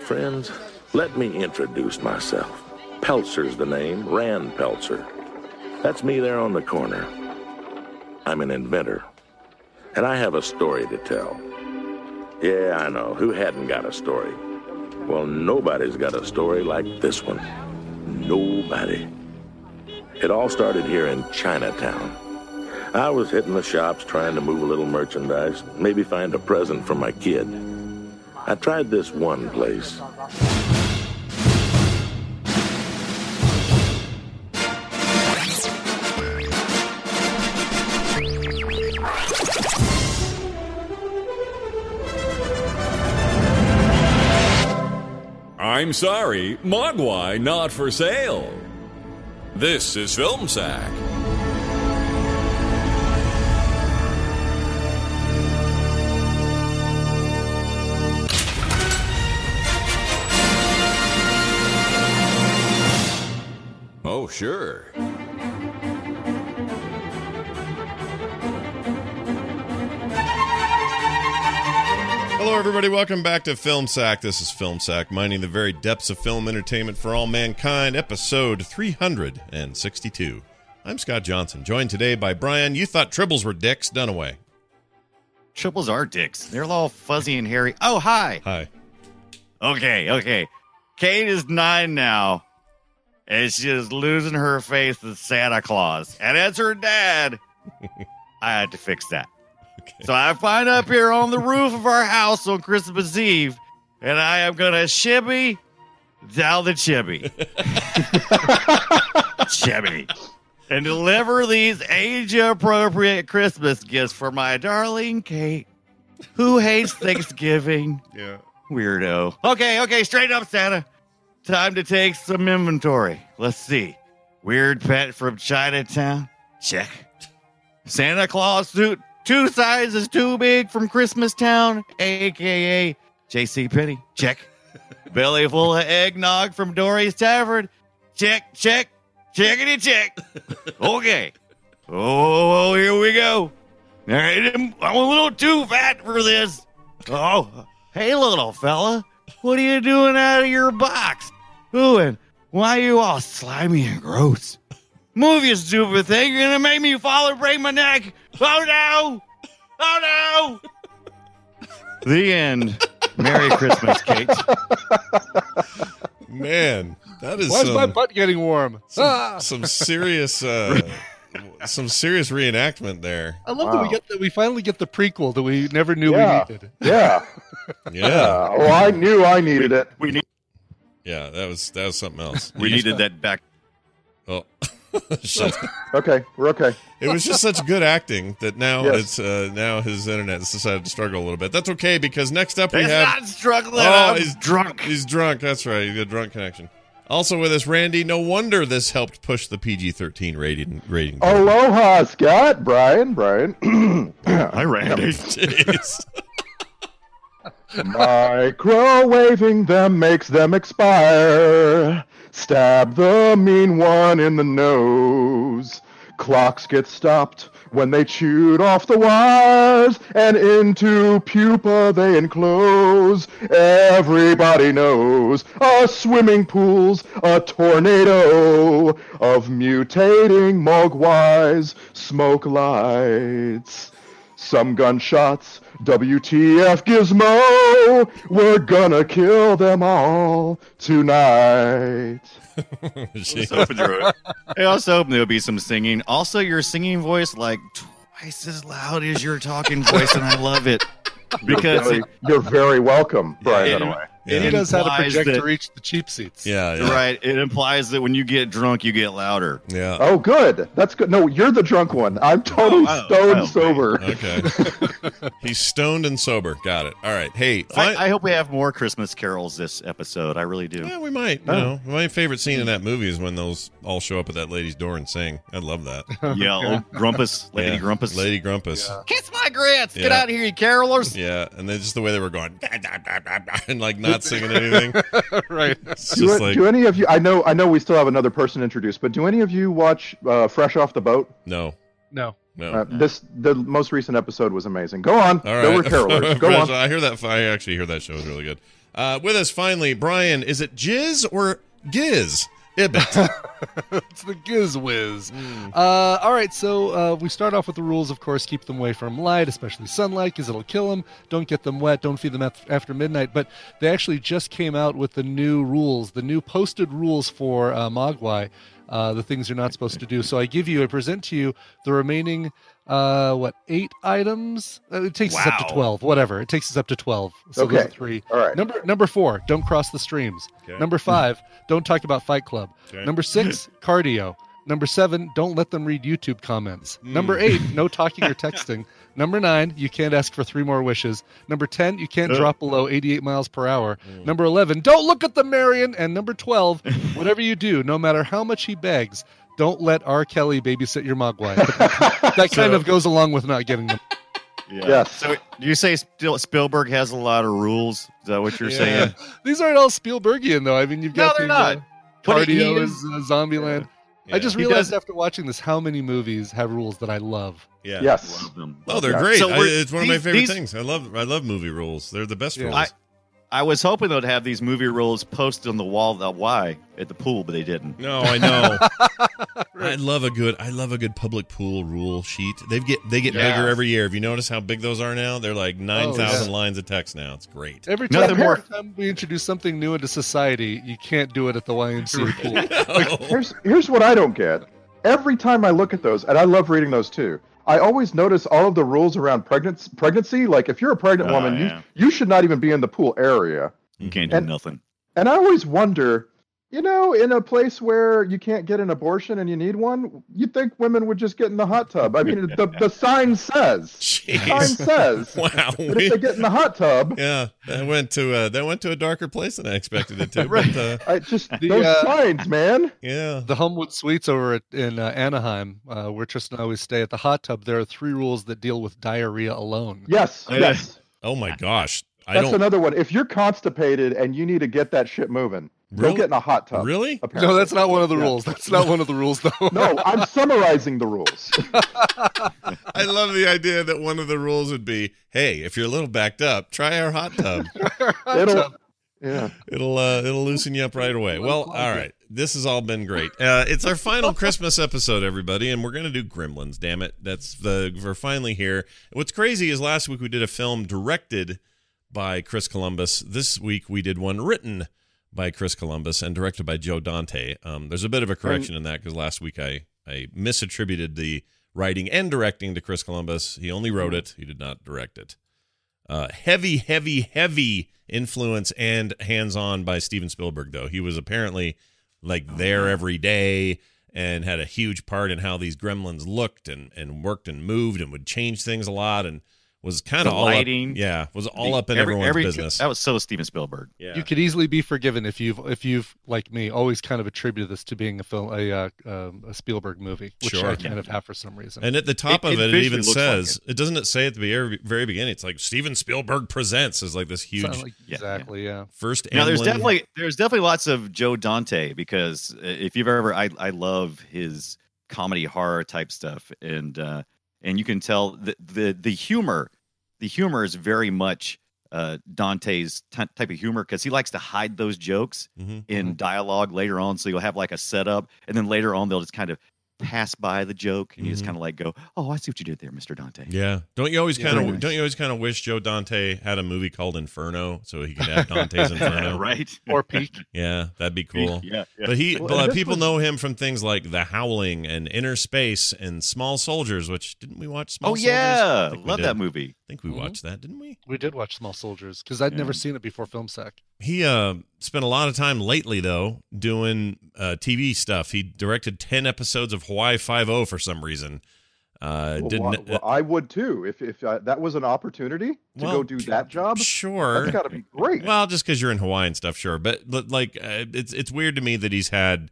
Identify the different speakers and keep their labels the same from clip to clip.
Speaker 1: Friends, let me introduce myself. Peltzer's the name, Rand Peltzer. That's me there on the corner. I'm an inventor, and I have a story to tell. Yeah, I know. Who hadn't got a story? Well, nobody's got a story like this one. Nobody. It all started here in Chinatown. I was hitting the shops trying to move a little merchandise, maybe find a present for my kid. I tried this one place.
Speaker 2: I'm sorry, Mogwai not for sale. This is Film Sack. Oh, sure.
Speaker 3: Hello, everybody. Welcome back to Film Sack. This is Film Sack, mining the very depths of film entertainment for all mankind, episode 362. I'm Scott Johnson, joined today by Brian. You thought tribbles were dicks. Dunaway.
Speaker 4: Triples are dicks. They're all fuzzy and hairy. Oh, hi.
Speaker 3: Hi.
Speaker 4: Okay, okay. Kate is nine now, and she is losing her faith to Santa Claus, and it's her dad. I had to fix that. So I find up here on the roof of our house on Christmas Eve, and I am gonna shibby down the chibby, chibby, and deliver these age-appropriate Christmas gifts for my darling Kate, who hates Thanksgiving
Speaker 3: Yeah.
Speaker 4: weirdo. Okay, okay, straight up, Santa. Time to take some inventory. Let's see. Weird pet from Chinatown. Check. Santa Claus suit, two sizes too big from Christmas Town, aka JC Penny. Check. Belly full of eggnog from Dory's Tavern. Check, check, checkity check. Okay. Oh, here we go. All right, I'm I'm a little too fat for this. Oh, hey, little fella, what are you doing out of your box? Ooh, and why are you all slimy and gross? Move, you stupid thing. You're gonna make me fall and break my neck. Oh no! Oh no! the end. Merry Christmas, Kate.
Speaker 3: Man, that is
Speaker 5: Why is
Speaker 3: some,
Speaker 5: my butt getting warm? Ah,
Speaker 3: some serious, uh, some serious reenactment there.
Speaker 5: I love that we
Speaker 6: Wow.
Speaker 5: get that we finally get the prequel that we never knew
Speaker 6: Yeah.
Speaker 5: we needed.
Speaker 6: Yeah.
Speaker 3: Yeah.
Speaker 6: Uh, well, I knew I needed it.
Speaker 4: We need
Speaker 3: Yeah. That was that was something else.
Speaker 4: we needed that back.
Speaker 3: Oh. Shut
Speaker 6: Okay, we're okay.
Speaker 3: It was just such good acting that now
Speaker 6: Yes.
Speaker 3: it's uh, now his internet has decided to struggle a little bit. That's okay because next up we
Speaker 4: It's
Speaker 3: have
Speaker 4: not struggling.
Speaker 3: Oh,
Speaker 4: I'm
Speaker 3: he's-
Speaker 4: drunk.
Speaker 3: he's drunk. That's right, he's got a drunk connection. Also with us, Randy. No wonder this helped push the PG thirteen rating. Rating.
Speaker 4: Oh,
Speaker 6: Aloha, Scott, Brian, Brian.
Speaker 4: Hi, Randy.
Speaker 3: Jeez.
Speaker 6: Microwaving them makes them expire. Stab the mean one in the nose. Clocks get stopped when they chewed off the wires, and into pupa they enclose. Everybody knows a swimming pool's a tornado of mutating mogwais, smoke lights. Some gunshots. WTF Gizmo! We're gonna kill them all tonight.
Speaker 3: Jeez.
Speaker 4: hoping there would- I also hope there'll be some singing. Also, your singing voice like twice as loud as your talking voice, and I love it. because
Speaker 6: Really, you're very welcome, Brian
Speaker 4: Yeah.
Speaker 6: Dunaway.
Speaker 3: Yeah.
Speaker 5: He knows how to
Speaker 4: Implies
Speaker 5: project
Speaker 4: that-
Speaker 5: to reach the cheap seats.
Speaker 3: Yeah, yeah,
Speaker 4: right, it implies that when you get drunk, you get louder.
Speaker 3: yeah.
Speaker 6: Oh, good. That's good. No, you're the drunk one. I'm totally
Speaker 4: Oh, oh,
Speaker 6: stoned
Speaker 4: oh,
Speaker 6: sober.
Speaker 3: Okay. He's stoned and sober. Got it. All right. Hey, fi-
Speaker 4: I, I hope we have more Christmas carols this episode. I really do.
Speaker 3: yeah, we might. You
Speaker 4: Oh.
Speaker 3: know, my favorite scene in that movie is when those all show up at that lady's door and sing. I love that.
Speaker 4: Yeah, old Grumpus, Lady
Speaker 3: Yeah.
Speaker 4: Grumpus.
Speaker 3: Lady Grumpus.
Speaker 5: Yeah.
Speaker 4: Kiss my grits. Get
Speaker 3: Yeah.
Speaker 4: out of here, you carolers.
Speaker 3: Yeah, and then just the way they were going and like not singing anything.
Speaker 5: right.
Speaker 3: It's
Speaker 6: Do,
Speaker 3: just
Speaker 6: it-
Speaker 3: like
Speaker 6: do any of you? I know. I know. We still have another person introduced, but do any of you watch uh, Fresh Off the Boat?
Speaker 3: no,
Speaker 5: No.
Speaker 3: no.
Speaker 6: Uh, this the most recent episode was amazing. Go on.
Speaker 3: Oh, All right,
Speaker 6: There were carolers. Go
Speaker 3: Fresh-
Speaker 6: on.
Speaker 3: I hear that. I actually hear that show is really good. Uh, with us finally, Brian. Is it Jizz or Giz? Ibbit.
Speaker 5: it's the giz whiz. Uh, all right, so uh, we start off with the rules, of course. Keep them away from light, especially sunlight, because it'll kill them. Don't get them wet. Don't feed them af- after midnight. But they actually just came out with the new rules, the new posted rules for uh, Mogwai, uh, the things you're not supposed to do. So I give you, I present to you the remaining, uh, what, eight items? Uh, it takes us up to
Speaker 4: Wow.
Speaker 5: 12, whatever. It takes us up to 12. So those
Speaker 6: Okay.
Speaker 5: are three.
Speaker 6: All right.
Speaker 5: Number number four, don't cross the streams.
Speaker 3: Okay.
Speaker 5: Number five, don't talk about Fight Club.
Speaker 3: Okay.
Speaker 5: Number six, cardio. Number seven, don't let them read YouTube comments. Number
Speaker 3: Hmm.
Speaker 5: eight, no talking or texting. Number nine, you can't ask for three more wishes. Number ten, you can't drop below 88 miles per hour.
Speaker 4: Mm.
Speaker 5: Number eleven, don't look at the Marion. And number twelve, whatever you do, no matter how much he begs, don't let R. Kelly babysit your mogwai. that kind of goes along with not getting them.
Speaker 4: Yeah.
Speaker 6: Yes.
Speaker 4: So you say Spiel- Spielberg has a lot of rules? Is that what you're
Speaker 3: Yeah.
Speaker 4: saying?
Speaker 5: These aren't all Spielbergian though. I mean, you've
Speaker 4: No,
Speaker 5: got
Speaker 4: they're
Speaker 5: the, uh,
Speaker 4: not. But he
Speaker 5: cardio
Speaker 4: even-
Speaker 5: is uh, Zombieland.
Speaker 3: Yeah.
Speaker 5: I just
Speaker 4: He
Speaker 5: realized
Speaker 4: does-
Speaker 5: after watching this how many movies have rules that I love.
Speaker 3: yeah.
Speaker 6: Yes.
Speaker 4: them.
Speaker 3: Oh, they're
Speaker 6: Yeah.
Speaker 3: great.
Speaker 4: So
Speaker 3: I,
Speaker 4: we're-
Speaker 3: it's one of my
Speaker 4: these-
Speaker 3: favorite
Speaker 4: these-
Speaker 3: things. I love I love movie rules. They're the best
Speaker 5: Yeah.
Speaker 3: rules.
Speaker 5: I-
Speaker 4: I was hoping they'd have these movie rules posted on the wall that why at the pool, but they didn't.
Speaker 3: no, I know. I love a good I love a good public pool rule sheet. They get they get
Speaker 5: Yeah.
Speaker 3: bigger every year. If you notice how big those are now, they're
Speaker 4: Oh,
Speaker 3: like nine thousand
Speaker 5: yeah.
Speaker 3: lines of text now. It's great.
Speaker 5: Every
Speaker 4: No,
Speaker 5: time,
Speaker 4: they're more-
Speaker 5: every time we introduce something new into society, you can't do it at the YMCA pool.
Speaker 3: Oh.
Speaker 6: Here's here's what I don't get. Every time I look at those, and I love reading those too. I always notice all of the rules around pregnancy. Pregnancy, like if you're a pregnant
Speaker 4: Oh,
Speaker 6: woman,
Speaker 4: yeah.
Speaker 6: you you should not even be in the pool area.
Speaker 4: You
Speaker 3: Mm-hmm.
Speaker 4: can't do
Speaker 6: And-
Speaker 4: nothing.
Speaker 6: And I always wonder, you know, in a place where you can't get an abortion and you need one, you'd think women would just get in the hot tub. I mean, the, the sign says. The sign
Speaker 3: Jeez.
Speaker 6: says.
Speaker 3: Wow.
Speaker 6: Um, But if they get in the hot tub,
Speaker 3: yeah, that went to uh, that went to a darker place than I expected it to.
Speaker 4: Right.
Speaker 3: But, uh,
Speaker 6: I just
Speaker 5: The,
Speaker 6: those
Speaker 5: uh,
Speaker 6: signs, man.
Speaker 3: yeah.
Speaker 5: the Humwood Suites over at, in uh, Anaheim, uh, where Tristan and I always stay at the hot tub, there are three rules that deal with diarrhea alone.
Speaker 6: Yes,
Speaker 4: I-
Speaker 6: yes.
Speaker 3: Oh my gosh. I
Speaker 6: That's
Speaker 3: don't
Speaker 6: another one. If you're constipated and you need to get that shit moving,
Speaker 3: Really?
Speaker 6: go get in a hot tub.
Speaker 3: really.
Speaker 6: apparently.
Speaker 5: No, that's not one of the
Speaker 6: Yeah.
Speaker 5: rules. That's not one of the rules, though.
Speaker 6: No, I'm summarizing the rules.
Speaker 3: I love the idea that one of the rules would be, hey, if you're a little backed up, try our hot tub.
Speaker 6: It'll, yeah.
Speaker 3: It'll uh, it'll loosen you up right away. Well, all right. This has all been great. Uh, it's our final Christmas episode, everybody, and we're gonna do Gremlins. Damn it, that's the we're finally here. What's crazy is last week we did a film directed by Chris Columbus. This week we did one written by Chris Columbus and directed by Joe Dante. Um, there's a bit of a correction in that because last week I I misattributed the writing and directing to Chris Columbus. He only wrote it. He did not direct it uh, heavy, heavy, heavy influence and hands on by Steven Spielberg, though. He was apparently like there every day and had a huge part in how these gremlins looked and, and worked and moved and would change things a lot and was kind
Speaker 4: The
Speaker 3: of all up,
Speaker 4: lighting.
Speaker 3: yeah was all
Speaker 4: The-
Speaker 3: up in
Speaker 4: every-
Speaker 3: everyone's
Speaker 4: every-
Speaker 3: business
Speaker 7: oh,
Speaker 4: That was so Steven Spielberg.
Speaker 3: yeah
Speaker 5: You could easily be forgiven if you've, if you've like me, always kind of attributed this to being a film, a, uh, um, a Spielberg movie, which
Speaker 3: Sure.
Speaker 5: I kind of have for some reason.
Speaker 3: and at the top
Speaker 4: It-
Speaker 3: of
Speaker 4: it
Speaker 3: it, it,
Speaker 4: visually
Speaker 3: even
Speaker 4: looks like
Speaker 3: says it. doesn't it say at the very, very beginning it's like Steven Spielberg presents is like this huge
Speaker 5: Sound like-
Speaker 4: Yeah, yeah.
Speaker 5: exactly, yeah.
Speaker 3: first
Speaker 4: Now there's
Speaker 3: Amblin-
Speaker 4: definitely there's definitely lots of Joe Dante because uh, if you've ever I I love his comedy horror type stuff and uh and you can tell the the, the humor the humor is very much uh Dante's ty type of humor cuz he likes to hide those jokes
Speaker 3: Mhm.
Speaker 4: in dialogue later on so you'll have like a setup and then later on they'll just kind of pass by the joke and you just
Speaker 3: Mhm.
Speaker 4: kind of like go oh I see what you did there Mr. Dante.
Speaker 3: Yeah. Don't you always
Speaker 4: Yeah,
Speaker 3: kind of
Speaker 4: very nice.
Speaker 3: don't you always kind of wish Joe Dante had a movie called Inferno so he could have Dante's Inferno?
Speaker 4: right.
Speaker 5: Or peak.
Speaker 3: Yeah, that'd be cool.
Speaker 4: Yeah. yeah.
Speaker 3: But he
Speaker 6: Well,
Speaker 3: but
Speaker 6: this
Speaker 3: people
Speaker 6: was-
Speaker 3: know him from things like The Howling and Inner Space and Small Soldiers, which didn't we watch Small
Speaker 4: Oh
Speaker 3: Soldiers?
Speaker 4: yeah,
Speaker 3: think we
Speaker 4: love
Speaker 3: did.
Speaker 4: that movie.
Speaker 3: I think we
Speaker 5: Mhm.
Speaker 3: watched that, didn't we?
Speaker 5: We did watch Small Soldiers because I'd never seen it before Film Sack.
Speaker 3: He uh, spent a lot of time lately, though, doing uh, TV stuff. He directed ten episodes of Hawaii Five O for some reason. Uh,
Speaker 6: Well,
Speaker 3: didn't
Speaker 6: why- well, I would too if if uh, that was an opportunity to
Speaker 3: Well,
Speaker 6: go do that job.
Speaker 3: sure?
Speaker 6: That's got to be great.
Speaker 3: Well, just because you're in Hawaii and stuff, sure. But, but like, uh, it's it's weird to me that he's had,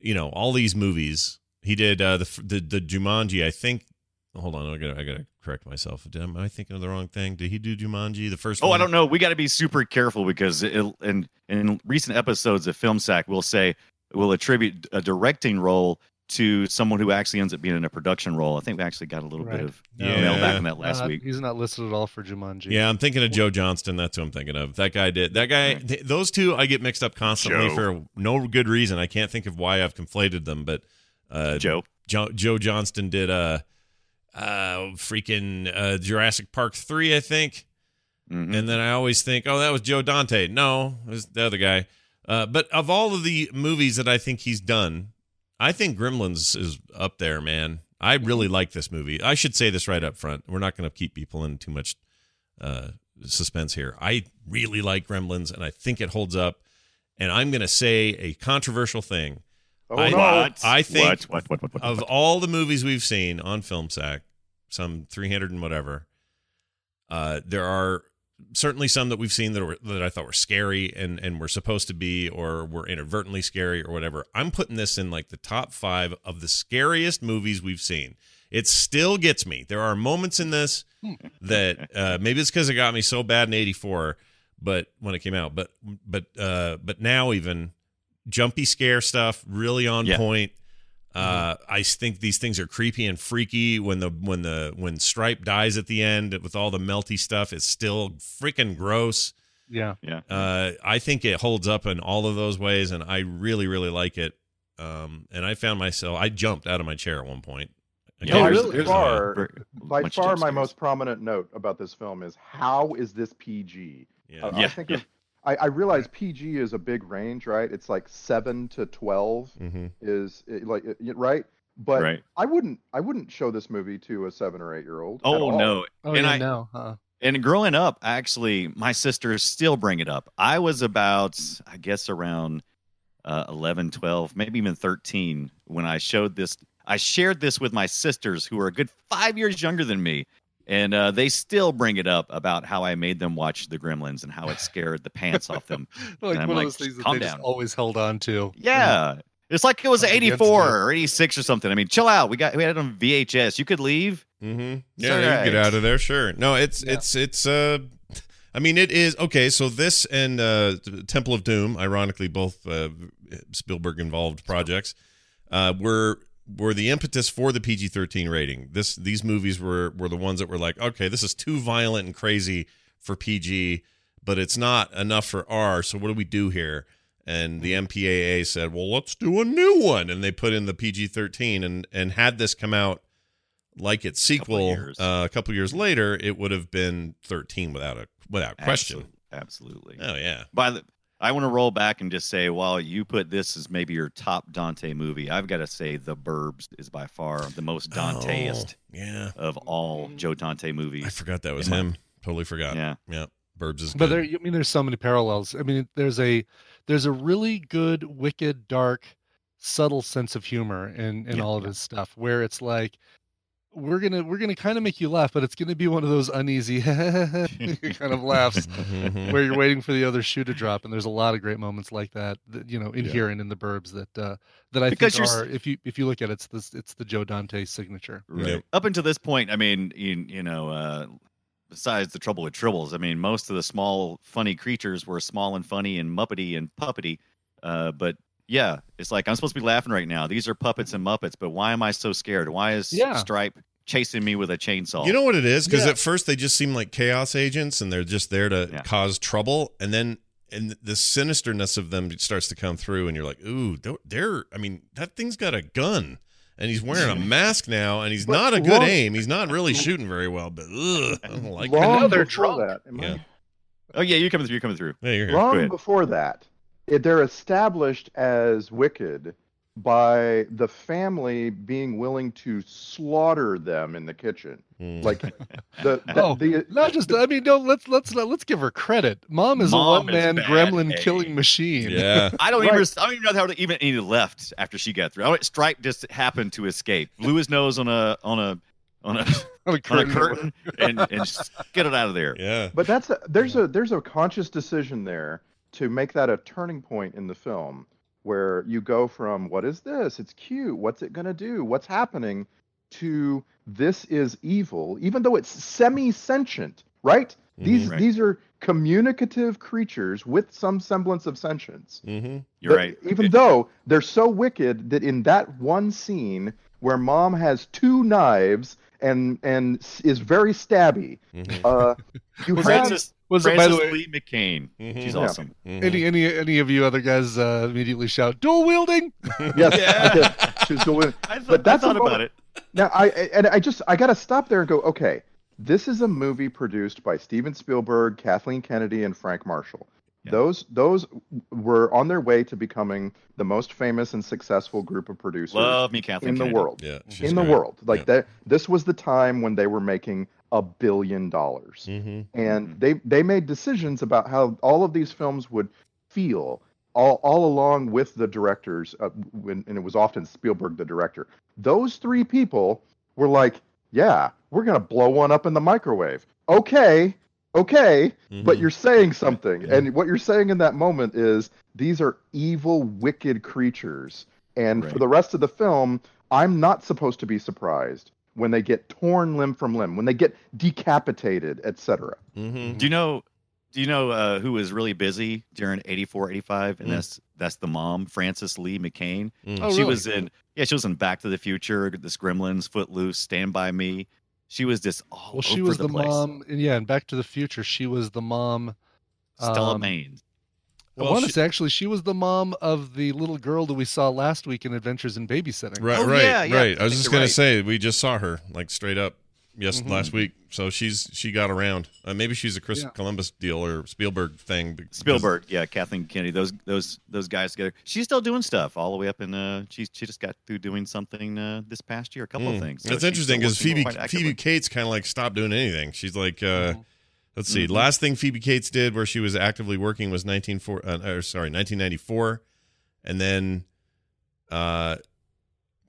Speaker 3: you know, all these movies. He did uh, the f- the the Jumanji. I think. Hold on, I gotta I gotta correct myself. Did- Am I thinking of the wrong thing? Did he do Jumanji? The first.
Speaker 4: Oh,
Speaker 3: Oh,
Speaker 4: I don't know. We got to be super careful because it, in in recent episodes of Film Sack, we'll say we'll attribute a directing role to someone who actually ends up being in a production role. I think we actually got a little
Speaker 5: Right.
Speaker 4: bit of
Speaker 3: No.
Speaker 4: mail back
Speaker 3: Yeah.
Speaker 4: on that last
Speaker 5: Uh,
Speaker 4: week.
Speaker 5: he's not listed at all for Jumanji.
Speaker 3: Yeah, I'm thinking of Joe Johnston. That's who I'm thinking of. That guy did. That guy. Th- those two, I get mixed up constantly
Speaker 4: Joe.
Speaker 3: for no good reason. I can't think of why I've conflated them. But uh,
Speaker 4: Joe,
Speaker 3: Jo- Joe Johnston did uh, uh, freaking uh, Jurassic Park three, I think.
Speaker 7: Mm-hmm.
Speaker 4: Mhm.
Speaker 3: and then I always think, oh, that was Joe Dante. No, it was the other guy. Uh, but of all of the movies that I think he's done, I think Gremlins is up there, man. I really like this movie. I should say this right up front. We're not going to keep people in too much uh, suspense here. I really like Gremlins, and I think it holds up. And I'm going to say a controversial thing.
Speaker 6: Oh,
Speaker 3: I-
Speaker 6: no.
Speaker 4: what?
Speaker 3: I think
Speaker 4: what? What? What? What? What?
Speaker 3: Of
Speaker 4: what?
Speaker 3: all the movies we've seen on Film Sack, some 300 and whatever, uh, there are certainly some that we've seen that were, that I thought were scary and and were supposed to be or were inadvertently scary or whatever. I'm putting this in like the top five of the scariest movies we've seen. It still gets me. There are moments in this that uh, maybe it's because it got me so bad in '84, but when it came out, but but uh, but now even jumpy scare stuff really on
Speaker 4: Yeah.
Speaker 3: point. Uh, I think these things are creepy and freaky. When the when the when Stripe dies at the end with all the melty stuff, it's still freaking gross.
Speaker 5: Yeah.
Speaker 4: yeah.
Speaker 3: Uh, I think it holds up in all of those ways, and I really really like it. Um, and I found myself I jumped out of my chair at one point. I
Speaker 4: Yeah,
Speaker 3: can't
Speaker 6: By
Speaker 4: there's-
Speaker 3: remember-
Speaker 4: there's-
Speaker 6: Oh, far,
Speaker 4: Very-
Speaker 6: by
Speaker 4: much
Speaker 6: far, my
Speaker 4: downstairs.
Speaker 6: most prominent note about this film is how is this PG?
Speaker 3: yeah.
Speaker 6: Uh,
Speaker 4: Yeah,
Speaker 6: I, think
Speaker 4: yeah.
Speaker 6: of- I, I realize PG is a big range, right? It's like seven to twelve
Speaker 3: hmm
Speaker 6: is eh, like eh, right, but
Speaker 4: right.
Speaker 6: I wouldn't I wouldn't show this movie to a seven or eight year old.
Speaker 4: Oh no,
Speaker 5: Oh,
Speaker 4: And
Speaker 5: yeah,
Speaker 4: I-
Speaker 5: no. Uh-uh.
Speaker 4: And growing up, actually, my sisters still bring it up. I was about, I guess, around uh, 11, 12, maybe even 13 when I showed this. I shared this with my sisters who are a good five years younger than me. And uh, they still bring it up about how I made them watch the Gremlins and how it scared the pants off them.
Speaker 5: Like
Speaker 4: And I'm
Speaker 5: one
Speaker 4: like,
Speaker 5: of those things that
Speaker 4: "Calm
Speaker 5: they just
Speaker 4: down."
Speaker 5: always held on to.
Speaker 4: Yeah. It's like it was
Speaker 5: Up against
Speaker 4: 84
Speaker 5: it.
Speaker 4: or 86 or something. I mean, chill out. We got we had it on VHS. You could leave.
Speaker 3: Mm-hmm.
Speaker 4: It's
Speaker 3: Yeah,
Speaker 4: all
Speaker 3: you can get
Speaker 4: right.
Speaker 3: out of there. Sure. No, it's
Speaker 5: Yeah.
Speaker 3: it's it's uh, I mean it is okay. So this and uh, Temple of Doom, ironically, both uh, Spielberg involved projects, uh, were were the impetus for the PG thirteen rating. This these movies were were the ones that were like, okay, this is too violent and crazy for PG, but it's not enough for R. So what do we do here? And
Speaker 4: Mm-hmm.
Speaker 3: the MPAA said, well, let's do a new one, and they put in the PG thirteen and and had this come out like its
Speaker 4: Couple
Speaker 3: sequel
Speaker 4: years.
Speaker 3: uh, a couple years later, it would have been 13 without a without question.
Speaker 4: Absolutely.
Speaker 3: Oh yeah.
Speaker 4: by the I want to roll back and just say, while you put this as maybe your top Dante movie, I've got to say The Burbs is by far the most Danteist
Speaker 3: Oh, yeah.
Speaker 4: of all Joe Dante
Speaker 3: I
Speaker 4: movies.
Speaker 3: forgot that was
Speaker 4: Yeah.
Speaker 3: him. Totally forgot. Yeah.
Speaker 4: Yeah.
Speaker 3: Burbs is
Speaker 5: But
Speaker 3: good.
Speaker 5: there, I mean, there's so many parallels. I mean, there's a there's a really good, wicked, dark, subtle sense of humor in in
Speaker 4: Yeah,
Speaker 5: all of his stuff, where it's like we're gonna we're gonna kind of make you laugh, but it's gonna be one of those uneasy kind of laughs
Speaker 3: Mhm.
Speaker 5: where you're waiting for the other shoe to drop. And there's a lot of great moments like that, that, you know, in here and in the Burbs that uh, that I
Speaker 4: Because
Speaker 5: think
Speaker 4: you're s-
Speaker 5: are if you if you look at it, it's this it's the Joe Dante signature.
Speaker 4: Right.
Speaker 3: Yep.
Speaker 4: Up until this point, I mean, you, you know, uh, besides the trouble with tribbles, I mean, most of the small, funny creatures were small and funny and muppety and puppety. Uh, but yeah, it's like I'm supposed to be laughing right now. These are puppets and muppets, but why am I so scared? Why is
Speaker 5: Yeah.
Speaker 4: Stripe chasing me with a chainsaw?
Speaker 6: Oh.
Speaker 3: You know what it is? Because
Speaker 5: Yeah.
Speaker 3: at first they just seem like chaos agents and they're just there to
Speaker 4: Yeah.
Speaker 3: cause trouble. And then and the sinisterness of them starts to come through and you're like, ooh, they're, they're I mean, that thing's got a gun. And he's wearing a mask now, and he's
Speaker 6: But
Speaker 3: not a good
Speaker 6: long-
Speaker 3: aim. He's not really shooting very well, but ugh, I don't like
Speaker 6: long
Speaker 5: another
Speaker 6: before
Speaker 5: drunk.
Speaker 6: that. am I-
Speaker 3: Yeah.
Speaker 4: oh yeah, you're coming through. You're coming through.
Speaker 3: that. Hey, you're here.
Speaker 4: Go
Speaker 6: long
Speaker 4: ahead.
Speaker 6: before that, it- they're established as wicked by the family being willing to slaughter them in the kitchen.
Speaker 3: Mm.
Speaker 6: Like the, the,
Speaker 5: Oh,
Speaker 6: the
Speaker 5: Not just I mean, no, let's let's not, let's give her credit. Mom is a
Speaker 4: Mom is
Speaker 5: one man
Speaker 4: bad,
Speaker 5: gremlin
Speaker 4: eh?
Speaker 5: killing machine.
Speaker 3: yeah.
Speaker 4: I don't even.
Speaker 6: Right.
Speaker 4: I don't even know how to even any left after she got through. I don't, Stripe just happened to escape, blew his nose on a on a on a
Speaker 5: On a
Speaker 4: on a
Speaker 5: curtain.
Speaker 4: curtain, and and just get it out of there.
Speaker 3: Yeah.
Speaker 6: but that's a, there's a there's a conscious decision there to make that a turning point in the film where you go from what is this it's cute what's it going to do what's happening to this is evil even though it's semi sentient right these
Speaker 4: Mm-hmm. Right.
Speaker 6: these are communicative creatures with some semblance of sentience
Speaker 3: Mm-hmm.
Speaker 4: You're
Speaker 6: But
Speaker 4: right.
Speaker 6: Even though they're so wicked that in that one scene where mom has two knives and and s- is very stabby,
Speaker 3: Mhm.
Speaker 4: Mm-hmm.
Speaker 6: uh, you
Speaker 5: Was
Speaker 6: have,
Speaker 4: Francis,
Speaker 5: Was it by the
Speaker 4: Francis
Speaker 5: way? Mm-hmm.
Speaker 4: Lee McCain.
Speaker 3: Mhm.
Speaker 4: She's
Speaker 6: Yeah.
Speaker 4: awesome.
Speaker 3: Mhm.
Speaker 5: Any any any of you other guys uh, immediately shout dual wielding?
Speaker 6: yes, I did. She was going.
Speaker 4: I thought,
Speaker 6: But that's
Speaker 4: I
Speaker 6: a
Speaker 4: thought about
Speaker 6: moment-
Speaker 4: it.
Speaker 6: Now I I- and I just I gotta stop there and go. Okay, this is a movie produced by Steven Spielberg, Kathleen Kennedy, and Frank Marshall.
Speaker 4: Yeah.
Speaker 6: Those those were on their way to becoming the most famous and successful group of producers
Speaker 4: Love me, Kathleen.
Speaker 6: in the
Speaker 4: Kennedy.
Speaker 6: world.
Speaker 3: Yeah. she's
Speaker 6: in the
Speaker 3: great.
Speaker 6: world. Like
Speaker 3: Yeah.
Speaker 6: that this was the time when they were making a billion dollars.
Speaker 3: Mhm.
Speaker 6: And they they made decisions about how all of these films would feel all, all along with the directors uh, when, and it was often Spielberg the director. Those three people were like, yeah, we're going to blow one up in the microwave. Okay. Okay, but
Speaker 3: Mhm.
Speaker 6: you're saying something.
Speaker 3: Yeah.
Speaker 6: And what you're saying in that moment is these are evil, wicked creatures. And for
Speaker 4: Right.
Speaker 6: the rest of the film, I'm not supposed to be surprised when they get torn limb from limb, when they get decapitated, etc.
Speaker 3: Mhm.
Speaker 4: Do you know? Do you know uh, who was really busy during 84, 85?
Speaker 5: Mm.
Speaker 4: And that's that's the mom, Frances Lee McCain.
Speaker 3: Oh,
Speaker 4: Mm, she was in yeah, she was in Back to the Future, This Gremlins, Footloose, Stand by Me. She was just all
Speaker 5: Well, she
Speaker 4: over
Speaker 5: was
Speaker 4: the,
Speaker 5: the,
Speaker 4: place.
Speaker 5: mom. And yeah, and Back to the Future, she was the mom.
Speaker 4: Stella
Speaker 5: um,
Speaker 4: Maines.
Speaker 5: I
Speaker 3: Well,
Speaker 5: want to
Speaker 3: she-
Speaker 5: say actually, she was the mom of the little girl that we saw last week in Adventures in Babysitting.
Speaker 3: Right,
Speaker 4: Oh,
Speaker 3: right,
Speaker 4: yeah, yeah,
Speaker 3: right. I was
Speaker 4: I think
Speaker 3: just
Speaker 4: you're
Speaker 3: gonna
Speaker 4: right. Mm-hmm.
Speaker 3: say we just saw her like straight up yes
Speaker 5: Mhm.
Speaker 3: last week. So she's she got around. Uh, maybe she's a Chris
Speaker 5: Yeah.
Speaker 3: Columbus deal or Spielberg thing. because-
Speaker 4: Spielberg, yeah, Kathleen Kennedy, those those those guys together. She's still doing stuff all the way up in uh she she just got through doing something uh this past year, a couple
Speaker 3: Mm.
Speaker 4: of things. So
Speaker 3: That's
Speaker 4: she's
Speaker 3: interesting
Speaker 4: still
Speaker 3: because
Speaker 4: working
Speaker 3: Phoebe
Speaker 4: quite actively.
Speaker 3: Phoebe Cates kind of like stopped doing anything. She's like, uh,
Speaker 5: Mhm.
Speaker 3: let's see,
Speaker 4: Mhm.
Speaker 3: last thing Phoebe Cates did where she was actively working was 1994, uh, or sorry, 1994, and then uh,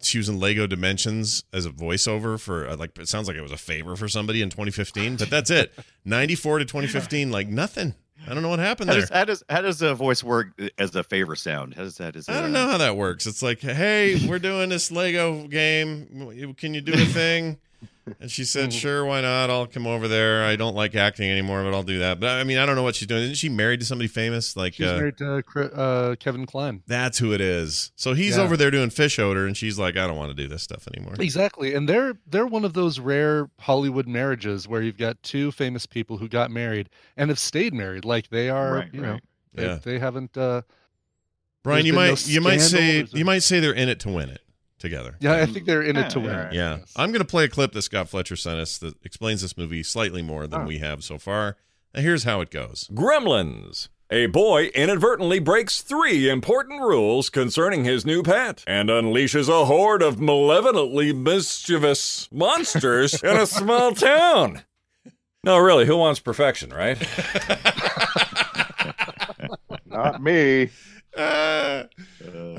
Speaker 3: she was in Lego Dimensions as a voiceover for uh, like it sounds like it was a favor for somebody in 2015, but that's it. 94 to 2015, like nothing. I don't know what happened
Speaker 4: how
Speaker 3: there.
Speaker 4: does, how does how does a voice work as a favor sound? How does that is
Speaker 3: I
Speaker 4: it,
Speaker 3: don't
Speaker 4: uh,
Speaker 3: know how that works. It's like, hey, we're doing this Lego game. Can you do a thing? And she said, sure, why not? I'll come over there. I don't like acting anymore, but I'll do that. But I mean, I don't know what she's doing. Isn't she married to somebody famous? Like,
Speaker 5: She's
Speaker 3: uh,
Speaker 5: married to Cri- uh, Kevin Klein.
Speaker 3: that's who it is. So he's
Speaker 5: Yeah.
Speaker 3: over there doing fish odor, and she's like, I don't want to do this stuff anymore.
Speaker 5: Exactly. And they're they're one of those rare Hollywood marriages where you've got two famous people who got married and have stayed married. Like they are,
Speaker 4: Right,
Speaker 5: you know,
Speaker 4: right.
Speaker 5: they,
Speaker 3: Yeah.
Speaker 5: they haven't uh
Speaker 3: Brian,
Speaker 5: There's
Speaker 3: you
Speaker 5: been no
Speaker 3: might you might say
Speaker 5: scandal.
Speaker 3: you might say they're in it to win it together.
Speaker 5: yeah, I think they're in
Speaker 4: Mm, Yeah,
Speaker 5: it to win.
Speaker 4: yeah.
Speaker 3: Yeah.
Speaker 5: Yes.
Speaker 3: I'm going to play a clip that Scott Fletcher sent us that explains this movie slightly more than we have so far. And here's how it goes.
Speaker 2: Gremlins. A boy inadvertently breaks three important rules concerning his new pet and unleashes a horde of malevolently mischievous monsters in a small town. No, really, who wants perfection, right?
Speaker 6: Not me.
Speaker 3: I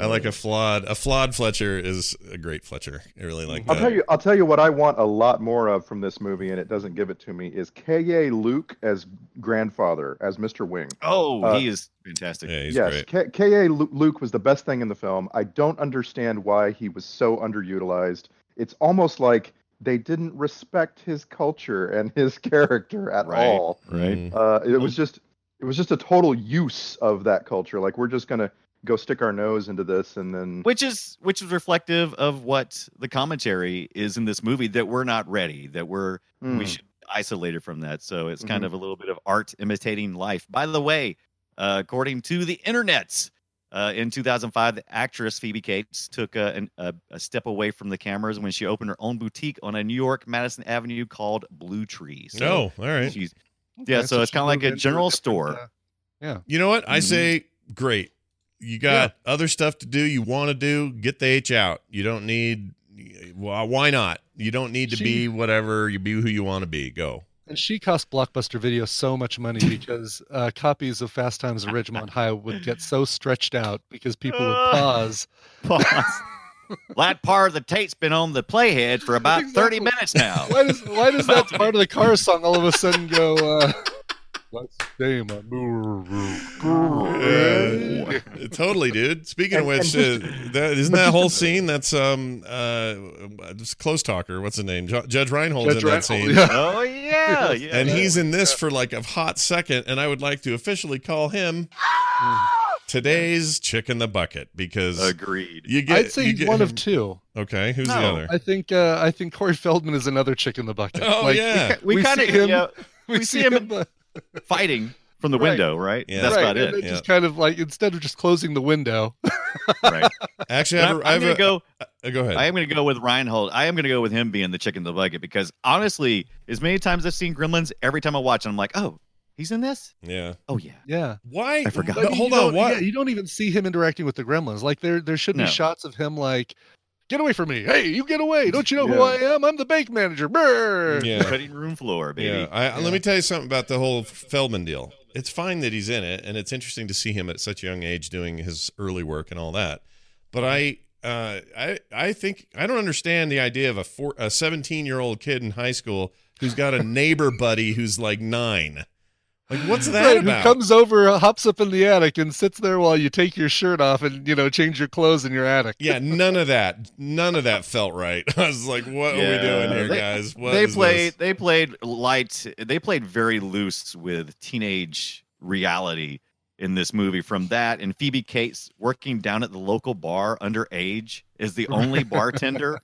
Speaker 3: like a flawed a flawed Fletcher is a great Fletcher. I really like
Speaker 6: I'll
Speaker 3: that.
Speaker 6: tell you. I'll tell you what I want a lot more of from this movie, and it doesn't give it to me. Is K.A. Luke as grandfather, as Mr. Wing?
Speaker 4: Oh,
Speaker 6: Uh,
Speaker 4: he is fantastic.
Speaker 3: Yeah, he's
Speaker 6: yes,
Speaker 3: great.
Speaker 6: K- K.A. Lu- Luke was the best thing in the film. I don't understand why he was so underutilized. It's almost like they didn't respect his culture and his character at
Speaker 4: Right.
Speaker 6: all.
Speaker 4: Right.
Speaker 3: Mm.
Speaker 6: Uh, it was just, it was just a total use of that culture. Like we're just gonna go stick our nose into this, and then
Speaker 4: which is which is reflective of what the commentary is in this movie that we're not ready that we're
Speaker 5: Hmm.
Speaker 4: we
Speaker 6: Mm.
Speaker 4: should be isolated from that so it's
Speaker 5: Mm-hmm.
Speaker 4: kind of a little bit of art imitating life by the way uh, according to the internets uh, in 2005 the actress phoebe cates took a, an, a, a step away from the cameras when she opened her own boutique on a new york madison avenue called blue tree so
Speaker 3: No, all right.
Speaker 4: she's Yeah, so it's
Speaker 5: she
Speaker 4: kinda like
Speaker 5: moved
Speaker 4: a
Speaker 5: into
Speaker 4: general
Speaker 5: different,
Speaker 4: store.
Speaker 5: uh,
Speaker 3: You know what? I
Speaker 4: Mhm.
Speaker 3: say great. you got other stuff to do you want to do get the h out you don't need well, why not you don't need to
Speaker 5: She-
Speaker 3: be whatever you be who you want to be go
Speaker 5: And she cost Blockbuster Video so much money because uh, copies of Fast Times at Ridgemont High would get so stretched out because people would
Speaker 4: Uh,
Speaker 5: pause.
Speaker 4: Pause. that part of the tape's been on the playhead for about 30
Speaker 5: Exactly.
Speaker 4: minutes now.
Speaker 5: Why does why does that part of the Cars song all of a sudden go? Uh, Let's stay my
Speaker 3: Uh, totally, dude. Speaking of which, uh, that, isn't that whole scene? That's um, uh, this close talker. What's the name? Ju- Judge Reinhold's in that scene,
Speaker 4: Oh, yeah. yeah
Speaker 3: and he's in this for like a hot second. And I would like to officially call him today's chick in the bucket because
Speaker 4: agreed.
Speaker 3: you get.
Speaker 5: I'd say
Speaker 3: you get
Speaker 5: one
Speaker 3: him-
Speaker 5: of two.
Speaker 3: Okay, who's the
Speaker 4: No.
Speaker 3: other?
Speaker 5: I think uh, I think Corey Feldman is another chick in the bucket.
Speaker 3: oh
Speaker 5: Like,
Speaker 3: yeah,
Speaker 4: We,
Speaker 5: We
Speaker 4: kind of
Speaker 5: see him-
Speaker 4: yeah,
Speaker 5: we, see him. uh,
Speaker 4: fighting from the
Speaker 5: Right.
Speaker 4: window, right?
Speaker 3: Yeah.
Speaker 4: That's
Speaker 5: right,
Speaker 4: about
Speaker 5: and
Speaker 4: it.
Speaker 5: then Just kind of like instead of just closing the window,
Speaker 4: Right.
Speaker 3: actually, I
Speaker 4: And
Speaker 3: have
Speaker 4: I'm,
Speaker 3: a- I
Speaker 4: I'm
Speaker 3: have
Speaker 4: gonna
Speaker 3: a.
Speaker 4: go.
Speaker 3: uh, Go ahead.
Speaker 4: I am gonna go with Reinhold. I am gonna go with him being the chicken in the bucket because honestly, as many times I've seen Gremlins, every time I watch it, I'm like, oh, he's in this.
Speaker 3: yeah.
Speaker 4: Oh yeah.
Speaker 5: yeah.
Speaker 3: Why?
Speaker 4: I forgot.
Speaker 3: but
Speaker 5: But you
Speaker 3: hold on.
Speaker 5: don't-
Speaker 3: Why?
Speaker 5: yeah, you don't even see him interacting with the gremlins. Like there, there should be
Speaker 4: No.
Speaker 5: shots of him like, "Get away from me! Hey, you get away! Don't you know
Speaker 4: Yeah.
Speaker 5: who I am? I'm the bank manager." Brr.
Speaker 3: yeah.
Speaker 4: Cutting room floor, baby.
Speaker 3: Yeah, I, let me tell you something about the whole Feldman deal. It's fine that he's in it, and it's interesting to see him at such a young age doing his early work and all that. But I, uh, I, I think I don't understand the idea of a four, a seventeen-year-old kid in high school who's got a neighbor buddy who's like nine. Like, what's that
Speaker 5: Right, who
Speaker 3: about?
Speaker 5: comes over, uh, hops up in the attic, and sits there while you take your shirt off and you know change your clothes in your attic.
Speaker 3: yeah, none of that. None of that felt right. I was like, what are we doing
Speaker 4: Yeah,
Speaker 3: here,
Speaker 4: they-
Speaker 3: guys? What
Speaker 4: they
Speaker 3: is
Speaker 4: played.
Speaker 3: this?
Speaker 4: They played light. They played very loose with teenage reality in this movie. From that, and Phoebe Cates working down at the local bar underage is the only bartender.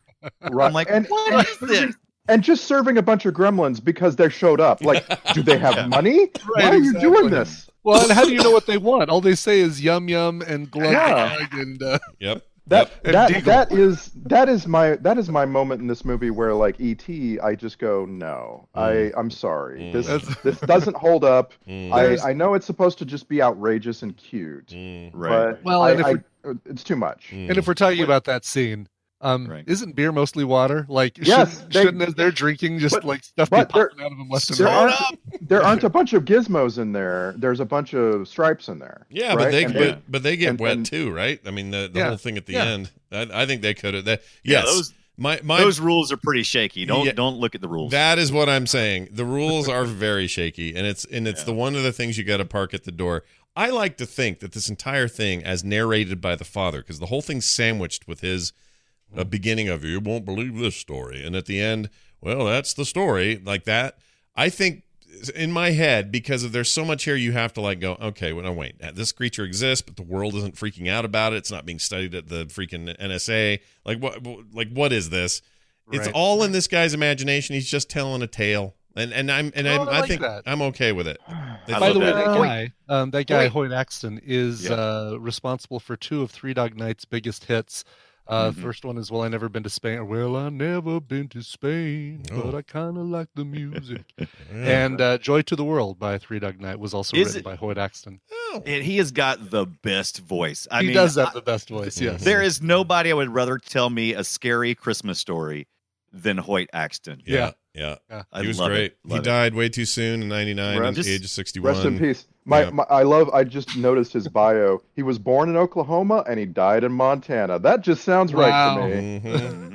Speaker 6: Right.
Speaker 4: I'm like,
Speaker 6: and,
Speaker 4: what is this?
Speaker 6: and just serving a bunch of gremlins because they showed up. Like, do they have
Speaker 4: Yeah.
Speaker 6: money? Why are you
Speaker 5: exactly.
Speaker 6: doing this?
Speaker 5: Well, and how do you know what they want? All they say is yum yum and glug
Speaker 6: Yeah.
Speaker 5: glug and uh,
Speaker 3: Yep.
Speaker 6: That
Speaker 5: And
Speaker 6: that
Speaker 5: Deagle.
Speaker 6: that is that is my that is my moment in this movie where like ET, I just go no, I I'm sorry,
Speaker 3: Mm.
Speaker 6: this
Speaker 5: That's-
Speaker 6: this doesn't hold up.
Speaker 3: Mm,
Speaker 6: I
Speaker 5: There's-
Speaker 6: I know it's supposed to just be outrageous and cute,
Speaker 3: mm,
Speaker 4: Right.
Speaker 6: but
Speaker 5: Well,
Speaker 6: I,
Speaker 5: and if
Speaker 6: I- it's too much.
Speaker 3: mm.
Speaker 5: And if we're talking about that scene, um,
Speaker 4: Right.
Speaker 5: isn't beer mostly water? Like,
Speaker 6: Yes,
Speaker 5: shouldn't,
Speaker 6: they-
Speaker 5: shouldn't as they're drinking just
Speaker 6: But-
Speaker 5: like stuff be
Speaker 6: but they're-
Speaker 5: popping out of them left and
Speaker 6: There
Speaker 5: right?
Speaker 6: aren't there aren't a bunch of gizmos in there. There's a bunch of stripes in there.
Speaker 3: Yeah,
Speaker 6: right?
Speaker 3: but they
Speaker 6: And
Speaker 3: but, but they get
Speaker 6: and-
Speaker 3: wet
Speaker 6: and-
Speaker 3: too, right? I mean, the, the
Speaker 5: Yeah.
Speaker 3: whole thing at the
Speaker 5: Yeah.
Speaker 3: end. I, I think they could have. That
Speaker 4: Yeah,
Speaker 3: yes,
Speaker 4: those
Speaker 3: my my
Speaker 4: those rules are pretty shaky. Don't
Speaker 3: Yeah.
Speaker 4: don't look at the rules.
Speaker 3: that is what I'm saying. The rules are very shaky, and it's and it's
Speaker 4: Yeah.
Speaker 3: the one of the things you got to park at the door. I like to think that this entire thing, as narrated by the father, because the whole thing's sandwiched with his
Speaker 6: Mm.
Speaker 3: uh, beginning of you won't believe this story, and at the end, well, that's the story, like that. I think in my head because of there's so much here you have to like go okay well no wait uh, this creature exists but the world isn't freaking out about it it's not being studied at the freaking NSA like what like what is this it's
Speaker 5: Right.
Speaker 3: all in this guy's imagination he's just telling a tale and and I'm and
Speaker 5: Oh,
Speaker 3: I'm,
Speaker 5: I
Speaker 3: I,
Speaker 5: like
Speaker 3: think
Speaker 5: that.
Speaker 3: I'm okay with it They
Speaker 4: I
Speaker 5: By
Speaker 3: thought
Speaker 5: the way,
Speaker 4: love
Speaker 5: that
Speaker 6: that.
Speaker 5: guy, um, that guy
Speaker 4: Wait.
Speaker 5: Hoyt Axton is
Speaker 4: Yeah.
Speaker 5: uh, responsible for two of Three Dog Night's biggest hits. Uh,
Speaker 4: Mhm.
Speaker 5: First one is "Well, I Never Been to Spain." Or, well, I never been to Spain, but
Speaker 3: Oh.
Speaker 5: I kind of like the music.
Speaker 3: Yeah.
Speaker 5: and uh, "Joy to the World" by Three Dog Night was also
Speaker 4: Is
Speaker 5: written
Speaker 4: it-
Speaker 5: by Hoyt Axton.
Speaker 3: Oh.
Speaker 4: And he has got the best voice. I
Speaker 5: he
Speaker 4: mean,
Speaker 5: does have
Speaker 4: I-
Speaker 5: the best voice. Yes,
Speaker 4: there is nobody I would rather tell me a scary Christmas story than Hoyt Axton.
Speaker 3: yeah yeah
Speaker 4: I
Speaker 3: he was
Speaker 4: love
Speaker 3: great
Speaker 4: It.
Speaker 3: he
Speaker 4: Love it.
Speaker 3: died way too soon in 99 at
Speaker 6: Rest-
Speaker 3: the age of 61
Speaker 6: Rest in peace. My,
Speaker 3: Yeah.
Speaker 6: my, I love. I just noticed his bio. He was born in Oklahoma and he died in Montana. That just sounds right
Speaker 5: Wow.
Speaker 6: to me.
Speaker 3: Mhm.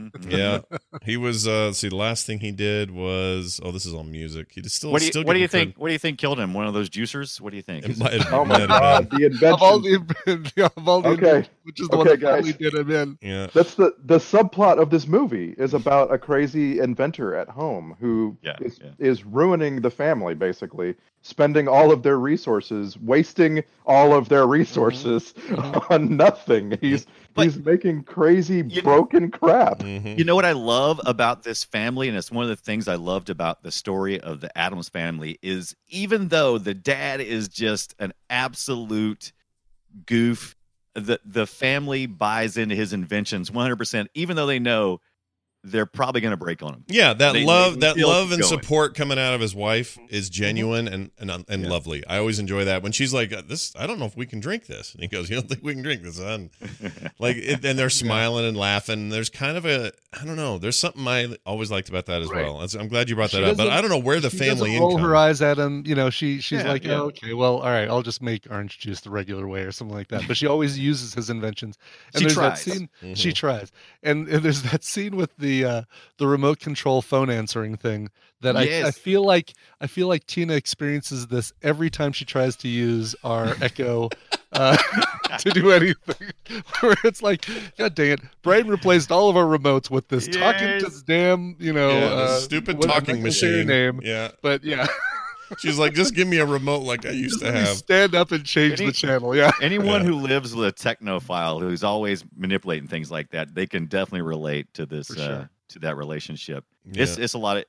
Speaker 4: Mhm, mhm.
Speaker 3: yeah he was uh let's see the last thing he did was oh this is all music he just still
Speaker 4: What do
Speaker 3: still
Speaker 4: you What do
Speaker 3: getting
Speaker 4: you think? What do you think killed him? One of those juicers? What do you think?
Speaker 3: credit. It might have-
Speaker 6: Oh my
Speaker 3: might have
Speaker 6: God,
Speaker 3: been.
Speaker 6: the
Speaker 5: of all
Speaker 6: invention.
Speaker 5: the, of all the
Speaker 6: Okay,
Speaker 5: which is the one
Speaker 6: Okay,
Speaker 5: that finally
Speaker 6: guys.
Speaker 5: did him in.
Speaker 3: yeah
Speaker 6: that's the the subplot of this movie is about a crazy inventor at home who
Speaker 4: Yeah,
Speaker 6: is
Speaker 4: yeah.
Speaker 6: is ruining the family basically, spending all of their resources, wasting all of their resources on nothing. He's
Speaker 4: But-
Speaker 6: he's making crazy
Speaker 4: You-
Speaker 6: broken crap.
Speaker 3: Mhm.
Speaker 4: You know what I love about this family, and it's one of the things I loved about the story of the Adams family is even though the dad is just an absolute goof, the the family buys into his inventions 100%, even though they know they're probably going to break on him.
Speaker 3: Yeah, that
Speaker 4: They-
Speaker 3: love,
Speaker 4: they
Speaker 3: that
Speaker 4: feel
Speaker 3: love
Speaker 4: it's
Speaker 3: and
Speaker 4: going.
Speaker 3: support coming out of his wife
Speaker 5: Mm-hmm.
Speaker 3: is genuine and and, and lovely. I always enjoy that when she's like, uh, "This, I don't know if we can drink this," and he goes, "You don't think we can drink this?" Huh? like, it, and they're smiling and laughing. There's kind of a, I don't know. There's something I always liked about that as
Speaker 6: Right.
Speaker 3: well. That's- I'm glad you brought
Speaker 5: She
Speaker 3: that up, but
Speaker 5: doesn't-
Speaker 3: I don't know where the
Speaker 5: She doesn't
Speaker 3: family
Speaker 5: roll
Speaker 3: income.
Speaker 5: her eyes at him. You know, she she's
Speaker 4: Yeah,
Speaker 5: like,
Speaker 4: yeah.
Speaker 5: oh, okay, well, all right, I'll just make orange juice the regular way or something like that. But she always uses his inventions. And
Speaker 4: She
Speaker 5: there's
Speaker 4: tries.
Speaker 5: that scene.
Speaker 3: Mhm.
Speaker 5: She tries, and, and there's that scene with the uh, the remote control phone answering thing that I, I
Speaker 4: Yes.
Speaker 5: feel like I feel like Tina experiences this every time she tries to use our Echo. Uh, to do anything, where it's like, God dang it! Brian replaced all of our remotes with this talking to
Speaker 4: Yes.
Speaker 5: damn, you know,
Speaker 3: Yeah, this
Speaker 5: uh,
Speaker 3: stupid
Speaker 5: what- I'm not
Speaker 3: talking
Speaker 5: gonna say her
Speaker 3: machine.
Speaker 5: name,
Speaker 3: Yeah,
Speaker 5: but yeah,
Speaker 3: she's like, "Just give me a remote like I used to
Speaker 5: Let me
Speaker 3: have."
Speaker 5: stand up and change
Speaker 4: Any-
Speaker 5: the channel. Yeah.
Speaker 4: Anyone
Speaker 3: Yeah.
Speaker 4: who lives with a technophile who's always manipulating things like that, they can definitely relate to this
Speaker 5: For
Speaker 4: uh,
Speaker 5: sure.
Speaker 4: to that relationship.
Speaker 3: Yeah.
Speaker 4: It's it's a lot of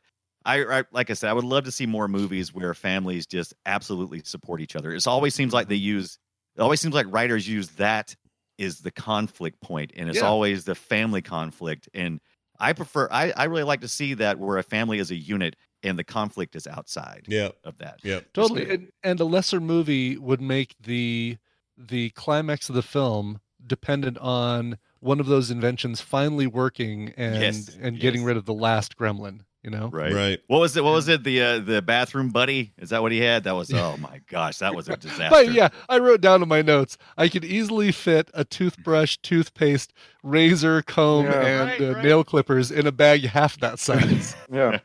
Speaker 4: I, I like I said, I would love to see more movies where families just absolutely support each other. It always seems like they
Speaker 5: Mm-hmm.
Speaker 4: use it always seems like writers use that is the conflict point and it's
Speaker 5: Yeah.
Speaker 4: always the family conflict. And I prefer I, I really like to see that where a family is a unit and the conflict is outside
Speaker 3: yeah,
Speaker 4: of that.
Speaker 3: yeah.
Speaker 5: Totally. And, and a lesser movie would make the the climax of the film dependent on one of those inventions finally working and
Speaker 4: Yes,
Speaker 5: and getting
Speaker 4: yes.
Speaker 5: rid of the last gremlin, you know?
Speaker 4: Right.
Speaker 3: Right.
Speaker 4: What was it? What was it? The uh, the bathroom buddy? Is that what he had? That was oh my gosh, that was a disaster.
Speaker 5: But yeah, I wrote down in my notes I could easily fit a toothbrush, toothpaste, razor, comb,
Speaker 6: Yeah.
Speaker 5: and
Speaker 4: Right,
Speaker 5: uh,
Speaker 4: right.
Speaker 5: nail clippers in a bag half that size.
Speaker 6: Yeah,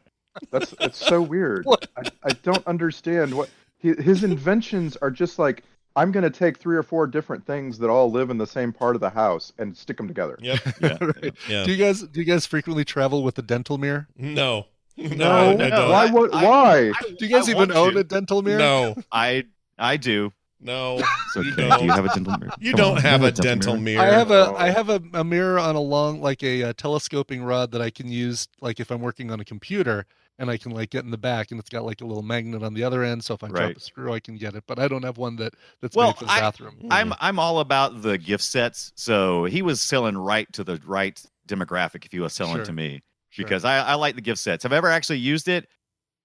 Speaker 6: that's it's so weird.
Speaker 5: What?
Speaker 6: I, I don't understand what hi- his inventions are. Just like I'm gonna take three or four different things that all live in the same part of the house and stick them together.
Speaker 3: Yep.
Speaker 4: yeah.
Speaker 5: Right.
Speaker 3: Yeah.
Speaker 5: Do you guys do you guys frequently travel with a dental mirror?
Speaker 3: No. No.
Speaker 4: No,
Speaker 3: I
Speaker 4: no.
Speaker 3: don't.
Speaker 6: Why would
Speaker 4: I-
Speaker 6: why?
Speaker 5: Do you guys
Speaker 4: I
Speaker 5: even
Speaker 4: want
Speaker 5: own
Speaker 4: you.
Speaker 5: a dental mirror?
Speaker 3: No.
Speaker 4: I I do.
Speaker 3: No.
Speaker 4: It's
Speaker 3: You
Speaker 4: okay.
Speaker 3: don't.
Speaker 4: Do you have a dental mirror?
Speaker 3: You
Speaker 4: Come
Speaker 3: don't
Speaker 4: on,
Speaker 3: have a dental mirror.
Speaker 5: I have a
Speaker 6: Oh.
Speaker 5: I have a, a mirror on a long like a, uh telescoping rod that I can use like if I'm working on a computer and I can like get in the back and it's got like a little magnet on the other end so if I drop
Speaker 4: Right.
Speaker 5: a screw I can get it but I don't have one that that's
Speaker 4: Well,
Speaker 5: made for the
Speaker 4: I-
Speaker 5: bathroom.
Speaker 3: Hmm.
Speaker 4: I'm
Speaker 3: Mm-hmm.
Speaker 4: I'm all about the gift sets. So he was selling right to the right demographic if he was selling
Speaker 5: Sure.
Speaker 4: to me
Speaker 5: Sure.
Speaker 4: because I, I like the gift sets. Have I ever actually used it?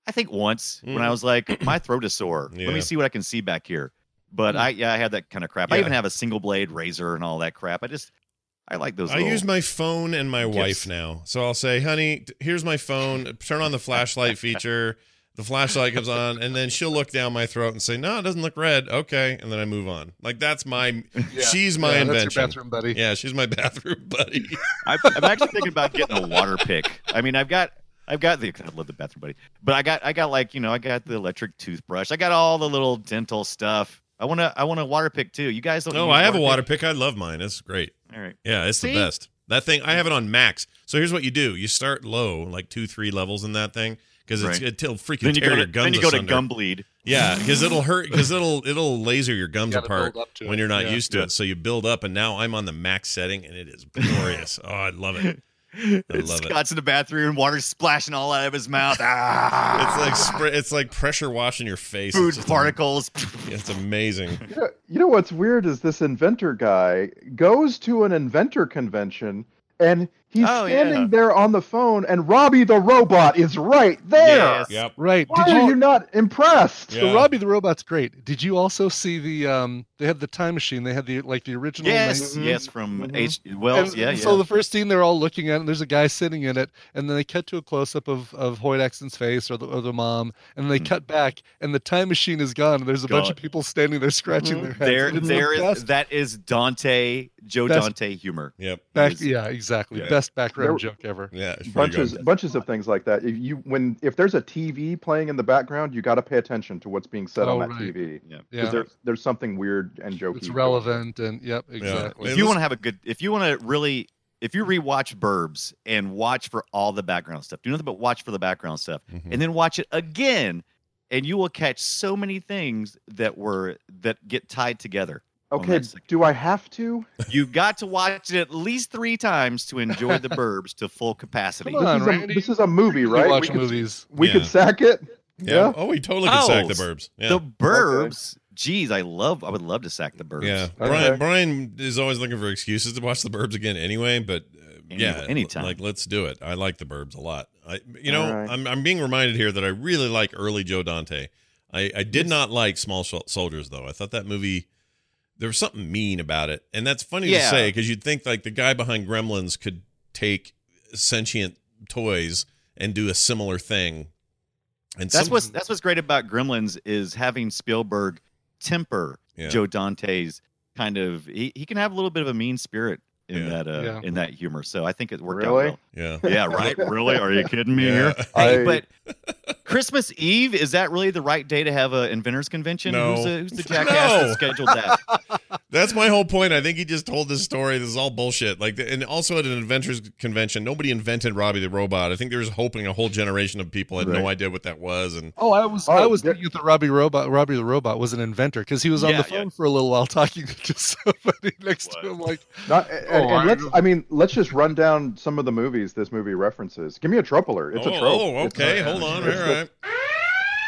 Speaker 4: I think once when I
Speaker 3: Mm.
Speaker 4: was like, my throat is sore. Let
Speaker 3: Yeah. Mm.
Speaker 4: me see what I can see back here. But I yeah, I had that kind of crap. I
Speaker 3: Yeah.
Speaker 4: even have a single blade razor and all that crap. I just I like those.
Speaker 3: I
Speaker 4: little-
Speaker 3: use my phone and my
Speaker 4: Gifts.
Speaker 3: wife now. So I'll say, honey, t- here's my phone. Turn on the flashlight feature. The flashlight comes on, and then she'll look down my throat and say, no, it doesn't look red. Okay. And then I move on. Like, that's my, she's my
Speaker 5: Yeah, That's your
Speaker 3: invention.
Speaker 5: bathroom buddy.
Speaker 3: Yeah, she's my bathroom buddy.
Speaker 4: I'm, I'm actually thinking about getting a water pick. I mean, I've got, I've got the, I love the bathroom buddy, but I got, I got like, you know, I got the electric toothbrush. I got all the little dental stuff. I want to, I want a water pick too. You guys don't.
Speaker 3: No,
Speaker 4: use
Speaker 3: I have a water pick. I love mine. It's great.
Speaker 4: All right.
Speaker 3: Yeah, it's the
Speaker 4: See?
Speaker 3: best. That thing, I have it on max. So here's what you do you start low, like two, three levels in that thing, because it's
Speaker 4: Right.
Speaker 3: it'll freaking
Speaker 4: Then you,
Speaker 3: tear
Speaker 4: go to,
Speaker 3: your gums
Speaker 4: then you go to
Speaker 3: asunder.
Speaker 4: gum bleed.
Speaker 3: Yeah, because it'll hurt. Because it'll it'll laser your gums
Speaker 5: gotta
Speaker 3: apart
Speaker 5: build up to
Speaker 3: when
Speaker 5: it.
Speaker 3: you're not
Speaker 5: Yeah.
Speaker 3: used to it. So you build up, and now I'm on the max setting, and it is glorious. oh, I love it. love it.
Speaker 4: Scott's in the bathroom, water splashing all out of his mouth. Ah,
Speaker 3: It's like spray, it's like pressure washing your face.
Speaker 4: food
Speaker 3: it's, just am-
Speaker 4: particles.
Speaker 3: it's amazing.
Speaker 6: You know- You know what's weird is this inventor guy goes to an inventor convention and he's
Speaker 4: Oh,
Speaker 6: standing
Speaker 4: yeah.
Speaker 6: there on the phone and Robbie the robot is right there.
Speaker 4: Yes.
Speaker 3: Yep.
Speaker 5: Right.
Speaker 6: Why
Speaker 5: Did
Speaker 6: are
Speaker 5: you,
Speaker 6: you not impressed?
Speaker 3: Yeah.
Speaker 5: so Robbie the robot's great. Did you also see the um they had the time machine, they had the like the original
Speaker 4: Yes,
Speaker 6: Mhm.
Speaker 4: yes, from
Speaker 6: Mhm.
Speaker 4: H. Wells.
Speaker 5: Mm-hmm. And
Speaker 4: yeah, yeah.
Speaker 5: So the first scene, they're all looking at it, and there's a guy sitting in it, and then they cut to a close up of of Hoyt Axton's face or the or the mom, and then they
Speaker 4: Hmm.
Speaker 5: cut back, and the time machine is gone, and there's a bunch of
Speaker 4: God.
Speaker 5: people standing there scratching
Speaker 6: Mhm.
Speaker 5: their heads.
Speaker 4: there,
Speaker 5: and it's the
Speaker 4: there is
Speaker 5: best
Speaker 4: that is Dante Joe
Speaker 5: Best-
Speaker 4: Dante humor.
Speaker 3: Yep.
Speaker 5: back-
Speaker 4: is-
Speaker 5: yeah, exactly.
Speaker 3: Yeah.
Speaker 5: Best background
Speaker 6: There-
Speaker 5: joke ever.
Speaker 3: Yeah. it's pretty
Speaker 6: Bunches
Speaker 3: good.
Speaker 6: bunches of things like that. If you when if there's a TV playing in the background, you got to pay attention to what's being said
Speaker 5: Oh,
Speaker 6: on that
Speaker 5: right.
Speaker 6: TV.
Speaker 4: Yeah.
Speaker 6: Because
Speaker 5: Yeah,
Speaker 6: there's there's something weird and jokey.
Speaker 5: it's
Speaker 6: going on.
Speaker 5: relevant, and yep, exactly.
Speaker 3: It
Speaker 4: if you
Speaker 3: was-
Speaker 4: want to have a good if you want to really if you rewatch burbs and watch for all the background stuff do nothing but watch for the background stuff
Speaker 3: Mhm.
Speaker 4: and then watch it again and you will catch so many things that were that get tied together on
Speaker 6: Okay,
Speaker 4: that second-
Speaker 6: do I have to?
Speaker 4: you've got to watch it at least three times to enjoy the burbs to full capacity
Speaker 5: Come on,
Speaker 6: this, is a,
Speaker 5: Randy.
Speaker 6: this is a movie,
Speaker 5: You
Speaker 6: right?
Speaker 5: watch
Speaker 6: we could,
Speaker 5: movies.
Speaker 6: we
Speaker 3: Yeah.
Speaker 6: could sack it.
Speaker 3: Yeah.
Speaker 6: Yeah.
Speaker 3: Oh, we totally can sack the
Speaker 4: Owls.
Speaker 3: burbs. Yeah.
Speaker 4: the burbs geez i love i would love to sack the burbs
Speaker 3: Yeah,
Speaker 6: Okay.
Speaker 3: Brian. Brian is always looking for excuses to watch the Burbs again, anyway. But uh,
Speaker 4: any, anytime.
Speaker 3: Like, let's do it. I like the Burbs a lot. I, you know,
Speaker 6: All right.
Speaker 3: I'm I'm being reminded here that I really like early Joe Dante. I I did not like Small Sol- Soldiers though. I thought that movie there was something mean about it, and that's funny to
Speaker 4: Yeah.
Speaker 3: say because you'd think like the guy behind Gremlins could take sentient toys and do a similar thing. And
Speaker 4: that's
Speaker 3: some-
Speaker 4: what's that's what's great about Gremlins is having Spielberg temper
Speaker 3: Yeah.
Speaker 4: Joe Dante's kind of he, he can have a little bit of a mean spirit in
Speaker 3: Yeah.
Speaker 4: that uh,
Speaker 5: Yeah.
Speaker 4: in that humor. So I think it worked
Speaker 6: Really?
Speaker 4: out
Speaker 3: yeah.
Speaker 4: well. yeah, right. Really? Are you kidding me here?
Speaker 3: Yeah.
Speaker 4: Hey,
Speaker 6: I-
Speaker 4: but Christmas Eve is that really the right day to have an inventors convention?
Speaker 3: No.
Speaker 4: Who's the, who's the jackass
Speaker 3: No.
Speaker 4: that scheduled that?
Speaker 3: That's my whole point. I think he just told this story. This is all bullshit. Like, and also at an inventors convention, nobody invented Robbie the robot. I think they was hoping a whole generation of people had no
Speaker 6: Right.
Speaker 3: idea what that was. And
Speaker 5: Oh, I was
Speaker 6: Oh,
Speaker 5: I was
Speaker 6: yeah.
Speaker 5: thinking that Robbie Robot Robbie the Robot was an inventor because he was on
Speaker 4: Yeah,
Speaker 5: the
Speaker 4: yeah.
Speaker 5: phone for a little while talking to somebody next to him like
Speaker 6: Not, and, and
Speaker 5: Oh, I
Speaker 6: let's.
Speaker 5: know.
Speaker 6: I mean, let's just run down some of the movies this movie references. Give me a tropeler. It's
Speaker 3: oh,
Speaker 6: a trope.
Speaker 3: oh,
Speaker 6: It's-
Speaker 3: okay, hold on. All
Speaker 6: It's the-
Speaker 3: right,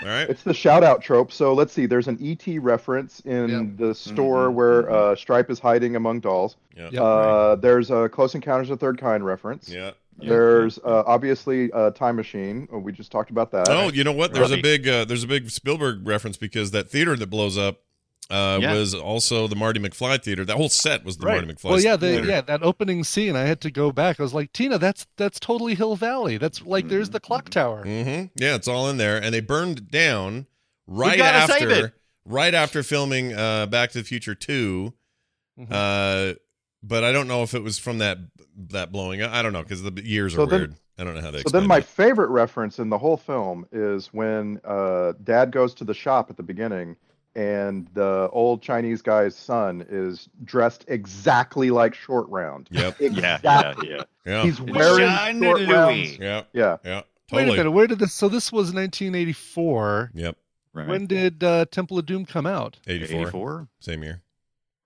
Speaker 3: all right.
Speaker 6: It's the shout out trope. So let's see. There's an ET reference
Speaker 5: Yep.
Speaker 6: in
Speaker 3: Mm-hmm.
Speaker 6: the store
Speaker 4: Mhm,
Speaker 6: where
Speaker 4: mhm.
Speaker 6: Uh, Stripe is hiding among dolls.
Speaker 5: Yep.
Speaker 6: Uh, there's a Close Encounters of the Third Kind reference.
Speaker 3: Yeah.
Speaker 6: There's uh, obviously uh, Time Machine. Oh, We just talked about that.
Speaker 3: Oh, you know what? There's a
Speaker 4: Robbie.
Speaker 3: big uh, there's a big Spielberg reference because that theater that blows up uh,
Speaker 4: Yeah.
Speaker 3: was also the Marty McFly theater. That whole set was the
Speaker 4: Right.
Speaker 3: Marty McFly.
Speaker 5: well yeah the,
Speaker 3: theater.
Speaker 5: yeah that opening scene I had to go back I was like Tina that's that's totally Hill Valley that's like
Speaker 3: Mm-hmm.
Speaker 5: there's the clock tower
Speaker 3: hmm Yeah, it's all in there, and they burned it down right
Speaker 4: gotta save
Speaker 3: after
Speaker 4: it.
Speaker 3: right after filming uh, Back to the Future Two.
Speaker 6: Mm-hmm.
Speaker 5: Mhm.
Speaker 3: Uh, but I don't know if it was from that that blowing up. I don't know because the years
Speaker 6: So
Speaker 3: are
Speaker 6: then-
Speaker 3: weird. I don't know how they.
Speaker 6: So then
Speaker 3: explain
Speaker 6: my
Speaker 3: it.
Speaker 6: favorite reference in the whole film is when uh, dad goes to the shop at the beginning and the old Chinese guy's son is dressed exactly like short round.
Speaker 3: Yep. Oh.
Speaker 4: Yeah, yeah,
Speaker 6: Exactly.
Speaker 4: yeah.
Speaker 3: Yeah.
Speaker 6: He's wearing
Speaker 4: Shiny
Speaker 6: short
Speaker 4: Louis.
Speaker 6: rounds.
Speaker 3: yeah.
Speaker 6: Yeah.
Speaker 3: Yeah.
Speaker 5: Wait a
Speaker 3: Totally.
Speaker 5: minute where did this so this was 1984
Speaker 3: Yep.
Speaker 4: Right.
Speaker 5: when did uh, Temple of Doom come out
Speaker 3: 84.
Speaker 4: 84?
Speaker 3: Same year.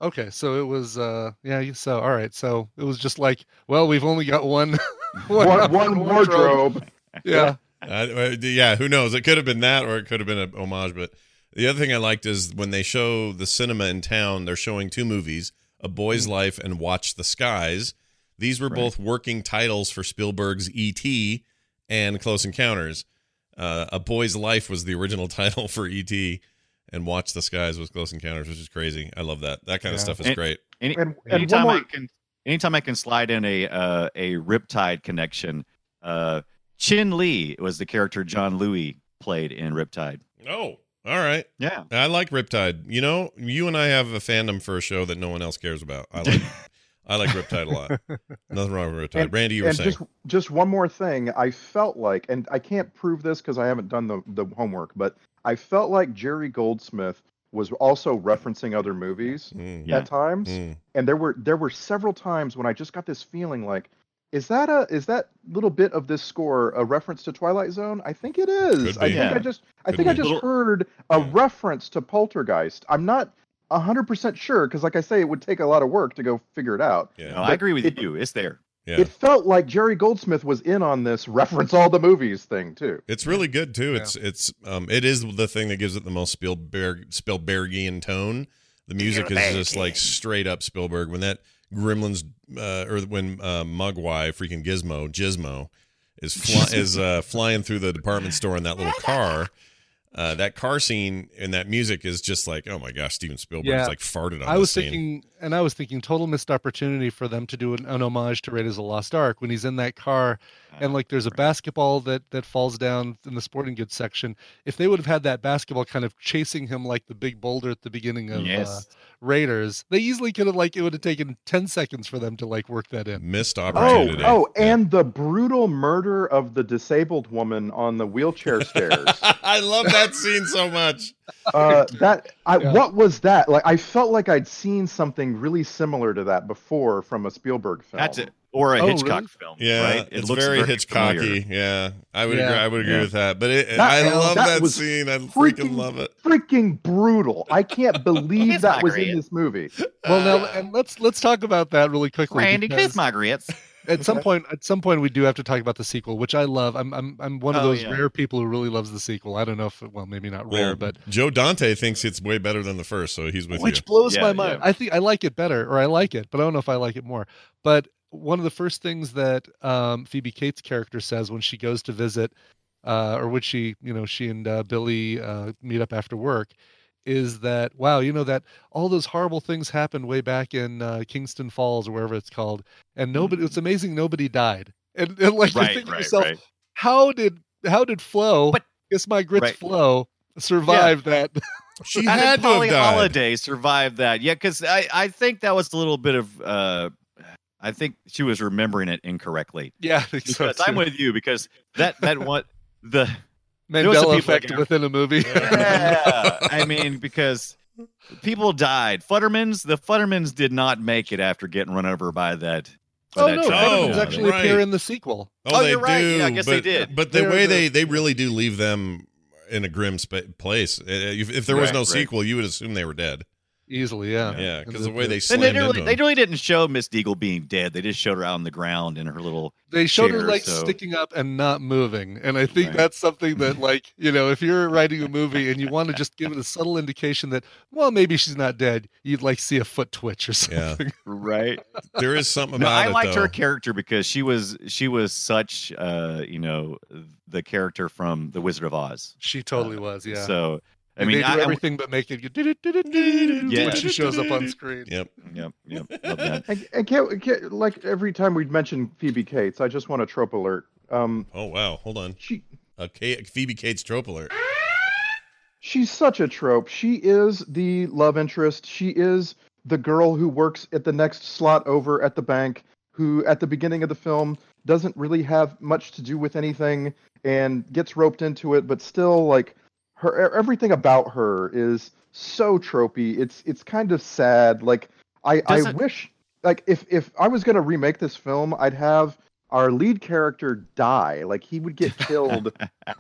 Speaker 5: okay so it was uh yeah you- so all right so it was just like well we've only got one
Speaker 6: One, one wardrobe.
Speaker 5: yeah
Speaker 3: Uh, uh, yeah. Who knows? It could have been that, or it could have been a homage. But the other thing I liked is when they show the cinema in town, they're showing two movies: A Boy's Life and Watch the Skies. These were
Speaker 4: Right.
Speaker 3: both working titles for Spielberg's E.T. and Close Encounters. Uh, a Boy's Life was the original title for E.T. and Watch the Skies was Close Encounters, which is crazy. I love that. That kind of
Speaker 5: Yeah.
Speaker 3: stuff is
Speaker 4: And-
Speaker 3: great.
Speaker 4: Any,
Speaker 6: And, and one
Speaker 4: anytime I
Speaker 6: more.
Speaker 4: can, anytime I can slide in a uh, a Riptide connection. Uh, Chin Lee was the character John Louis played in Riptide.
Speaker 3: Oh, all right.
Speaker 4: Yeah,
Speaker 3: I like Riptide. You know, you and I have a fandom for a show that no one else cares about. I like, I like Riptide a lot. Nothing wrong with Riptide.
Speaker 6: And-
Speaker 3: Randy, you were
Speaker 6: And
Speaker 3: saying,
Speaker 6: just just one more thing. I felt like, and I can't prove this because I haven't done the, the homework, but I felt like Jerry Goldsmith was also referencing other movies
Speaker 3: Mm,
Speaker 4: Yeah.
Speaker 6: at times.
Speaker 3: mm.
Speaker 6: and there were there were several times when I just got this feeling like is that a is that little bit of this score a reference to Twilight Zone? I think it is.
Speaker 3: Could
Speaker 6: I
Speaker 3: be.
Speaker 6: think
Speaker 4: Yeah.
Speaker 6: I just I
Speaker 3: Could
Speaker 6: think I
Speaker 3: be.
Speaker 6: just
Speaker 4: Little-
Speaker 6: heard a
Speaker 3: Yeah.
Speaker 6: reference to Poltergeist. I'm not hundred percent sure because, like I say, it would take a lot of work to go figure it out.
Speaker 4: No,
Speaker 3: yeah,
Speaker 4: I agree with
Speaker 6: it-
Speaker 4: you. It's there.
Speaker 3: yeah.
Speaker 6: It felt like Jerry Goldsmith was in on this reference all the movies thing too.
Speaker 3: it's really good too.
Speaker 5: Yeah.
Speaker 3: It's it's um it is the thing that gives it the most Spielberg Spielbergian tone. The music is just like straight up Spielberg. When that Gremlins uh, or when uh, Mugwai freaking Gizmo Gizmo is fly- is uh, flying through the department store in that little car. Uh, that car scene and that music is just like, oh my gosh, Steven Spielberg's
Speaker 5: Yeah.
Speaker 3: like farted on.
Speaker 5: I
Speaker 3: this
Speaker 5: was
Speaker 3: scene.
Speaker 5: thinking, and I was thinking, total missed opportunity for them to do an, an homage to Raiders of the Lost Ark when he's in that car, and
Speaker 4: Ah,
Speaker 5: like there's a basketball that that falls down in the sporting goods section. If they would have had that basketball kind of chasing him like the big boulder at the beginning of uh,
Speaker 4: yes.
Speaker 5: Raiders, they easily could have like it would have taken ten seconds for them to like work that in.
Speaker 3: missed
Speaker 6: Oh,
Speaker 3: opportunity.
Speaker 6: oh,
Speaker 3: Yeah.
Speaker 6: and the brutal murder of the disabled woman on the wheelchair stairs.
Speaker 3: I love that scene so much.
Speaker 6: uh, that I,
Speaker 5: Yeah.
Speaker 6: what was that like? I felt like I'd seen something really similar to that before from a Spielberg film.
Speaker 4: That's it. Or a
Speaker 5: Oh,
Speaker 4: Hitchcock
Speaker 5: really?
Speaker 4: film.
Speaker 3: Yeah,
Speaker 4: right?
Speaker 3: it's very, Hitchcocky. Yeah, I would
Speaker 5: Yeah.
Speaker 3: agree. I would agree
Speaker 4: Yeah.
Speaker 3: with that. But it,
Speaker 6: That-
Speaker 3: I love
Speaker 6: that
Speaker 3: that,
Speaker 6: was
Speaker 3: scene. I freaking
Speaker 6: freaking-
Speaker 3: love it.
Speaker 6: Freaking brutal! I can't believe
Speaker 4: It's
Speaker 6: that was
Speaker 4: great.
Speaker 6: in this movie.
Speaker 5: Well, now and let's let's talk about that really quickly.
Speaker 4: Randy
Speaker 5: because-
Speaker 4: kiss my grits.
Speaker 5: at some point at some point we do have to talk about the sequel which i love i'm i'm, I'm one of
Speaker 4: Oh,
Speaker 5: those
Speaker 4: yeah.
Speaker 5: rare people who really loves the sequel i don't know if well maybe not rare
Speaker 3: Well,
Speaker 5: but
Speaker 3: Joe Dante thinks it's way better than the first, so he's with
Speaker 5: which blows
Speaker 4: Yeah,
Speaker 5: my mind
Speaker 4: yeah.
Speaker 5: i think i like it better or i like it but i don't know if i like it more but one of the first things that um, Phoebe Cates' character says when she goes to visit, uh, or when she, you know, she and uh, Billy uh, meet up after work, is that wow, you know that all those horrible things happened way back in uh, Kingston Falls or wherever it's called, and nobody.
Speaker 4: Mm.
Speaker 5: It's amazing nobody died. And, and like you
Speaker 4: right,
Speaker 5: think to
Speaker 4: right,
Speaker 5: yourself,
Speaker 4: right.
Speaker 5: how did how did Flo?
Speaker 7: But-
Speaker 5: guess my grits
Speaker 4: Right.
Speaker 5: Flo survive that.
Speaker 3: She
Speaker 4: How
Speaker 3: had
Speaker 4: did
Speaker 3: to have
Speaker 4: Polly
Speaker 3: died.
Speaker 4: Holiday survive that? Yeah, because I, I think that was a little bit of uh, I think she was remembering it incorrectly.
Speaker 5: yeah, I think so
Speaker 4: Because I'm
Speaker 5: too.
Speaker 4: with you because that that what the there was some people
Speaker 5: Mandela
Speaker 4: like
Speaker 5: effect
Speaker 4: Aaron-
Speaker 5: within a movie.
Speaker 4: yeah, I mean because people died. Futtermans the Futtermans did not make it after getting run over by that. by
Speaker 5: oh
Speaker 4: that
Speaker 5: no,
Speaker 4: truck.
Speaker 5: Veterans
Speaker 3: Oh,
Speaker 5: actually
Speaker 3: right.
Speaker 5: appear in the sequel.
Speaker 4: Oh, you're right. Yeah, I guess
Speaker 3: but,
Speaker 4: they did.
Speaker 3: But the
Speaker 5: They're
Speaker 3: way
Speaker 5: the-
Speaker 3: they they really do leave them in a grim spa- place. Uh, If, if there was
Speaker 4: Right,
Speaker 3: no
Speaker 4: right.
Speaker 3: sequel, you would assume they were dead.
Speaker 5: Easily, yeah.
Speaker 3: Yeah,
Speaker 5: And
Speaker 3: because the way they
Speaker 4: And
Speaker 3: slammed
Speaker 4: they really,
Speaker 3: into
Speaker 4: they
Speaker 3: them.
Speaker 4: really didn't show Miss Deagle being dead. They just showed her out on the ground in her little
Speaker 5: they showed her
Speaker 4: chair,
Speaker 5: like
Speaker 4: so-
Speaker 5: sticking up and not moving and i think
Speaker 4: Right.
Speaker 5: that's something that like you know if you're writing a movie and you want to just give it a subtle indication that well maybe she's not dead you'd like see a foot twitch or
Speaker 3: Yeah.
Speaker 5: something
Speaker 4: right.
Speaker 3: There is something
Speaker 4: No,
Speaker 3: about
Speaker 4: I
Speaker 3: it.
Speaker 4: liked
Speaker 3: though.
Speaker 4: her character because she was she was such uh you know the character from The Wizard of Oz.
Speaker 5: she totally was yeah
Speaker 4: So I
Speaker 5: And
Speaker 4: mean,
Speaker 5: they do
Speaker 4: I, I,
Speaker 5: everything but make it go
Speaker 4: Yeah.
Speaker 5: when she shows up on screen
Speaker 3: Yep.
Speaker 4: yep, yep, love that.
Speaker 6: I, I can't, I can't- like every time we mention Phoebe Cates, I just want a trope alert. Um,
Speaker 3: Oh wow. Hold on.
Speaker 6: she
Speaker 3: A K- Phoebe Cates trope alert.
Speaker 6: she's such a trope. She is the love interest. She is the girl who works at the next slot over at the bank, who at the beginning of the film doesn't really have much to do with anything and gets roped into it, but still like her e- everything about her is so tropey. It's it's kind of sad. Like I I
Speaker 4: Doesn't-
Speaker 6: wish like if if I was gonna remake this film, I'd have our lead character die. Like he would get killed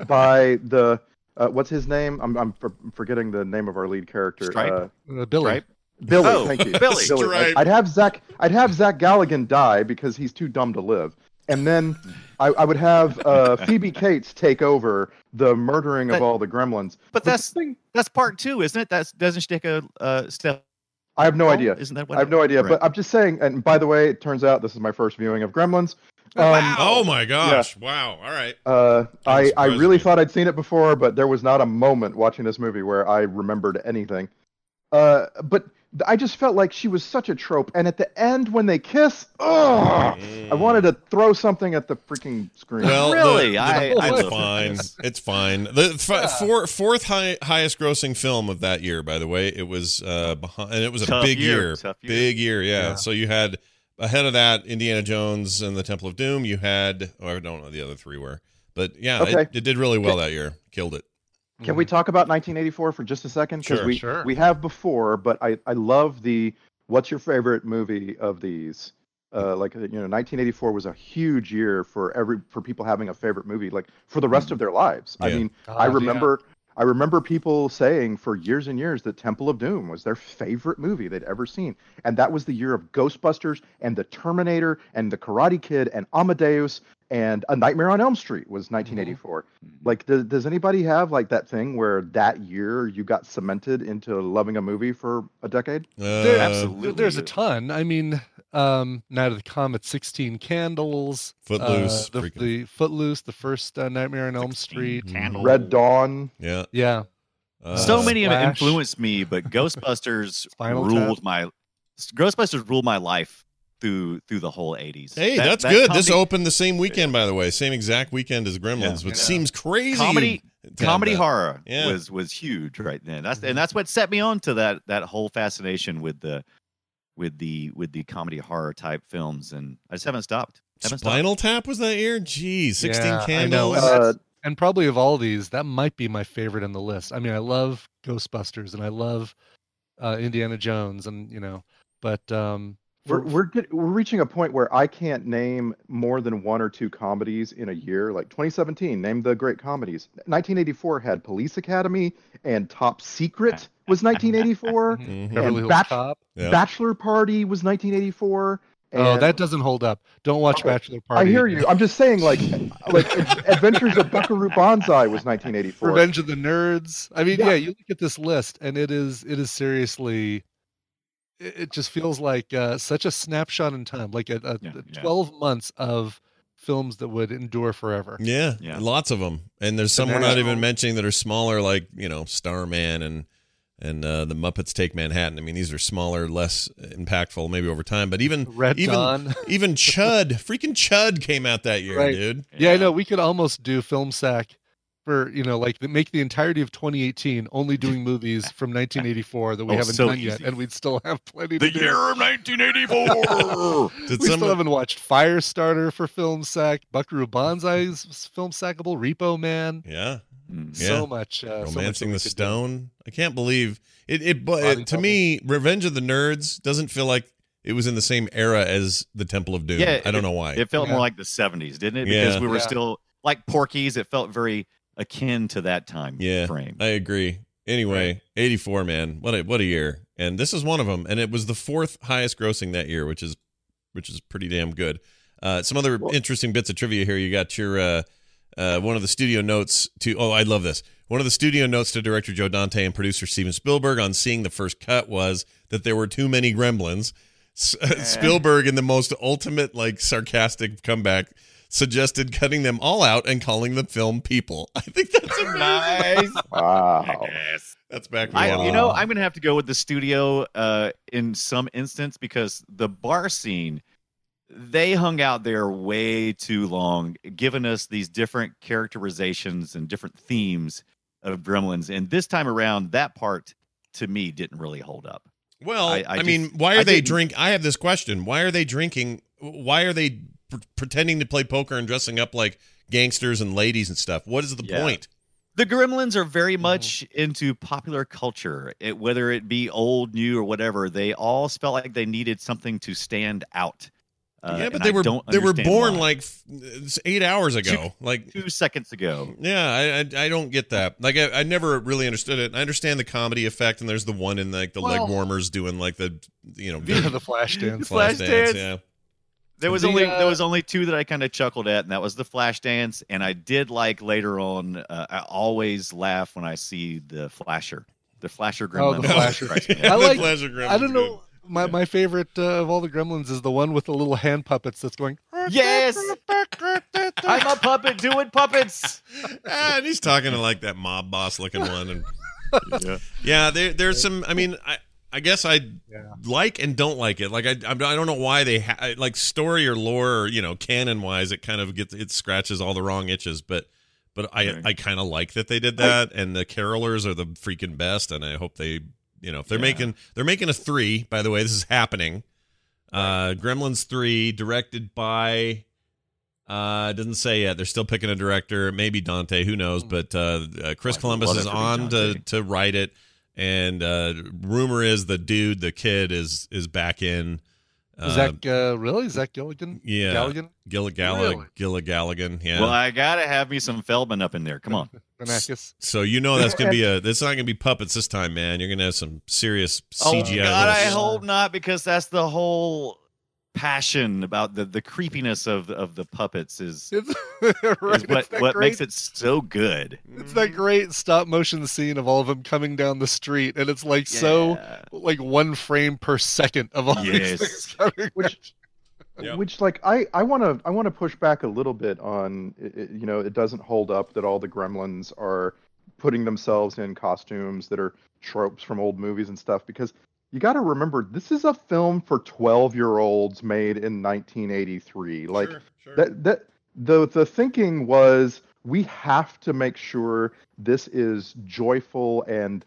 Speaker 6: by the uh, what's his name? I'm I'm for- forgetting the name of our lead character.
Speaker 4: Stripe?
Speaker 6: Uh,
Speaker 5: uh, billy
Speaker 4: Right?
Speaker 6: Billy.
Speaker 4: Oh,
Speaker 6: thank you,
Speaker 4: Billy.
Speaker 3: Stripe.
Speaker 6: I'd, I'd have Zach. I'd have Zach Galligan die because he's too dumb to live, and then I, I would have uh, Phoebe Cates take over the murdering of
Speaker 4: But-
Speaker 6: all the gremlins.
Speaker 4: But
Speaker 6: the
Speaker 4: that's
Speaker 6: thing.
Speaker 4: that's part two, isn't it? That's doesn't she take a uh, step?
Speaker 6: I have no
Speaker 4: well?
Speaker 6: idea.
Speaker 4: Isn't that what
Speaker 6: I have no idea,
Speaker 4: Oh, Right.
Speaker 6: but I'm just saying. And by the way, it turns out this is my first viewing of Gremlins. Um,
Speaker 3: Oh my gosh. Wow. All right.
Speaker 6: uh, I, I
Speaker 3: surprised
Speaker 6: really
Speaker 3: me.
Speaker 6: thought I'd seen it before, but there was not a moment watching this movie where I remembered anything. Uh, but th- I just felt like she was such a trope. And at the end, when they kiss, ugh, I wanted to throw something at the freaking screen.
Speaker 3: Well, the-
Speaker 4: really?
Speaker 3: the-
Speaker 4: I, I
Speaker 3: it's
Speaker 4: love
Speaker 3: fine. It's fine. The f- four, fourth high, highest grossing film of that year, by the way. It was uh behind, and it was
Speaker 4: Tough
Speaker 3: a big
Speaker 4: year,
Speaker 3: year,
Speaker 4: tough year.
Speaker 3: big year. Yeah.
Speaker 5: Yeah.
Speaker 3: So you had ahead of that Indiana Jones and the Temple of Doom. You had oh, I don't know what the other three were, but yeah, it,
Speaker 6: Okay.
Speaker 3: it did really well that year. Killed it.
Speaker 6: Can we talk about 1984 for just a second? Because
Speaker 3: Sure.
Speaker 6: we,
Speaker 5: Mm-hmm. Sure.
Speaker 6: we have before, but I, I love the what's your favorite movie of these? Uh, like you know, 1984 was a huge year for every for people having a favorite movie, like for the rest of their lives. I
Speaker 3: Yeah.
Speaker 6: mean, I
Speaker 5: God, Mm. yeah.
Speaker 6: remember I remember people saying for years and years that Temple of Doom was their favorite movie they'd ever seen. And that was the year of Ghostbusters and The Terminator and The Karate Kid and Amadeus and A Nightmare on Elm Street was 1984. Like does, does anybody have like that thing where that year you got cemented into loving a movie for a decade?
Speaker 5: There-
Speaker 3: Uh,
Speaker 4: absolutely.
Speaker 5: there's a ton i mean um night of the comet 16 candles
Speaker 3: Footloose,
Speaker 5: uh, the,
Speaker 3: freaking-
Speaker 5: the footloose the first uh, nightmare on elm street
Speaker 4: Candle.
Speaker 6: Red Dawn.
Speaker 3: yeah.
Speaker 5: yeah
Speaker 3: Uh,
Speaker 4: so many of them
Speaker 5: Splash.
Speaker 4: influenced me, but Ghostbusters
Speaker 5: Spinal
Speaker 4: ruled
Speaker 5: Tap.
Speaker 4: my Ghostbusters ruled my life through through the whole 80s.
Speaker 3: Hey,
Speaker 4: That-
Speaker 3: that's
Speaker 4: that
Speaker 3: good. This
Speaker 4: comedy-
Speaker 3: opened the same weekend, by the way, same exact weekend as Gremlins, which seems crazy.
Speaker 4: Comedy-
Speaker 3: to have
Speaker 4: comedy
Speaker 3: that.
Speaker 4: horror
Speaker 3: Yeah. Mm-hmm.
Speaker 4: was was huge right then. That's and that's what set me on to that that whole fascination with the with the with the comedy horror type films, and I just haven't stopped. Haven't stopped.
Speaker 3: Spinal Tap was that year? Geez, 16
Speaker 5: Yeah, I know.
Speaker 3: candles.
Speaker 5: And,
Speaker 6: Uh,
Speaker 5: that's- and probably of all these, that might be my favorite on the list. I mean, I love Ghostbusters and I love uh, Indiana Jones, and you know, but um,
Speaker 6: We're
Speaker 5: for-
Speaker 6: we're get, we're reaching a point where I can't name more than one or two comedies in a year. Like 2017, name the great comedies. 1984 had Police Academy and Top Secret was 1984.
Speaker 3: Mhm.
Speaker 5: Beverly
Speaker 6: and
Speaker 5: Hills
Speaker 6: Bat-
Speaker 5: Cop.
Speaker 3: Yeah.
Speaker 6: Bachelor Party was 1984.
Speaker 5: Oh,
Speaker 6: and-
Speaker 5: that doesn't hold up. Don't watch
Speaker 6: Okay.
Speaker 5: Bachelor
Speaker 6: I
Speaker 5: Party.
Speaker 6: hear you. I'm just saying, like, like Ad- Adventures of Buckaroo Banzai was 1984.
Speaker 5: Revenge of the Nerds. I mean, yeah.
Speaker 6: Yeah.
Speaker 5: you look at this list, and it is it is seriously. it it just feels like uh, such a snapshot in time, like a, a,
Speaker 4: Yeah,
Speaker 5: a
Speaker 4: yeah.
Speaker 5: twelve months of films that would endure forever.
Speaker 3: Yeah,
Speaker 4: Yeah.
Speaker 3: lots of them, and there's some we're not
Speaker 6: National-
Speaker 3: even mentioning that are smaller, like you know, Starman and and uh, the Muppets Take Manhattan. I mean, these are smaller, less impactful, maybe over time. But even
Speaker 5: Red
Speaker 3: even
Speaker 5: Dawn.
Speaker 3: even Chud, freaking Chud came out that year,
Speaker 5: Right.
Speaker 3: dude.
Speaker 5: Yeah, I know. We could almost do film sack for you know, like the, make the entirety of 2018 only doing movies from 1984 that we
Speaker 7: Oh,
Speaker 5: haven't
Speaker 7: so
Speaker 5: done yet,
Speaker 7: easy.
Speaker 5: and we'd still have plenty to
Speaker 7: The
Speaker 5: do.
Speaker 7: year of 1984.
Speaker 3: Did
Speaker 5: we still
Speaker 3: someone-
Speaker 5: haven't watched Firestarter for film sack, Buckaroo Banzai's film sackable, Repo Man,
Speaker 3: yeah,
Speaker 4: Mm.
Speaker 3: Yeah.
Speaker 5: so much. Uh, so much that
Speaker 3: Romancing
Speaker 5: we
Speaker 3: the
Speaker 5: could do.
Speaker 3: Stone. I can't believe it. It, but
Speaker 5: Body
Speaker 3: it- to
Speaker 5: double.
Speaker 3: me, Revenge of the Nerds doesn't feel like it was in the same era as the Temple of Doom.
Speaker 7: Yeah,
Speaker 3: I don't know why.
Speaker 7: It felt
Speaker 5: Yeah.
Speaker 7: more like the 70s, didn't it?
Speaker 3: Yeah.
Speaker 7: Because we were
Speaker 5: Yeah.
Speaker 7: still like Porky's. It felt very akin to that time
Speaker 3: Yeah.
Speaker 7: frame.
Speaker 3: I agree. Anyway, 84 man. What a what a year. And this is one of them and it was the fourth highest grossing that year, which is which is pretty damn good. Uh some other interesting bits of trivia here. You got your uh uh one of the studio notes to Oh, I love this. One of the studio notes to director Joe Dante and producer Steven Spielberg on seeing the first cut was that there were too many gremlins. S- Spielberg in the most ultimate like sarcastic comeback suggested cutting them all out and calling the film people. I think that's amazing.
Speaker 7: Nice.
Speaker 6: Wow.
Speaker 7: Yes.
Speaker 3: That's back. when
Speaker 7: I,
Speaker 3: we
Speaker 7: you
Speaker 3: were-
Speaker 7: know, I'm going to have to go with the studio uh, in some instance because the bar scene, they hung out there way too long, giving us these different characterizations and different themes of gremlins. And this time around, that part to me didn't really hold up.
Speaker 3: Well, I,
Speaker 7: I- I
Speaker 3: mean,
Speaker 7: just-
Speaker 3: why are
Speaker 7: I
Speaker 3: they
Speaker 7: didn't-
Speaker 3: drink? I have this question: Why are they drinking? Why are they pr- pretending to play poker and dressing up like gangsters and ladies and stuff? What is the
Speaker 7: Yeah.
Speaker 3: point?
Speaker 7: The Gremlins are
Speaker 3: Mm-hmm.
Speaker 7: very much into popular culture, it, whether it be old, new, or whatever. They all felt like they needed something to stand out. Uh,
Speaker 3: yeah, but
Speaker 7: and
Speaker 3: they
Speaker 7: I
Speaker 3: were
Speaker 7: don't
Speaker 3: they were
Speaker 7: understand
Speaker 3: born
Speaker 7: why.
Speaker 3: like f- it's eight hours ago. like,
Speaker 7: two seconds ago.
Speaker 3: yeah, I, I I don't get that. Like, I, I never really understood it. I understand the comedy effect, and there's the one in like the
Speaker 5: Well-
Speaker 3: leg warmers doing like the you know
Speaker 5: Yeah, the flash dance.
Speaker 3: flash dance.
Speaker 7: Flashdance.
Speaker 3: Yeah,
Speaker 7: There was
Speaker 5: The,
Speaker 7: only
Speaker 5: uh,
Speaker 7: there was only two that I kind of chuckled at, and that was the Flashdance, and I did like later on. Uh, I always laugh when I see the Flasher, the Flasher
Speaker 5: Oh,
Speaker 7: Gremlin. always
Speaker 5: the Flasher.
Speaker 7: strikes me
Speaker 5: I
Speaker 7: as-
Speaker 5: like-
Speaker 3: pleasure gremlin.
Speaker 5: I don't know. My, my favorite uh, of all the gremlins is the one with the little hand puppets that's going.
Speaker 7: yes, I'm a puppet doing puppets.
Speaker 3: ah, and he's talking to like that mob boss looking one and yeah, there, there's some i mean i i guess i like and don't like it like i I'm- i don't know why they ha- I- like story or lore or you know canon wise it kind of gets it scratches all the wrong itches but but i
Speaker 7: Right.
Speaker 3: i kind of like that they did that and the carolers are the freaking best and i hope they you know if they're
Speaker 7: Yeah.
Speaker 3: making they're making a three by the way this is happening uh gremlins three directed by uh, doesn't say yet. They're still picking a director. Maybe Dante. Who knows? But uh, uh, Chris
Speaker 7: I'd
Speaker 3: Columbus
Speaker 7: love
Speaker 3: is
Speaker 7: Hmm. it to be
Speaker 3: on to,
Speaker 7: Dante.
Speaker 3: to write it, and uh, rumor is the dude, the kid, is is back in. Uh,
Speaker 5: Zach, uh, really? Zach Gilligan?
Speaker 3: yeah.
Speaker 5: Galligan?
Speaker 3: Gilla Gallag-
Speaker 5: Really?
Speaker 3: Gilla Galligan. Yeah.
Speaker 7: Well, I gotta have me some Feldman up in there. Come on.
Speaker 5: Benakis?
Speaker 3: so you know that's gonna be a. That's not gonna be puppets this time, man. You're gonna have some serious CGI.
Speaker 7: Oh, God, I
Speaker 3: little-
Speaker 7: hope not, because that's the whole passion about the the creepiness of of the puppets is,
Speaker 5: It's,
Speaker 7: is
Speaker 5: right,
Speaker 7: what
Speaker 5: it's that
Speaker 7: what
Speaker 5: great,
Speaker 7: makes it so good.
Speaker 5: It's that great stop motion scene of all of them coming down the street, and it's like so
Speaker 7: Yeah.
Speaker 5: like one frame per second of all
Speaker 7: Yes.
Speaker 5: these things. coming down.
Speaker 6: Which,
Speaker 3: Yep.
Speaker 6: which like I I want to I want to push back a little bit on i- i- you know it doesn't hold up that all the gremlins are putting themselves in costumes that are tropes from old movies and stuff because you got to remember this is a film for 12 year olds made in 1983 like that that the the thinking was we have to make sure this is joyful and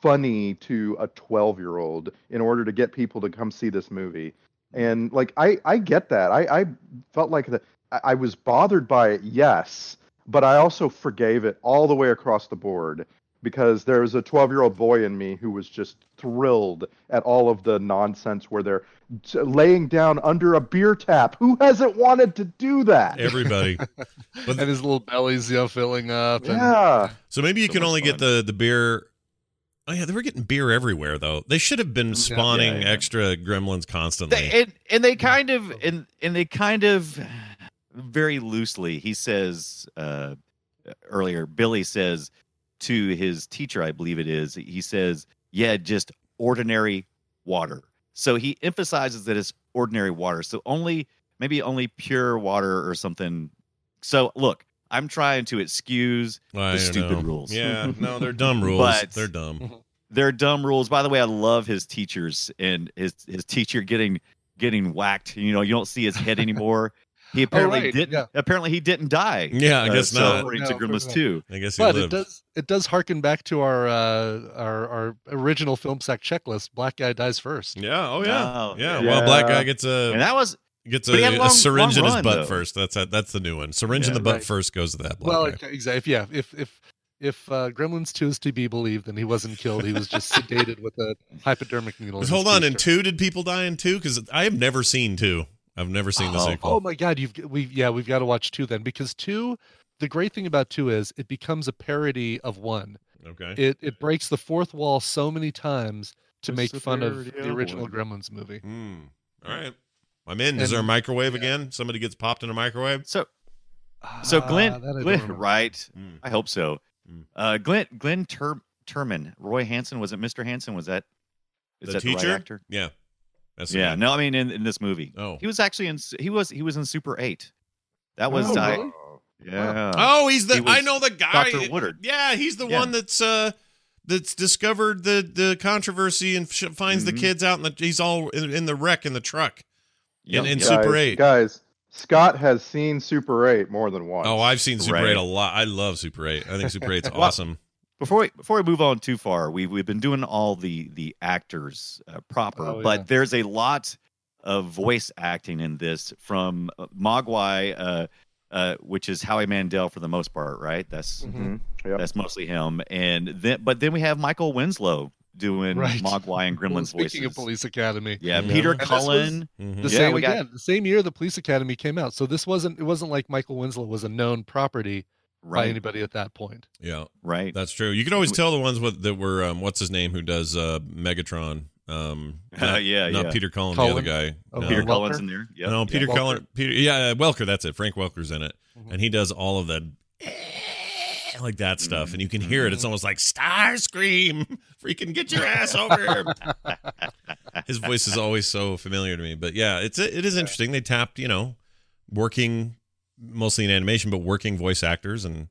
Speaker 6: funny to a 12 year old in order to get people to come see this movie and like i i get that i i felt like the I, I was bothered by it yes but i also forgave it all the way across the board because there was a 12 year old boy in me who was just thrilled at all of the nonsense where they're t- laying down under a beer tap who hasn't wanted to do that
Speaker 3: Everybody. But
Speaker 5: and his little bellies, you know, filling up. And,
Speaker 6: yeah
Speaker 3: So maybe you
Speaker 7: So
Speaker 3: can
Speaker 7: much
Speaker 3: only get
Speaker 7: fun.
Speaker 3: the the beer. Oh yeah, they were getting beer everywhere though. They should have been spawning
Speaker 7: yeah.
Speaker 3: extra gremlins constantly.
Speaker 7: They, and and they kind of and and they kind of very loosely. He says uh, earlier. Billy says to his teacher, I believe it is. He says, "Yeah, just ordinary water." So he emphasizes that it's ordinary water. So only maybe only pure water or something. So look, I'm trying to excuse
Speaker 3: I don't
Speaker 7: the stupid
Speaker 3: know.
Speaker 7: rules.
Speaker 3: Yeah, no, they're dumb rules.
Speaker 7: But-
Speaker 3: they're dumb.
Speaker 7: They're dumb rules. By the way, I love his teachers and his his teacher getting getting whacked. You know, you don't see his head anymore. He apparently
Speaker 5: Oh, right,
Speaker 7: didn't.
Speaker 5: yeah.
Speaker 7: Apparently, he didn't die.
Speaker 3: Yeah, I
Speaker 7: Uh,
Speaker 3: guess
Speaker 7: so
Speaker 3: not.
Speaker 7: According
Speaker 5: No,
Speaker 7: to
Speaker 5: of course
Speaker 7: Grimace
Speaker 5: not.
Speaker 7: too.
Speaker 3: I guess he
Speaker 5: But it
Speaker 3: lived.
Speaker 5: does it does harken back to our uh, our our original film sack checklist. Black guy dies first.
Speaker 3: Yeah. Oh yeah.
Speaker 7: Oh,
Speaker 3: yeah.
Speaker 7: yeah.
Speaker 3: Well, black guy
Speaker 6: Yeah.
Speaker 3: gets
Speaker 7: And
Speaker 3: a
Speaker 7: that was
Speaker 3: gets a,
Speaker 7: but he had
Speaker 3: a
Speaker 7: a long-
Speaker 3: syringe
Speaker 7: long
Speaker 3: in his
Speaker 7: run,
Speaker 3: butt
Speaker 7: though.
Speaker 3: firge That's a, that's the new one. Syringe in
Speaker 7: Yeah,
Speaker 3: the butt
Speaker 5: right.
Speaker 3: first goes to that black
Speaker 5: well,
Speaker 3: guy.
Speaker 5: exactly. If yeah, if if if uh, Gremlins Two is to be believed, then he wasn't killed. He was just sedated with a hypodermic needle. in
Speaker 3: Just
Speaker 5: his
Speaker 3: hold on. In
Speaker 5: t-shirt.
Speaker 3: two, did people die in two? Because I have never seen two. I've never seen the
Speaker 7: Oh,
Speaker 3: sequel.
Speaker 5: Oh my God, you've we yeah we've got to watch two then because two. The great thing about two is it becomes a parody of one.
Speaker 3: okay.
Speaker 5: It it breaks the fourth wall so many times to
Speaker 7: It's
Speaker 5: make
Speaker 7: a
Speaker 5: fun of
Speaker 7: parody
Speaker 5: the
Speaker 7: of
Speaker 5: original
Speaker 7: one.
Speaker 5: Gremlins movie.
Speaker 3: Hmm. All right. I'm in. Is
Speaker 5: And-
Speaker 3: there a microwave again? Somebody gets popped in a microwave.
Speaker 7: so. So
Speaker 5: Ah,
Speaker 7: Glenn,
Speaker 5: that I don't
Speaker 7: Glenn
Speaker 5: remember.
Speaker 7: right?
Speaker 3: Mm.
Speaker 7: I hope so.
Speaker 3: Mm.
Speaker 7: Uh, Glenn Glenn Tur- Turman, Roy Hansen was it Mr. Hansen? Was that is
Speaker 3: The
Speaker 7: that the
Speaker 3: teacher?
Speaker 7: right actor?
Speaker 3: Yeah. That's the
Speaker 7: yeah,
Speaker 3: guy.
Speaker 7: no, I mean in, in this movie,
Speaker 3: Oh.
Speaker 7: he was actually in he was he was in Super Eight. That was
Speaker 5: Oh,
Speaker 7: Di-
Speaker 5: really?
Speaker 7: yeah.
Speaker 3: Oh, he's the
Speaker 7: He
Speaker 3: I
Speaker 7: was
Speaker 3: know the guy.
Speaker 7: Dr. Woodard.
Speaker 3: Yeah, he's the
Speaker 7: Yeah.
Speaker 3: one that's uh that's discovered the the controversy and sh- finds the
Speaker 7: Mhm.
Speaker 3: kids out in the he's all in, in the wreck in the truck.
Speaker 7: Yep,
Speaker 3: and- and
Speaker 7: yep.
Speaker 3: Super Eight.
Speaker 6: Guys, Scott has seen Super 8 more than once.
Speaker 3: Oh, I've seen Super
Speaker 7: Right.
Speaker 3: 8 a lot. I love Super 8. I think Super 8's
Speaker 7: Well-
Speaker 3: awesome.
Speaker 7: before we before we move on too far, we we've been doing all the the actors uh, proper,
Speaker 5: Oh,
Speaker 7: but
Speaker 5: yeah.
Speaker 7: there's a lot of voice acting in this from uh, Mogwai, uh, uh, which is Howie Mandel for the most part, right?
Speaker 5: Mm,
Speaker 7: That's
Speaker 3: Mm-hmm.
Speaker 6: Mhm. Yep.
Speaker 7: that's mostly him, and then but then we have Michael Winslow doing
Speaker 5: Right.
Speaker 7: Mogwai and
Speaker 5: Well,
Speaker 7: Gremlin's
Speaker 5: Speaking of
Speaker 7: voices.
Speaker 5: Police Academy,
Speaker 7: yeah,
Speaker 3: Yeah.
Speaker 7: Peter
Speaker 3: And
Speaker 5: this
Speaker 7: Cullen.
Speaker 3: Mhm.
Speaker 5: the
Speaker 7: Yeah,
Speaker 5: same
Speaker 7: we got-
Speaker 5: again, the same year the Police Academy came out. So this wasn't it wasn't like Michael Winslow was a known property by
Speaker 7: Right,
Speaker 5: anybody at that point.
Speaker 3: Yeah,
Speaker 7: right.
Speaker 3: that's true. You can always tell the ones with that were um, what's his name who does uh Megatron. Um
Speaker 7: Uh,
Speaker 3: not,
Speaker 7: yeah,
Speaker 3: not
Speaker 7: yeah.
Speaker 3: Peter Cullen,
Speaker 5: Cullen?
Speaker 3: the other guy.
Speaker 5: Oh,
Speaker 3: No.
Speaker 7: Peter
Speaker 5: Welker?
Speaker 7: Cullen's in there. Yep,
Speaker 3: no,
Speaker 7: yep.
Speaker 3: Peter Cullen. Peter, yeah, Welker. That's it. Frank Welker's in it,
Speaker 5: Mhm.
Speaker 3: and he does all of that, like that stuff, and you can hear it. It's almost like Star Scream. Freaking get your ass over here. His voice is always so familiar to me, but yeah, it's it is interesting. They tapped, you know, working mostly in animation, but working voice actors and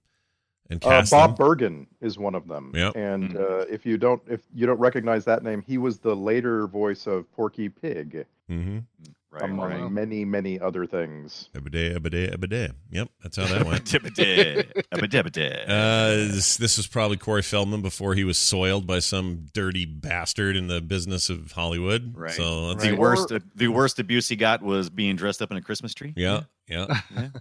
Speaker 3: and
Speaker 6: Uh,
Speaker 3: cast
Speaker 6: Bob
Speaker 3: them.
Speaker 6: Bergen is one of them.
Speaker 3: Yep.
Speaker 6: And
Speaker 7: Mhm.
Speaker 6: uh, if you don't if you don't recognize that name, he was the later voice of Porky Pig,
Speaker 3: Mm-hmm.
Speaker 7: Right,
Speaker 6: among
Speaker 7: right.
Speaker 6: many many other things.
Speaker 3: Every day, every day, every day. Yep, that's how that went.
Speaker 7: Abba-dee, abba-dee-abba-dee.
Speaker 3: Uh, this, this was probably Corey Feldman before he was soiled by some dirty bastard in the business of Hollywood.
Speaker 7: Right.
Speaker 3: So that's
Speaker 7: the
Speaker 6: Right.
Speaker 7: worst uh, the worst abuse he got was being dressed up in a Christmas tree.
Speaker 3: yeah, yeah.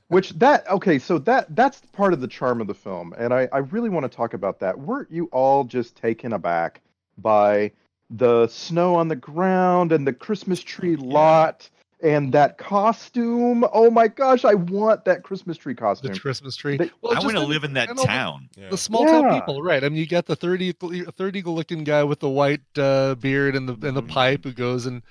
Speaker 6: Which that okay, so that that's part of the charm of the film, and I I really want to talk about that. Weren't you all just taken aback by the snow on the ground and the Christmas tree lot and that costume? Oh my gosh, I want that Christmas tree
Speaker 5: The
Speaker 6: costume.
Speaker 5: Christmas tree.
Speaker 6: They-
Speaker 7: I
Speaker 5: Well, Oh, just
Speaker 7: want to
Speaker 5: the-
Speaker 7: live in that
Speaker 5: and all the-
Speaker 7: town.
Speaker 5: The small town
Speaker 6: Yeah.
Speaker 5: people, right? I mean, you got the thirty thirty looking guy with the white uh, beard and the and the
Speaker 7: Mhm.
Speaker 5: pipe who goes and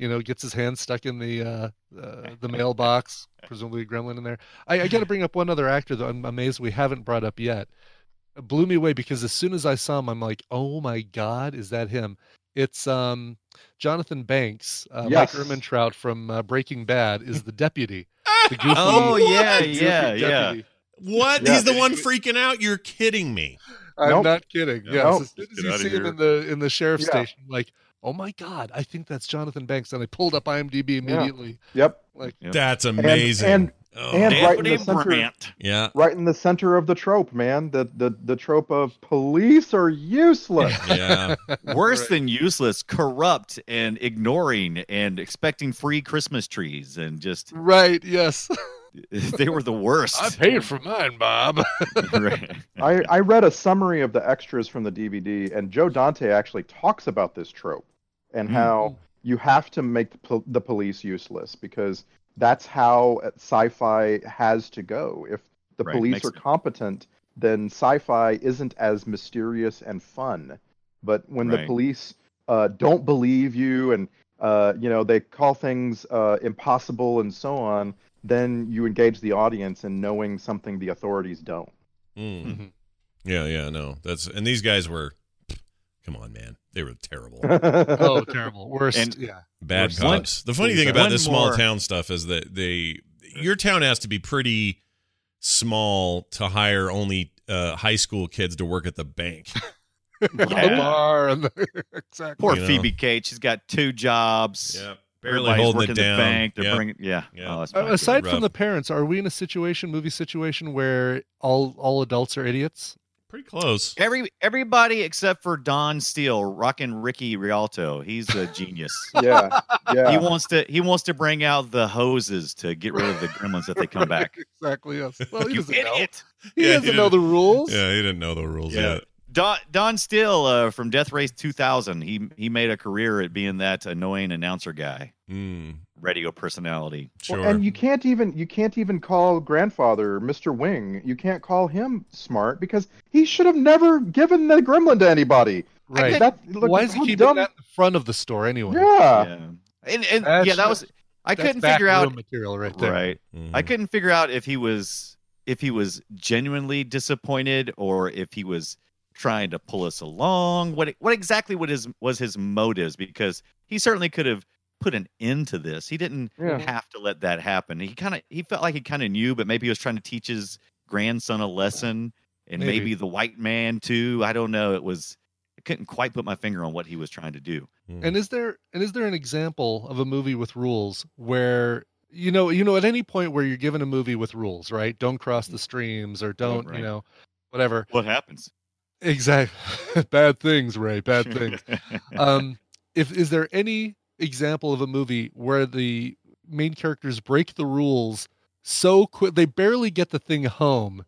Speaker 5: you know gets his hand stuck in the uh, uh, the mailbox, presumably a gremlin in there. I, I got to bring up one other actor that I'm amazed we haven't brought up yet. It blew me away because as soon as I saw him, I'm like, oh my god, is that him? It's um, Jonathan Banks, uh,
Speaker 6: Yes.
Speaker 5: Mike Ermintrout from uh, Breaking Bad, is the deputy. The goofy,
Speaker 3: Oh,
Speaker 7: yeah,
Speaker 5: the goofy
Speaker 7: yeah, yeah.
Speaker 5: deputy.
Speaker 3: What?
Speaker 6: Yeah.
Speaker 3: He's the one freaking out? You're kidding me.
Speaker 5: I'm
Speaker 6: Nope.
Speaker 5: not kidding.
Speaker 3: Yeah.
Speaker 5: Yes,
Speaker 6: Nope.
Speaker 5: as soon as
Speaker 3: Get
Speaker 5: you
Speaker 3: outta
Speaker 5: see him
Speaker 3: here.
Speaker 5: in the in the sheriff's
Speaker 6: Yeah.
Speaker 5: station, like, oh my god, I think that's Jonathan Banks, and I pulled up IMDb immediately.
Speaker 6: Yep.
Speaker 7: Yep.
Speaker 3: That's amazing.
Speaker 6: and-
Speaker 3: Oh,
Speaker 6: and
Speaker 3: man.
Speaker 6: right in the center-
Speaker 3: yeah.
Speaker 6: right in the center of the trope, man. The the the trope of police are useless.
Speaker 3: Yeah.
Speaker 7: Worse than useless, corrupt and ignoring and expecting free Christmas trees and just
Speaker 5: Right? Yes.
Speaker 7: they were the worst.
Speaker 5: paid for mine, Bob.
Speaker 7: Right.
Speaker 6: I, I read a summary of the extras from the DVD, and Joe Dante actually talks about this trope and
Speaker 7: Hmm.
Speaker 6: how you have to make the, pol- the police useless because that's how sci-fi has to go. If the
Speaker 7: Right,
Speaker 6: police
Speaker 7: makes-
Speaker 6: are competent, then sci-fi isn't as mysterious and fun. But when the
Speaker 7: Right.
Speaker 6: police uh, don't believe you and uh, you know they call things uh, impossible and so on, then you engage the audience in knowing something the authorities don't.
Speaker 3: Mm.
Speaker 5: Mhm.
Speaker 3: Yeah, yeah, no. That's and these guys were come on, man. they were terrible.
Speaker 5: oh, terrible. Worst.
Speaker 7: And-
Speaker 5: yeah.
Speaker 3: Bad
Speaker 7: One-
Speaker 3: cops. the funny thing about
Speaker 7: one
Speaker 3: this small
Speaker 7: more-
Speaker 3: town stuff is that they your town has to be pretty small to hire only uh, high school kids to work at the bank.
Speaker 5: the bar and the, exactly.
Speaker 7: Poor
Speaker 3: You know.
Speaker 7: Phoebe Kate. She's got two jobs.
Speaker 3: barely
Speaker 7: Everybody's
Speaker 3: holding
Speaker 7: working
Speaker 3: it
Speaker 7: the
Speaker 3: down.
Speaker 7: bank. They're
Speaker 3: Yeah.
Speaker 7: bringing. Yeah.
Speaker 3: Yeah.
Speaker 7: Oh, that's
Speaker 5: Uh,
Speaker 7: not good.
Speaker 5: aside
Speaker 3: rough.
Speaker 5: from the parents, are we in a situation, movie situation, where all all adults are idiots?
Speaker 3: pretty close.
Speaker 7: Every everybody except for Don Steele, rocking Ricky Rialto. He's a genius.
Speaker 6: yeah, yeah.
Speaker 7: He wants to he wants to bring out the hoses to get rid of the gremlins if they come back.
Speaker 5: Exactly. Yes. Well, he
Speaker 7: you
Speaker 5: doesn't know.
Speaker 7: idiot.
Speaker 5: He
Speaker 3: Yeah, he
Speaker 5: doesn't know the rules.
Speaker 3: Yeah, he didn't know the rules
Speaker 7: Yeah.
Speaker 3: yet.
Speaker 7: Don, Don Steele uh, from Death Race 2000. He he made a career at being that annoying announcer guy,
Speaker 3: Mm,
Speaker 7: radio personality.
Speaker 3: sure.
Speaker 6: Well, and you can't even you can't even call grandfather Mr. Wing. You can't call him smart because he should have never given the gremlin to anybody.
Speaker 5: Right.
Speaker 6: That, look,
Speaker 5: Why is
Speaker 6: how
Speaker 5: he keeping
Speaker 6: dumb-
Speaker 5: that in the front of the store anyway?
Speaker 6: Yeah.
Speaker 7: yeah. And, and
Speaker 5: Uh, That's-
Speaker 7: yeah, that was I
Speaker 5: That's
Speaker 7: couldn't
Speaker 5: back
Speaker 7: figure out
Speaker 5: room material right there.
Speaker 7: right.
Speaker 3: Mhm.
Speaker 7: I couldn't figure out if he was if he was genuinely disappointed or if he was trying to pull us along. What what exactly what his was his motives? Because he certainly could have put an end to this. He didn't
Speaker 6: Yeah.
Speaker 7: have to let that happen. He kind of he felt like he kind of knew, but maybe he was trying to teach his grandson a lesson and
Speaker 5: Maybe.
Speaker 7: maybe. the white man too. I don't know. It was I couldn't quite put my finger on what he was trying to do.
Speaker 3: Mm.
Speaker 5: And is there and is there an example of a movie with rules where you know you know at any point where you're given a movie with rules, right? Don't cross the streams or don't
Speaker 7: Mm. right.
Speaker 5: you know whatever.
Speaker 7: What happens?
Speaker 5: Exactly. bad things, Ray. Bad things. um, if is there any example of a movie where the main characters break the rules so quick they barely get the thing home,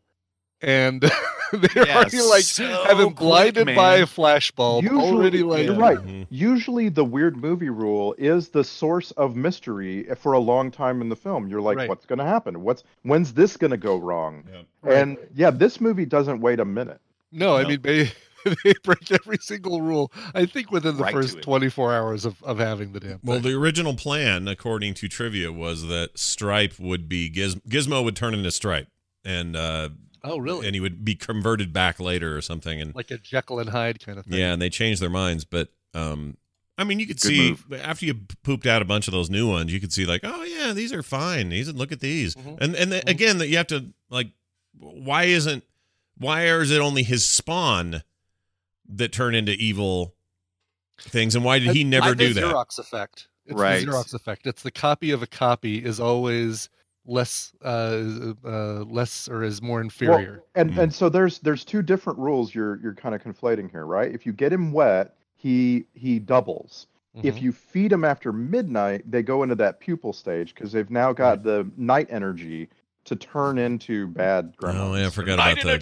Speaker 5: and they're
Speaker 7: Yeah,
Speaker 5: already like
Speaker 7: so
Speaker 5: having
Speaker 7: quick,
Speaker 5: blinded by
Speaker 7: man.
Speaker 5: a flashbulb,
Speaker 6: Usually-
Speaker 5: already like
Speaker 6: You're right.
Speaker 3: Mhm.
Speaker 6: Usually, the weird movie rule is the source of mystery for a long time in the film. You're like,
Speaker 5: Right.
Speaker 6: what's going to happen? What's when's this going to go wrong?
Speaker 3: Yep.
Speaker 6: And yeah, this movie doesn't wait a minute.
Speaker 5: No, I
Speaker 7: No.
Speaker 5: mean they they break every single rule. I think within the
Speaker 7: Right to
Speaker 5: first
Speaker 7: it.
Speaker 5: 24 hours of, of having the damn.
Speaker 3: Well,
Speaker 5: thing.
Speaker 3: the original plan, according to trivia, was that Stripe would be Giz- Gizmo would turn into Stripe, and uh,
Speaker 5: oh really?
Speaker 3: and he would be converted back later or something. And
Speaker 5: like a Jekyll and Hyde kind of thing.
Speaker 3: yeah, and they changed their minds. But um, I mean, you could
Speaker 7: Good
Speaker 3: see
Speaker 7: move.
Speaker 3: after you pooped out a bunch of those new ones, you could see like, oh yeah, these are fine. These look at these,
Speaker 5: Mhm.
Speaker 3: and and the,
Speaker 5: Mhm.
Speaker 3: again that you have to like, why isn't why is it only his spawn that turn into evil things, and why did he
Speaker 5: That's
Speaker 3: never
Speaker 5: like
Speaker 3: do
Speaker 5: the
Speaker 3: that?
Speaker 5: Xerox effect. It's
Speaker 7: Right.
Speaker 5: the Xerox effect. It's the copy of a copy is always less uh, uh less or is more
Speaker 6: Well,
Speaker 5: inferior. Mm-hmm.
Speaker 6: and
Speaker 3: Mm.
Speaker 6: and so there's there's two different rules you're you're kind of conflating here, right? If you get him wet, he he doubles.
Speaker 5: Mm-hmm.
Speaker 6: If
Speaker 3: Mm-hmm.
Speaker 6: you feed them after midnight, they go into that pupil stage because they've now got the night energy to turn into bad gremlins.
Speaker 3: Oh yeah, I forgot about the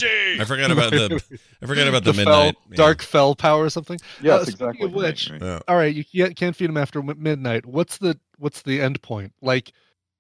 Speaker 3: I forgot about the I forgot about the,
Speaker 5: The
Speaker 3: midnight
Speaker 5: fell,
Speaker 3: yeah.
Speaker 5: dark fell power or something.
Speaker 3: Oh,
Speaker 6: Yes,
Speaker 5: Uh, speaking
Speaker 6: exactly.
Speaker 5: of which,
Speaker 7: Right, right.
Speaker 3: Yeah.
Speaker 5: all right, you can't, can't feed them after mi- midnight. What's the what's the end point? Like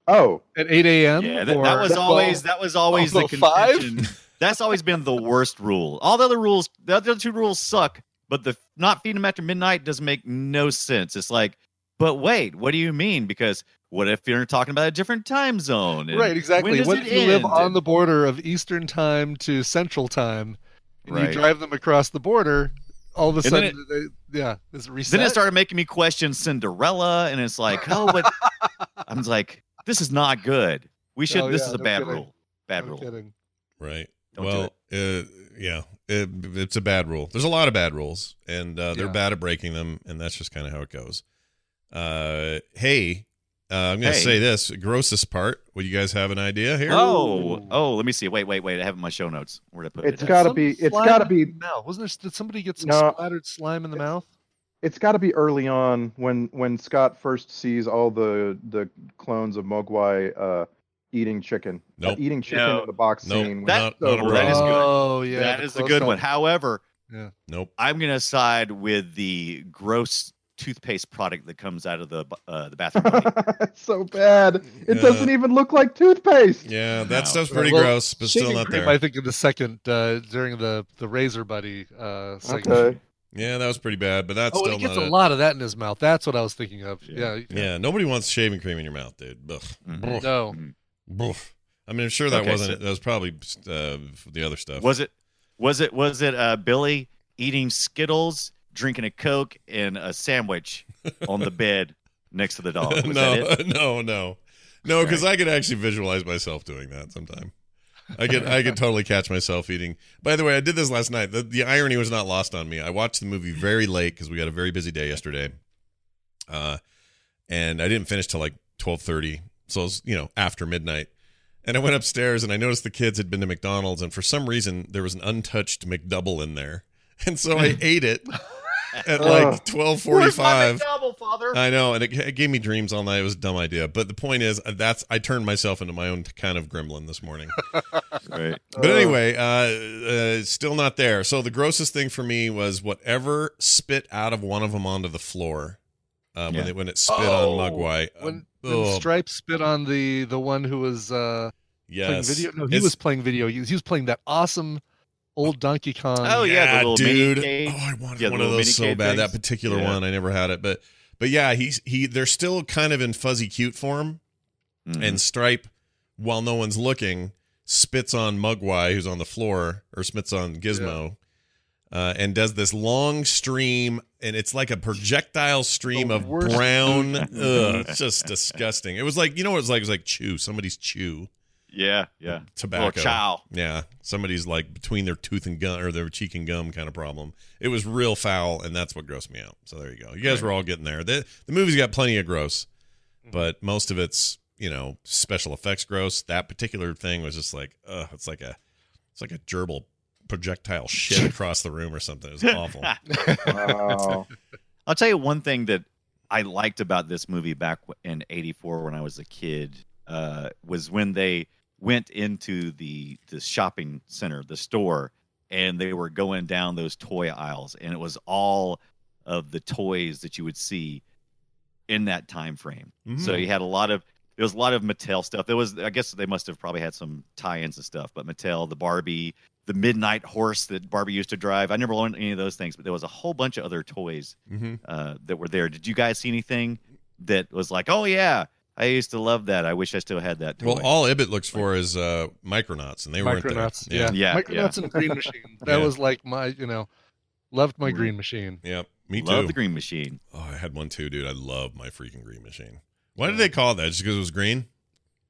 Speaker 6: Oh,
Speaker 5: at 8 a.m.
Speaker 7: Yeah, that,
Speaker 5: or
Speaker 7: that was
Speaker 5: at
Speaker 7: always
Speaker 5: 12?
Speaker 7: that was always the
Speaker 5: Although five?
Speaker 7: contention. That's always been the worst rule. All the other rules, the other two rules suck, but the not feeding them after midnight doesn't make no sense. It's like, but wait, what do you mean? Because what if you're talking about a different time zone? And
Speaker 5: Right,
Speaker 7: when
Speaker 5: exactly.
Speaker 7: does
Speaker 5: What
Speaker 7: it
Speaker 5: if you live
Speaker 7: end?
Speaker 5: on the border of Eastern time to Central time, and
Speaker 7: Right.
Speaker 5: you drive them across the border, all of
Speaker 3: And
Speaker 5: a
Speaker 3: then
Speaker 5: sudden, they, yeah, this reset.
Speaker 7: Then it started making me question Cinderella, and it's like, oh, but I'm like, this is not good. We should.
Speaker 5: Oh,
Speaker 7: this
Speaker 5: yeah,
Speaker 7: is a
Speaker 5: no
Speaker 7: bad
Speaker 5: kidding.
Speaker 7: rule. Bad
Speaker 5: No
Speaker 7: rule.
Speaker 5: kidding.
Speaker 3: right.
Speaker 7: Don't do
Speaker 3: well, uh, yeah, it, it's a bad rule. There's a lot of bad rules, and uh, they're
Speaker 5: Yeah.
Speaker 3: bad at breaking them, and that's just kind of how it goes. Uh, hey, uh, I'm gonna
Speaker 7: Hey.
Speaker 3: say this grossest part. Would you guys have an idea here?
Speaker 7: Oh, oh, let me see. Wait, wait, wait. I have it in my show notes. Where did I put
Speaker 6: It's
Speaker 7: it?
Speaker 6: got- gotta
Speaker 5: Some
Speaker 6: be- it's
Speaker 5: slime
Speaker 6: gotta
Speaker 5: in
Speaker 6: be-
Speaker 5: the mouth. Wasn't there? Did somebody get some
Speaker 6: No.
Speaker 5: splattered slime in the mouth?
Speaker 6: it's got to be early on when when Scott first sees all the the clones of Mogwai uh, eating chicken, Uh,
Speaker 3: Nope.
Speaker 6: eating chicken
Speaker 7: No.
Speaker 6: in the box
Speaker 3: Nope.
Speaker 6: scene.
Speaker 7: That-
Speaker 6: So
Speaker 3: not a
Speaker 6: wrong.
Speaker 7: That is good.
Speaker 5: Oh yeah,
Speaker 7: that
Speaker 5: the
Speaker 7: is a
Speaker 5: close
Speaker 7: good
Speaker 5: up.
Speaker 7: one. However,
Speaker 3: Nope.
Speaker 7: I'm going to side with the gross toothpaste product that comes out of the bu- uh, the bathroom. bucket.
Speaker 6: It's so bad. It
Speaker 3: Yeah.
Speaker 6: doesn't even look like toothpaste.
Speaker 3: Yeah, that
Speaker 7: No.
Speaker 3: stuff's pretty
Speaker 5: Well,
Speaker 3: gross, but still
Speaker 5: Shaving
Speaker 3: not
Speaker 5: cream,
Speaker 3: there.
Speaker 5: I think in the second uh, during the the razor buddy uh, segment.
Speaker 6: Okay.
Speaker 3: yeah, that was pretty bad, but that's
Speaker 5: Oh, and
Speaker 3: still
Speaker 5: he gets
Speaker 3: not
Speaker 5: a
Speaker 3: it.
Speaker 5: lot of that in his mouth. That's what I was thinking of. Mm-hmm.
Speaker 7: Yeah.
Speaker 5: Yeah.
Speaker 3: Yeah, nobody wants shaving cream in your mouth, dude. Ugh.
Speaker 7: Mhm.
Speaker 5: No.
Speaker 3: Mm. Boof. I mean, I'm sure that
Speaker 7: Okay,
Speaker 3: wasn't
Speaker 7: so-
Speaker 3: it. That was probably uh, the other stuff.
Speaker 7: Was it was it was it uh, Billy eating Skittles drinking a Coke and a sandwich on the bed next to the dog. Was that
Speaker 3: no,
Speaker 7: it?
Speaker 3: no, no, no, because I could actually visualize myself doing that sometime. I could, I could totally catch myself eating. By the way, I did this last night. The, the irony was not lost on me. I watched the movie very late because we had a very busy day yesterday, uh, and I didn't finish till like twelve thirty. So it was, you know, after midnight. And I went upstairs and I noticed the kids had been to McDonald's, and for some reason there was an untouched McDouble in there, and so I ate it at like twelve forty-five.
Speaker 7: Double father.
Speaker 3: I know, and it, it gave me dreams all night. It was a dumb idea, but the point is, uh, that's I turned myself into my own kind of gremlin this morning.
Speaker 7: Right.
Speaker 3: But anyway, uh, uh, still not there. So the grossest thing for me was whatever spit out of one of them onto the floor uh, when
Speaker 7: Yeah.
Speaker 3: it when it spit
Speaker 5: Oh,
Speaker 3: on Mugwai. Uh,
Speaker 5: When, when
Speaker 3: oh,
Speaker 5: Stripe spit on the the one who was uh, playing
Speaker 3: yes.
Speaker 5: video, no, he
Speaker 3: It's-
Speaker 5: was playing video. He was, he was playing that awesome old Donkey Kong.
Speaker 7: Oh, yeah, the little mini
Speaker 3: dude.
Speaker 7: cave.
Speaker 3: Oh, I wanted
Speaker 7: Yeah, the
Speaker 3: one of
Speaker 7: little
Speaker 3: those
Speaker 7: mini
Speaker 3: so
Speaker 7: cave
Speaker 3: bad. That
Speaker 7: things.
Speaker 3: particular
Speaker 7: Yeah.
Speaker 3: one, I never had it, but but yeah, he's he. They're still kind of in fuzzy cute form.
Speaker 5: Mm-hmm.
Speaker 7: Mhm.
Speaker 3: and Stripe, while no one's looking, spits on Mugwai, who's on the floor, or spits on Gizmo, uh, and does this long stream, and it's like a projectile stream
Speaker 5: The
Speaker 3: of
Speaker 5: worst
Speaker 3: brown. ugh, it's just disgusting. It was like you know what it was like. It was like chew. Somebody's chew
Speaker 7: yeah, yeah. Little
Speaker 3: tobacco.
Speaker 7: chow.
Speaker 3: Yeah, somebody's like between their tooth and gum or their cheek and gum kind of problem. It was real foul, and that's what grossed me out. So there you go. You guys were all getting there. The the movie's got plenty of gross,
Speaker 7: Mm-hmm.
Speaker 3: but most of it's you know special effects gross. That particular thing was just like, ugh, it's like a it's like a gerbil projectile shit across the room or something. It was awful.
Speaker 6: Wow.
Speaker 7: I'll tell you one thing that I liked about this movie back w- in '84 when I was a kid uh, was when they went into the the shopping center, the store, and they were going down those toy aisles, and it was all of the toys that you would see in that time frame. So
Speaker 3: Mhm.
Speaker 7: you had a lot of there was a lot of Mattel stuff. There was I guess they must have probably had some tie-ins and stuff, but Mattel, the Barbie, the midnight horse that Barbie used to drive. I never owned any of those things, but there was a whole bunch of other toys
Speaker 3: Mhm.
Speaker 7: uh, that were there. Did you guys see anything that was like, oh yeah, I used to love that. I wish I still had that toy.
Speaker 3: Well, all Ibbot looks for is uh, micronauts, and they weren't there.
Speaker 5: Micronauts, yeah.
Speaker 7: Yeah, yeah.
Speaker 5: Micronauts and Green Machine. That
Speaker 3: Yeah.
Speaker 5: was like my, you know, loved my
Speaker 7: Mm.
Speaker 5: Green Machine.
Speaker 3: yeah, me
Speaker 7: love
Speaker 3: too.
Speaker 7: the Green Machine.
Speaker 3: Oh, I had one too, dude. I love my freaking green machine. Why did they call it that? Just because it was green?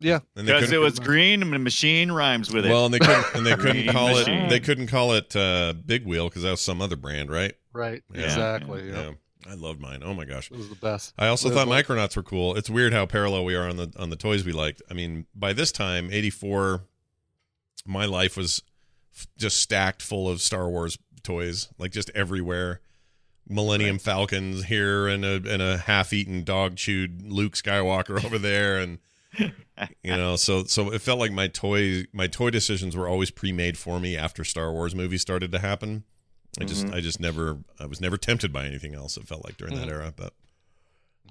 Speaker 5: Yeah.
Speaker 3: And they
Speaker 7: Because
Speaker 3: couldn't-
Speaker 7: it was green and the machine rhymes with it.
Speaker 3: well, and they couldn't and they couldn't
Speaker 7: Green
Speaker 3: call
Speaker 7: machine.
Speaker 3: it they couldn't call it uh, Big Wheel because that was some other brand, right?
Speaker 5: Right.
Speaker 3: Yeah.
Speaker 5: Exactly. Yeah.
Speaker 3: I loved mine. Oh my gosh.
Speaker 5: It was the best.
Speaker 3: I also
Speaker 5: Those
Speaker 3: thought
Speaker 5: ones-
Speaker 3: Micronauts were cool. It's weird how parallel we are on the on the toys we liked. I mean, by this time, eighty four, my life was f- just stacked full of Star Wars toys, like just everywhere. Millennium Falcons here and a and a half eaten dog chewed Luke Skywalker over there, and you know, so so it felt like my toy my toy decisions were always pre made for me after Star Wars movies started to happen. I just I just never I was never tempted by anything else. It felt like during that era, but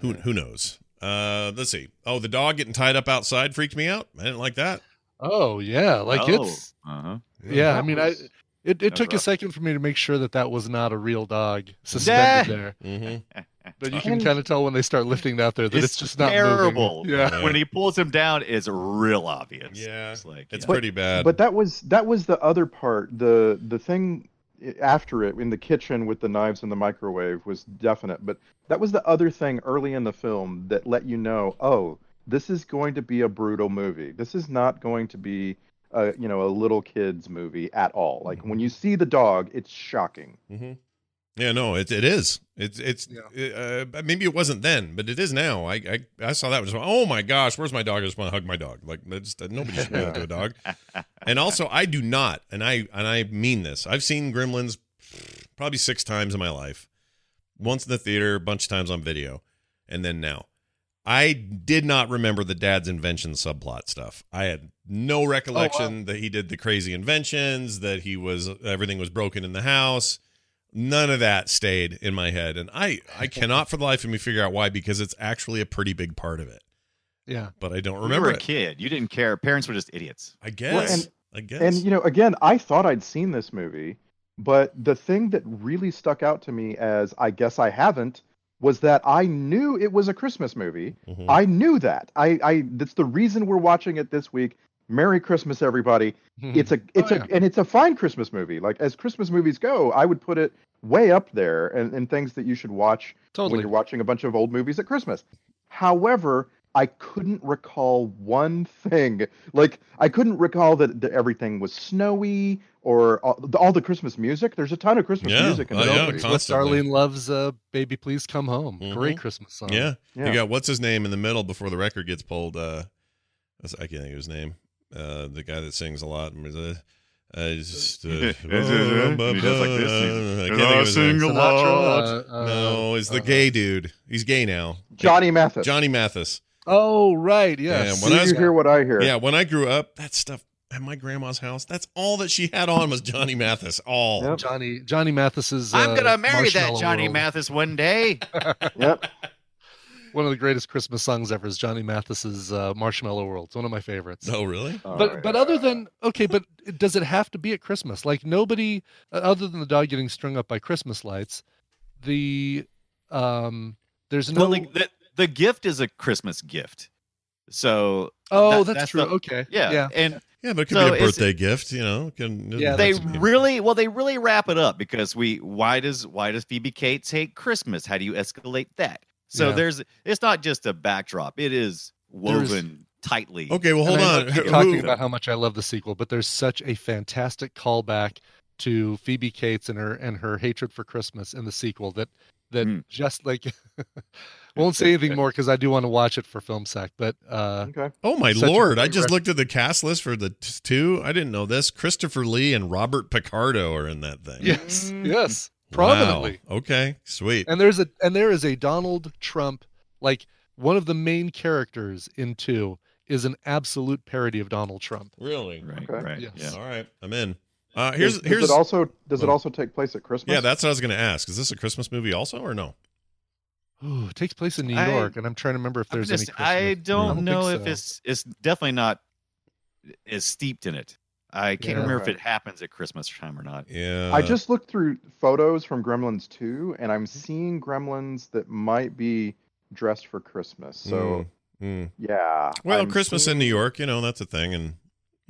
Speaker 3: who who knows? Uh, let's see. Oh, the dog getting tied up outside freaked me out. I didn't like that.
Speaker 5: Oh yeah, like
Speaker 7: oh,
Speaker 5: it's
Speaker 7: uh-huh.
Speaker 5: yeah. I
Speaker 7: That
Speaker 5: mean,
Speaker 7: was-
Speaker 5: I it, it
Speaker 7: That's
Speaker 5: took a
Speaker 7: rough.
Speaker 5: second for me to make sure that that was not a real dog suspended there.
Speaker 3: Mm-hmm.
Speaker 5: But you can kind of tell when they start lifting it out there that it's, just not moving.
Speaker 7: terrible.
Speaker 5: Yeah.
Speaker 3: Yeah.
Speaker 7: when he pulls him down, it's real obvious.
Speaker 3: Yeah.
Speaker 7: it's like
Speaker 3: It's
Speaker 7: yeah.
Speaker 3: pretty bad.
Speaker 6: but that was that was the other part. The the thing after it in the kitchen with the knives and the microwave was definite, but that was the other thing early in the film that let you know, oh, this is going to be a brutal movie. This is not going to be a you know a little kids movie at all. Like when you see the dog, it's shocking.
Speaker 3: hmm Yeah, no, it it is. It's it's uh, maybe it wasn't then, but it is now. I I, I saw that and just went, oh my gosh, where's my dog? I just want to hug my dog. Like that's nobody should do that to a dog. And also, I do not, and I and I mean this. I've seen Gremlins probably six times in my life. Once in the theater, a bunch of times on video, and then now. I did not remember the dad's invention subplot stuff. I had no recollection that he did the crazy inventions, that he was everything was broken in the house none of that stayed in my head and i i cannot for the life of me figure out why because it's actually a pretty big part of it
Speaker 5: Yeah.
Speaker 3: but i don't
Speaker 7: When you were
Speaker 3: remember
Speaker 7: a
Speaker 3: it
Speaker 7: kid. You didn't care. Parents were just idiots.
Speaker 3: i
Speaker 6: Well,
Speaker 3: guess
Speaker 6: and-
Speaker 3: i guess
Speaker 6: And you know, again, I thought I'd seen this movie, but the thing that really stuck out to me as I guess I haven't was that I knew it was a Christmas movie.
Speaker 3: Mhm.
Speaker 6: I knew that. I, I that's the reason we're watching it this week Merry Christmas, everybody.
Speaker 3: Mm-hmm.
Speaker 6: It's a it's
Speaker 5: Oh,
Speaker 6: a
Speaker 5: yeah.
Speaker 6: and it's a fine Christmas movie. Like as Christmas movies go, I would put it way up there and, and things that you should watch when
Speaker 5: totally.
Speaker 6: you're watching a bunch of old movies at Christmas. However, I couldn't recall one thing. Like I couldn't recall that, that everything was snowy or all the, all the Christmas music. There's a ton of Christmas
Speaker 3: Yeah,
Speaker 6: music in
Speaker 3: oh,
Speaker 6: the
Speaker 3: yeah,
Speaker 6: movie.
Speaker 3: con- constantly.
Speaker 5: Darlene loves uh, "Baby Please Come Home." Great
Speaker 3: Mhm.
Speaker 5: Christmas song.
Speaker 3: Yeah.
Speaker 6: Yeah.
Speaker 3: You got what's his name in the middle before the record gets pulled. Uh, that's- I can't think of his name. Uh, the guy that sings a lot. and was, Uh, uh, just, uh,
Speaker 7: He does like this.
Speaker 3: I can't
Speaker 7: He's-
Speaker 3: think of his name.
Speaker 7: Sing a
Speaker 5: Sinatra. Uh, uh,
Speaker 3: No, it's the
Speaker 5: uh,
Speaker 3: gay dude. He's gay now.
Speaker 6: Johnny Mathis.
Speaker 3: Johnny Mathis.
Speaker 5: Oh right,
Speaker 3: Yeah,
Speaker 5: yes.
Speaker 3: when
Speaker 6: Do
Speaker 3: I was-
Speaker 6: you hear what I hear?
Speaker 3: Yeah, when I grew up, that stuff at my grandma's house, that's all that she had on was Johnny Mathis. All.
Speaker 6: Yep.
Speaker 5: Johnny Johnny Mathis's.
Speaker 7: I'm
Speaker 5: uh,
Speaker 7: gonna marry that
Speaker 5: Marshmallow
Speaker 7: Johnny
Speaker 5: World.
Speaker 7: Mathis one day.
Speaker 6: Yep.
Speaker 5: One of the greatest Christmas songs ever is Johnny Mathis's uh, "Marshmallow World." It's one of my favorites.
Speaker 3: Oh, really?
Speaker 5: But but other than okay, but does it have to be at Christmas? Like nobody uh, other than the dog getting strung up by Christmas lights, the um there's no
Speaker 7: Well, like the, the gift is a Christmas gift. So
Speaker 5: oh
Speaker 7: that-
Speaker 5: that's,
Speaker 7: that's
Speaker 5: true
Speaker 7: the-
Speaker 5: okay
Speaker 7: yeah,
Speaker 5: yeah
Speaker 7: and
Speaker 3: Yeah, but it could
Speaker 7: So
Speaker 3: be a
Speaker 7: is
Speaker 3: birthday gift, you know. Can,
Speaker 5: Yeah,
Speaker 7: they
Speaker 5: that's
Speaker 7: really well they really wrap it up because we why does why does Phoebe Cates hate Christmas? How do you escalate that? So
Speaker 5: Yeah.
Speaker 7: there's it's not just a backdrop. It is
Speaker 5: There's-
Speaker 7: woven tightly.
Speaker 3: Okay, well, hold
Speaker 5: And
Speaker 3: on.
Speaker 5: I know I keep
Speaker 3: Who-
Speaker 5: talking about how much I love the sequel, but there's such a fantastic callback to Phoebe Cates and her and her hatred for Christmas in the sequel that that
Speaker 7: Mm.
Speaker 5: just like won't say anything more because I do want to watch it for film sack, but uh
Speaker 6: Okay.
Speaker 3: Oh my
Speaker 5: Such a
Speaker 3: lord! I
Speaker 5: great
Speaker 3: just
Speaker 5: rec-
Speaker 3: looked at the cast list for the t- two. I didn't know this. Christopher Lee and Robert Picardo are in that thing.
Speaker 5: yes,
Speaker 7: Mm.
Speaker 5: yes,
Speaker 3: Wow.
Speaker 5: prominently.
Speaker 3: Okay, sweet.
Speaker 5: And there's a and there is a Donald Trump like one of the main characters in two is an absolute parody of Donald Trump.
Speaker 3: Really?
Speaker 7: Right,
Speaker 6: Okay.
Speaker 7: right.
Speaker 5: Yes.
Speaker 7: Yeah.
Speaker 3: All right, I'm in. Uh, here's
Speaker 6: Is- does
Speaker 3: here's
Speaker 6: it also does it
Speaker 3: well-
Speaker 6: also take place at Christmas?
Speaker 3: yeah. That's what I was gonna ask. Is this a Christmas movie also or no?
Speaker 5: Ooh, it takes place in New
Speaker 7: I-
Speaker 5: York, and I'm trying to remember if
Speaker 7: I'm
Speaker 5: there's
Speaker 7: just-
Speaker 5: any. Christmas.
Speaker 7: I don't
Speaker 5: I don't
Speaker 7: know
Speaker 5: think
Speaker 7: if
Speaker 5: so.
Speaker 7: it's it's definitely not as steeped in it. I can't
Speaker 5: Yeah.
Speaker 7: remember if
Speaker 6: Right.
Speaker 7: it happens at Christmas time or not.
Speaker 3: Yeah.
Speaker 6: I just looked through photos from Gremlins 2 and I'm seeing gremlins that might be dressed for Christmas. So,
Speaker 3: Mm, mm.
Speaker 6: yeah.
Speaker 3: Well,
Speaker 6: I'm
Speaker 3: Christmas
Speaker 6: seeing-
Speaker 3: in New York, you know, that's a thing, and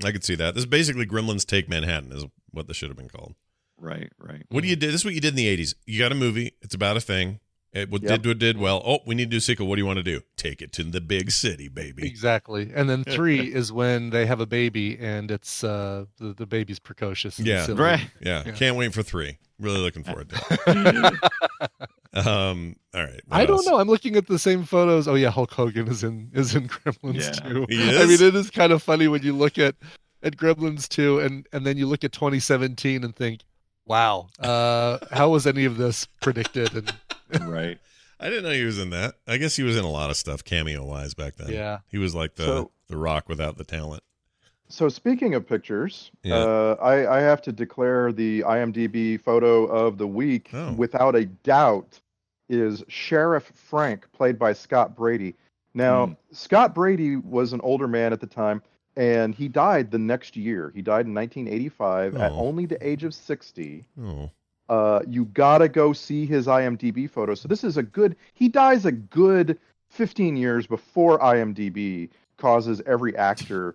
Speaker 3: I could see that. This is basically Gremlins Take Manhattan is what this should have been called.
Speaker 7: Right, right.
Speaker 3: What do
Speaker 5: Mm.
Speaker 3: you do? This is what you did in the 80s. You got a movie. It's about a thing. It what
Speaker 6: Yep.
Speaker 3: did what did well. Oh, we need to do a sequel. What do you want to do? Take it to the big city, baby.
Speaker 5: Exactly. And then three is when they have a baby and it's uh the, the baby's precocious. and
Speaker 3: Yeah.
Speaker 5: silly.
Speaker 7: Right.
Speaker 3: Yeah,
Speaker 5: Yeah.
Speaker 3: can't wait for three. Really looking forward to it. um, all right. what
Speaker 5: I don't
Speaker 3: else?
Speaker 5: know. I'm looking at the same photos. Oh yeah, Hulk Hogan is in is in Gremlins
Speaker 7: Yeah.
Speaker 5: too.
Speaker 3: He
Speaker 5: I
Speaker 3: is?
Speaker 5: mean, it is kind of funny when you look at at Gremlins two and and then you look at 2017 and think, wow, uh, how was any of this predicted? And
Speaker 7: Right.
Speaker 3: I didn't know he was in that. I guess he was in a lot of stuff cameo wise back then.
Speaker 5: yeah,
Speaker 3: He was like the
Speaker 6: So-
Speaker 3: the rock without the talent.
Speaker 6: So, speaking of pictures,
Speaker 3: Yeah.
Speaker 6: uh, I, I have to declare the IMDb photo of the week
Speaker 3: Oh.
Speaker 6: without a doubt is Sheriff Frank, played by Scott Brady. Now,
Speaker 7: Hmm.
Speaker 6: Scott Brady was an older man at the time and he died the next year. He died in 1985 at
Speaker 3: Oh.
Speaker 6: only the age of 60.
Speaker 3: Oh.
Speaker 6: uh, you gotta go see his IMDb photo. So this is a good. He dies a good 15 years before IMDb causes every actor,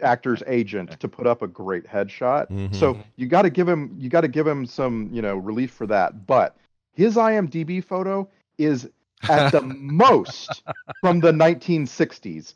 Speaker 6: actor's agent to put up a great headshot. So you gotta give him. You gotta give him some, you know, relief for that. But his IMDb photo is at the most from the 1960s.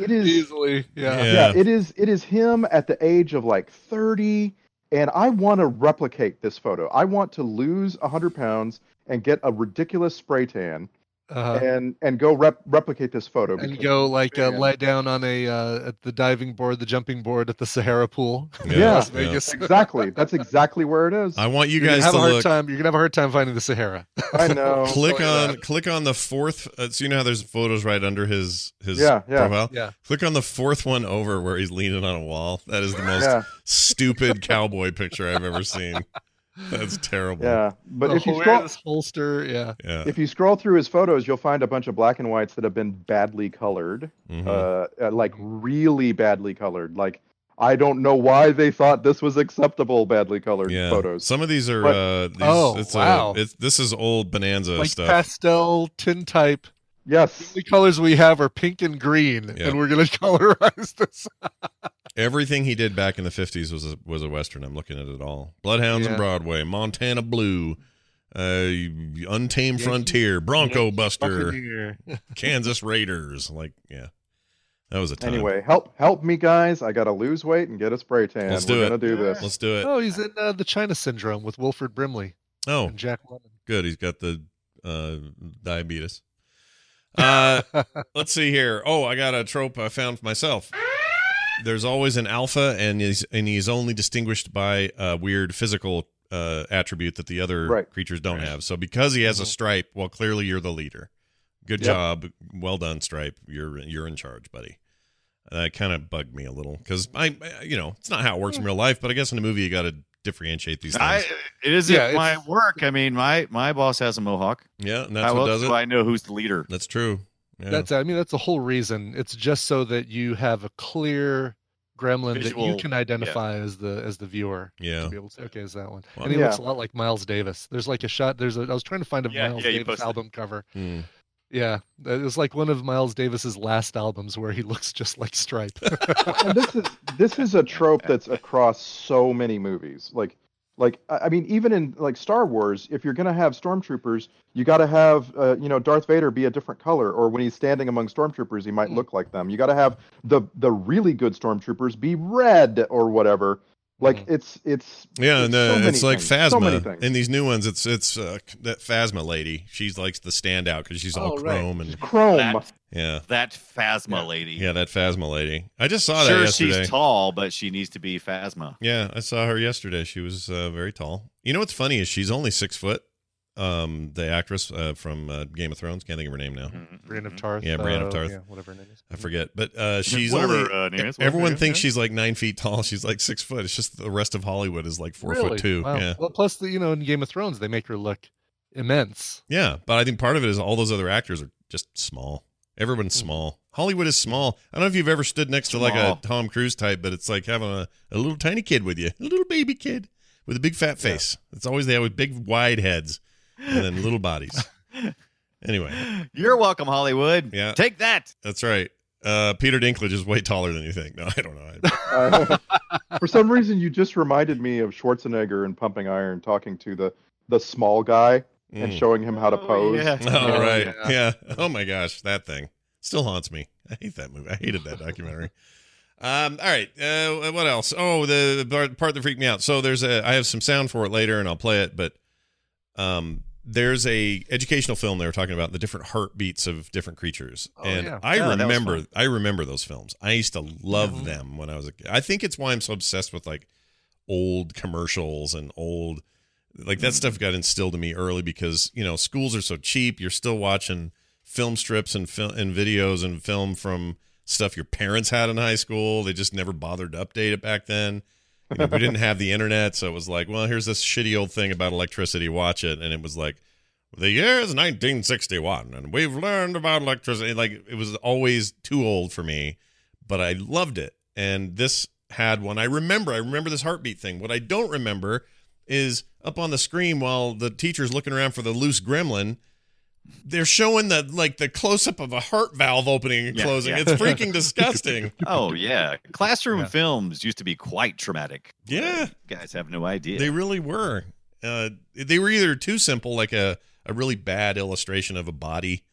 Speaker 6: It is
Speaker 5: easily.
Speaker 3: Yeah.
Speaker 5: Yeah.
Speaker 6: yeah. it is it is him at the age of like 30 and i want to replicate this photo i want to lose 100 pounds and get a ridiculous spray tan
Speaker 5: Uh,
Speaker 6: and and go rep- replicate this photo
Speaker 5: and
Speaker 6: because-
Speaker 5: go like uh,
Speaker 6: Yeah.
Speaker 5: lie down on a uh, at the diving board, the jumping board at the Sahara pool, in
Speaker 6: Yeah.
Speaker 5: Las Vegas.
Speaker 6: exactly that's exactly where it is
Speaker 3: I want you
Speaker 5: You're gonna
Speaker 3: guys
Speaker 5: have
Speaker 3: to
Speaker 5: a hard
Speaker 3: look.
Speaker 5: time. You're gonna have a hard time finding the Sahara.
Speaker 6: i know
Speaker 3: Click
Speaker 5: Sorry
Speaker 3: on
Speaker 5: about
Speaker 3: click on the fourth. Uh, so you know how there's photos right under his his
Speaker 6: Yeah, yeah.
Speaker 3: profile.
Speaker 5: Yeah.
Speaker 3: Click on the fourth one over where he's leaning on a wall. That is the most
Speaker 6: yeah
Speaker 3: stupid cowboy picture I've ever seen. That's terrible.
Speaker 6: yeah but
Speaker 5: The
Speaker 6: if you
Speaker 5: whole-
Speaker 6: scroll
Speaker 5: this holster, yeah.
Speaker 3: Yeah.
Speaker 6: if you scroll through his photos you'll find a bunch of black and whites that have been badly colored
Speaker 3: Mhm.
Speaker 6: uh, uh, like really badly colored like i don't know why they thought this was acceptable badly colored
Speaker 3: yeah.
Speaker 6: photos
Speaker 3: Some of these are.
Speaker 6: But-
Speaker 3: uh, these,
Speaker 5: Oh,
Speaker 3: it's
Speaker 5: wow.
Speaker 3: Oh, A, it's, this is old Bonanza
Speaker 5: like
Speaker 3: stuff.
Speaker 5: pastel tintype
Speaker 6: Yes.
Speaker 5: The colors we have are pink and green,
Speaker 3: Yeah.
Speaker 5: and we're going to colorize this.
Speaker 3: Everything he did back in the fifties was a, was a western. I'm looking at it all: Bloodhounds and
Speaker 5: Yeah.
Speaker 3: Broadway, Montana Blue, uh, Untamed Frontier, Bronco Buster, Kansas Raiders. Like, yeah, that was a time.
Speaker 6: Anyway, help help me, guys. I got to lose weight and get a spray tan.
Speaker 3: Let's
Speaker 6: We're
Speaker 3: do it.
Speaker 6: gonna do this.
Speaker 3: let's do it.
Speaker 5: Oh, he's in uh, the China Syndrome with Wilfred Brimley
Speaker 3: Oh,
Speaker 5: and Jack Lemmon.
Speaker 3: good. He's got the uh, diabetes. Uh, let's see here. Oh, I got a trope I found for myself. There's always an alpha, and he's and he's only distinguished by a weird physical uh, attribute that the other
Speaker 6: Right.
Speaker 3: creatures don't
Speaker 7: Right. Mm-hmm.
Speaker 3: have. So because he has a stripe, well, clearly you're the leader. Good
Speaker 6: Yep.
Speaker 3: job, well done, stripe. You're you're in charge, buddy. That kind of bugged me a little because I, I- you know, it's not how it works in real life, but I guess in a movie you got to differentiate these things.
Speaker 7: Hmm. I, it isn't
Speaker 5: Yeah,
Speaker 7: my
Speaker 5: it's-
Speaker 7: work. I mean, my my boss has a mohawk.
Speaker 3: yeah, and
Speaker 7: How
Speaker 3: that's what
Speaker 7: else
Speaker 3: does
Speaker 7: do
Speaker 3: it.
Speaker 7: I know who's the leader.
Speaker 3: That's true. Yeah.
Speaker 5: That's I mean that's the whole reason. It's just so that you have a clear gremlin that
Speaker 7: Visual,
Speaker 5: you can identify as the as the viewer.
Speaker 3: yeah.
Speaker 5: To be able to say, okay, is that one?
Speaker 3: Wow.
Speaker 5: And he
Speaker 6: Yeah.
Speaker 5: looks a lot like Miles Davis. There's like a shot. There's a. I was trying to find a
Speaker 7: Yeah,
Speaker 5: Miles
Speaker 7: yeah, you
Speaker 5: Davis
Speaker 7: posted.
Speaker 5: album cover.
Speaker 3: Hmm.
Speaker 5: Yeah, it was like one of Miles Davis's last albums where he looks just like Stripe.
Speaker 6: and this is this is a trope that's across so many movies. Like like I I mean, even in like Star Wars, if you're gonna have stormtroopers, you got to have uh, you know Darth Vader be a different color, or when he's standing among stormtroopers, he
Speaker 3: Hmm.
Speaker 6: might look like them. You got to have the the really good stormtroopers be red or whatever. Like
Speaker 3: Hmm.
Speaker 6: it's it's
Speaker 3: Yeah, and uh,
Speaker 6: so many
Speaker 3: it's like
Speaker 6: things, so many
Speaker 3: Phasma.
Speaker 6: things.
Speaker 3: in these new ones, it's it's uh, that Phasma lady. She's like the standout because she's all
Speaker 5: Oh, right.
Speaker 3: chrome and
Speaker 6: Chrome.
Speaker 7: That,
Speaker 3: yeah,
Speaker 7: that Phasma lady.
Speaker 3: yeah, that Phasma lady. I just saw that
Speaker 7: Sure,
Speaker 3: yesterday.
Speaker 7: she's tall, but she needs to be Phasma.
Speaker 3: Yeah, I saw her yesterday. She was uh, very tall. You know what's funny is she's only six foot. Um, the actress uh, from uh, Game of Thrones. Can't think of her name
Speaker 7: Mm-hmm.
Speaker 3: now.
Speaker 5: Brienne of Tarth. uh,
Speaker 3: Yeah, Brienne of Tarth.
Speaker 5: Yeah, whatever her name is.
Speaker 3: I forget, but uh, she's
Speaker 7: Whatever
Speaker 3: only.
Speaker 7: her, uh, name is, whatever
Speaker 3: everyone
Speaker 7: it is,
Speaker 3: thinks
Speaker 7: yeah.
Speaker 3: she's like nine feet tall. She's like six foot. It's just the rest of Hollywood is like four
Speaker 5: Really?
Speaker 3: foot two.
Speaker 5: Wow.
Speaker 3: Yeah.
Speaker 5: Well, plus the you know in Game of Thrones they make her look immense.
Speaker 3: Yeah, but I think part of it is all those other actors are just small. Everyone's small. Hollywood is small. I don't know if you've ever stood next to like
Speaker 7: Small.
Speaker 3: a Tom Cruise type, but it's like having a, a little tiny kid with you, a little baby kid with a big fat face. It's always they have big wide heads and then little bodies. anyway,
Speaker 7: You're welcome, Hollywood.
Speaker 3: Yeah.
Speaker 7: Take that.
Speaker 3: that's right. Uh, Peter Dinklage is way taller than you think. No, I don't know. I-
Speaker 6: Uh, for some reason, you just reminded me of Schwarzenegger in Pumping Iron talking to the the small guy and
Speaker 3: Mm.
Speaker 6: showing him how to
Speaker 7: Oh,
Speaker 6: pose.
Speaker 7: yeah.
Speaker 3: All
Speaker 5: Oh,
Speaker 3: right.
Speaker 5: yeah.
Speaker 3: Yeah. Oh my gosh, that thing still haunts me. I hate that movie. I hated that documentary. Um, all right. Uh, what else? Oh, the part- part that freaked me out. So there's a. I have some sound for it later, and I'll play it. But um, there's a educational film they were talking about the different heartbeats of different creatures,
Speaker 5: Oh,
Speaker 3: and
Speaker 5: yeah.
Speaker 3: I
Speaker 7: Yeah, that was
Speaker 3: remember.
Speaker 7: fun.
Speaker 3: I remember those films. I used to love
Speaker 5: Mhm.
Speaker 3: them when I was a kid. I think it's why I'm so obsessed with like old commercials and old like that stuff got instilled in me early because you know schools are so cheap you're still watching film strips and film and videos and film from stuff your parents had in high school they just never bothered to update it back then you know, we didn't have the internet so it was like well here's this shitty old thing about electricity watch it and it was like the year is 1961 and we've learned about electricity like it was always too old for me but i loved it and this had one i remember i remember this heartbeat thing what i don't remember is up on the screen while the teacher's looking around for the loose gremlin they're showing the like the close-up of a heart valve opening and
Speaker 7: Yeah,
Speaker 3: closing
Speaker 7: yeah.
Speaker 3: it's freaking disgusting
Speaker 7: Oh yeah. Classroom
Speaker 5: Yeah.
Speaker 7: films used to be quite traumatic.
Speaker 3: Yeah.
Speaker 7: You guys have no idea.
Speaker 3: They really were. Uh, they were either too simple, like a, a really bad illustration of a body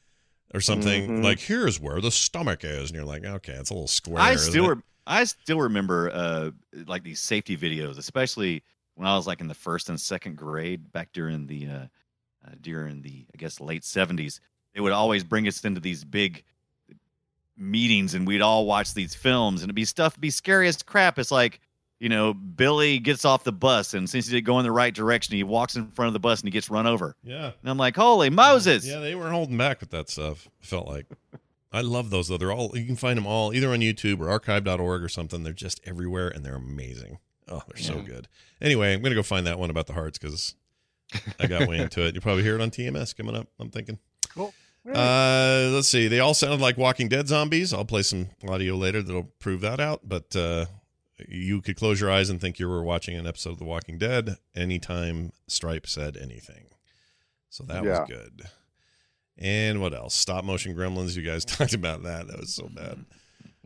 Speaker 3: or something.
Speaker 7: Mm-hmm.
Speaker 6: Mhm.
Speaker 3: Like, here's where the stomach is. And you're like, okay, it's a little square.
Speaker 7: I
Speaker 3: isn't
Speaker 7: still
Speaker 3: it?
Speaker 7: re- I still remember uh like these safety videos, especially when I was like in the first and second grade back during the uh, uh during the I guess late seventies. They would always bring us into these big meetings and we'd all watch these films and it'd be stuff it'd be scary as crap. It's like you know, Billy gets off the bus and since he didn't go in the right direction, he walks in front of the bus and he gets run over.
Speaker 3: Yeah.
Speaker 7: And I'm like, holy Moses!
Speaker 3: Yeah, they were holding back with that stuff. I felt like. I love those, though. They're all, you can find them all either on YouTube or archive.org or something. They're just everywhere and they're amazing. Oh, they're so
Speaker 7: Yeah.
Speaker 3: good. Anyway, I'm going to go find that one about the hearts because I got way into it. You'll probably hear it on TMS coming up, I'm thinking. Uh, let's see. They all sound like Walking Dead zombies. I'll play some audio later that'll prove that out. But uh, you could close your eyes and think you were watching an episode of The Walking Dead anytime Stripe said anything. So that
Speaker 6: Yeah.
Speaker 3: was good. And what else? Stop motion gremlins. You guys talked about that. That was so bad.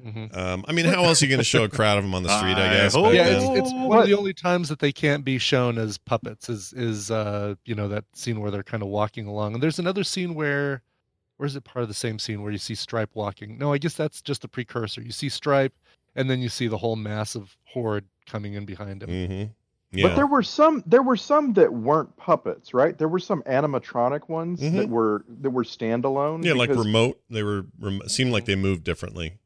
Speaker 5: hmm
Speaker 3: Um, I mean, how else are you going to show a crowd of them on the street? I
Speaker 7: I
Speaker 3: guess.
Speaker 7: hope-
Speaker 3: back
Speaker 5: yeah,
Speaker 3: then?
Speaker 5: it's, it's one of the only times that they can't be shown as puppets is is uh you know that scene where they're kind of walking along. And there's another scene where, or is it part of the same scene where you see Stripe walking? No, I guess that's just the precursor. You see Stripe, and then you see the whole massive horde coming in behind him.
Speaker 3: Mhm. Yeah.
Speaker 6: But there were some there were some that weren't puppets, right? There were some animatronic ones that
Speaker 3: Mhm.
Speaker 6: were that were standalone.
Speaker 3: yeah, like
Speaker 6: because
Speaker 3: remote. They were rem- seemed like they moved differently.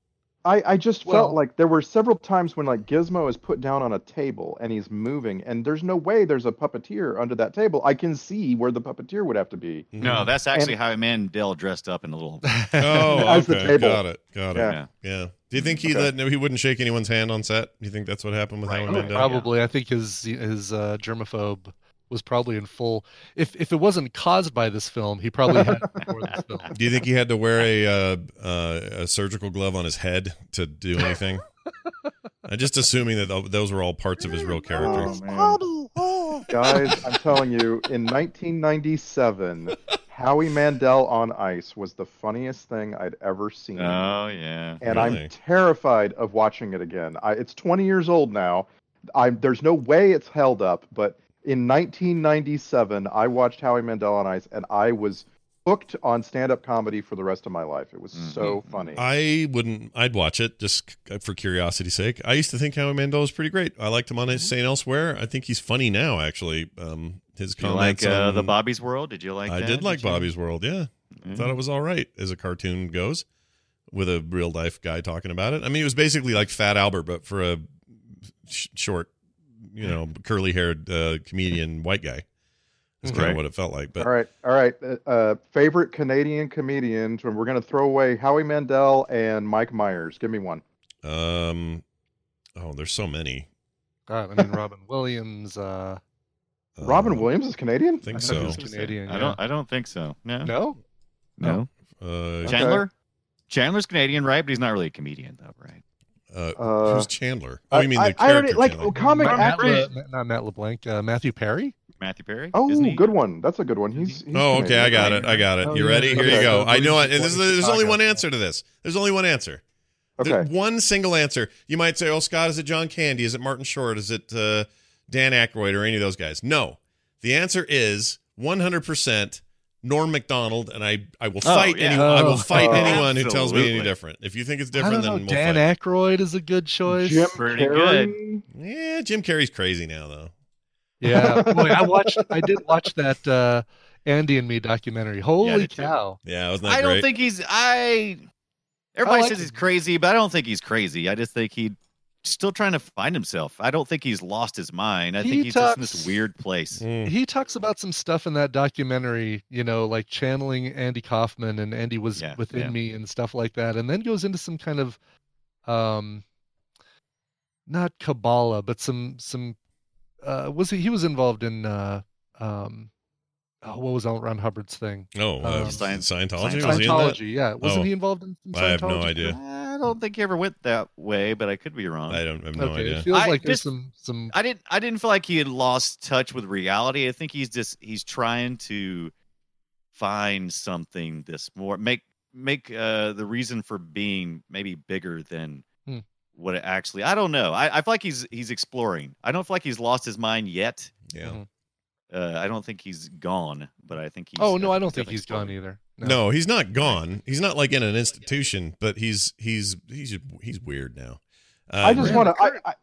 Speaker 6: I, I just
Speaker 5: Well-
Speaker 6: felt like there were several times when like Gizmo is put down on a table and he's moving and there's no way there's a puppeteer under that table. I can see where the puppeteer would have to be.
Speaker 7: No, that's actually
Speaker 6: And-
Speaker 7: how Mandel dressed up in a little.
Speaker 3: Oh,
Speaker 6: As the
Speaker 3: okay.
Speaker 6: table.
Speaker 3: Got it. Got it. Yeah.
Speaker 6: Yeah.
Speaker 3: Do you think he
Speaker 6: Okay.
Speaker 3: that no, he wouldn't shake anyone's hand on set? Do you think that's what happened with
Speaker 7: Right.
Speaker 3: Howie
Speaker 7: Oh,
Speaker 3: Mandel?
Speaker 5: Probably, I think his his uh, germaphobe was probably in full. If if it wasn't caused by this film, he probably had it before this film.
Speaker 3: Do you think he had to wear a uh, uh, a surgical glove on his head to do anything? I'm just assuming that tho- those were all parts of his real character.
Speaker 6: Oh, man. Guys, I'm telling you, in 1997, Howie Mandel on Ice was the funniest thing I'd ever seen.
Speaker 7: Oh yeah.
Speaker 6: and
Speaker 3: Ah, Really?
Speaker 6: I'm terrified of watching it again. I, it's 20 years old now. I, there's no way it's held up, but in 1997, I watched Howie Mandel on Ice, and I was hooked on stand-up comedy for the rest of my life. It was so funny.
Speaker 3: Mm-hmm. I wouldn't. I'd watch it just c- uh, for curiosity's sake. I used to think Howie Mandel was pretty great. I liked him
Speaker 6: Mm-hmm.
Speaker 3: on His Sane Elsewhere. I think he's funny now. Actually, um, his
Speaker 7: Do you
Speaker 3: comments
Speaker 7: like uh,
Speaker 3: on
Speaker 7: the Bobby's World? Did you like?
Speaker 3: um, I
Speaker 7: that?
Speaker 3: did like
Speaker 7: you- Mm-hmm.
Speaker 3: Bobby's World. Yeah, I
Speaker 7: Yeah.
Speaker 3: thought it was all right as a cartoon goes, with a real life guy talking about it. I mean, it was basically like Fat Albert, but for a sh- short, you know, curly haired uh, comedian white guy. That's kind of
Speaker 7: Right.
Speaker 3: what it felt like. But
Speaker 6: all right, all right. Uh, uh, favorite Canadian comedian? And we're gonna throw away Howie Mandel and Mike Myers. Give me one.
Speaker 3: um, oh, there's so many.
Speaker 5: God, I mean Robin Williams. Uh,
Speaker 6: Robin
Speaker 3: Um,
Speaker 6: Williams is Canadian.
Speaker 3: I think
Speaker 5: I don't know
Speaker 3: so.
Speaker 5: if he's Canadian.
Speaker 7: I don't. I don't think so. No. No.
Speaker 5: No,
Speaker 3: Uh,
Speaker 6: Okay.
Speaker 7: Chandler. Chandler's Canadian, right? But he's not really a comedian, though, right?
Speaker 3: uh,
Speaker 6: Uh,
Speaker 3: who's Chandler? Oh, you mean
Speaker 6: I,
Speaker 3: the
Speaker 6: I already
Speaker 3: character?
Speaker 6: like
Speaker 3: Chandler.
Speaker 6: comic
Speaker 7: Matt
Speaker 5: Matt
Speaker 6: actors.
Speaker 5: Le, not Matt LeBlanc. Uh, Matthew Perry.
Speaker 7: Matthew Perry.
Speaker 6: Oh,
Speaker 7: Isn't he?
Speaker 6: good one. That's a good one. He's, he's
Speaker 3: Oh, okay. I
Speaker 6: Canadian.
Speaker 3: got it. I got it.
Speaker 5: Oh,
Speaker 3: You
Speaker 5: yeah.
Speaker 3: ready? Here you
Speaker 6: Okay.
Speaker 3: go. I know it.
Speaker 5: Believe
Speaker 3: And this is,
Speaker 5: supporting
Speaker 3: there's only
Speaker 5: Chicago.
Speaker 3: one answer to this. There's only one answer. There-
Speaker 6: Okay.
Speaker 3: one single answer. You might say, "Oh, Scott, is it John Candy? Is it Martin Short? Is it uh, Dan Aykroyd or any of those guys?" No. The answer is 100% Norm Macdonald, and I I will
Speaker 7: Oh,
Speaker 3: fight
Speaker 7: yeah.
Speaker 3: any, I will
Speaker 5: Oh,
Speaker 3: fight
Speaker 6: oh,
Speaker 3: anyone who tells me any
Speaker 7: absolutely.
Speaker 3: different. If you think it's
Speaker 5: I
Speaker 3: different,
Speaker 5: don't
Speaker 3: then
Speaker 5: know.
Speaker 3: we'll
Speaker 5: Dan
Speaker 3: fight.
Speaker 5: Aykroyd is a good choice.
Speaker 6: Jim
Speaker 7: Pretty
Speaker 6: Carrey.
Speaker 3: yeah, Jim Carrey's crazy now though.
Speaker 5: Yeah, boy, I watched. I did watch that uh, Andy and Me documentary. Holy
Speaker 7: did too.
Speaker 5: cow!
Speaker 3: Yeah, wasn't that
Speaker 7: I don't
Speaker 3: great?
Speaker 7: think he's. I. Everybody
Speaker 5: like
Speaker 7: says he's
Speaker 5: him.
Speaker 7: crazy, but I don't think he's crazy. I just think he still trying to find himself. I don't think he's lost his mind. I
Speaker 5: He
Speaker 7: think he's just in this
Speaker 5: talks-
Speaker 7: weird place.
Speaker 3: Mm.
Speaker 5: He talks about some stuff in that documentary, you know, like channeling Andy Kaufman and Andy was
Speaker 7: Yeah,
Speaker 5: within
Speaker 7: yeah.
Speaker 5: me and stuff like that, and then goes into some kind of, um, not Kabbalah, but some some, uh, was he he was involved in, uh, um, oh, what was L. Ron Hubbard's thing?
Speaker 3: Oh, uh,
Speaker 5: Um,
Speaker 3: Scientology.
Speaker 7: Scientology.
Speaker 3: Was he in that?
Speaker 5: Scientology, yeah. Wasn't
Speaker 3: Oh.
Speaker 5: he involved in, in Scientology?
Speaker 3: I have no idea.
Speaker 7: I don't think he ever went that way, but I could be wrong.
Speaker 3: I don't I have no
Speaker 5: okay,
Speaker 3: idea.
Speaker 5: it feels
Speaker 7: I
Speaker 5: like
Speaker 7: just-
Speaker 5: there's some some
Speaker 7: I didn't. I didn't feel like he had lost touch with reality. I think he's just he's trying to find something that's more make make uh, the reason for being maybe bigger than
Speaker 5: Hmm.
Speaker 7: what it actually. I don't know. I, I feel like he's he's exploring. I don't feel like he's lost his mind yet.
Speaker 3: Yeah.
Speaker 5: Mhm.
Speaker 7: Uh, I don't think he's gone, but I think he's.
Speaker 5: Oh no, I don't think he's gone
Speaker 7: definitely
Speaker 5: either.
Speaker 3: No, he's not gone. He's not like in an institution, but he's he's he's he's weird now. Uh,
Speaker 6: I just
Speaker 5: Yeah,
Speaker 6: want
Speaker 5: the
Speaker 6: to.
Speaker 5: current-
Speaker 6: I,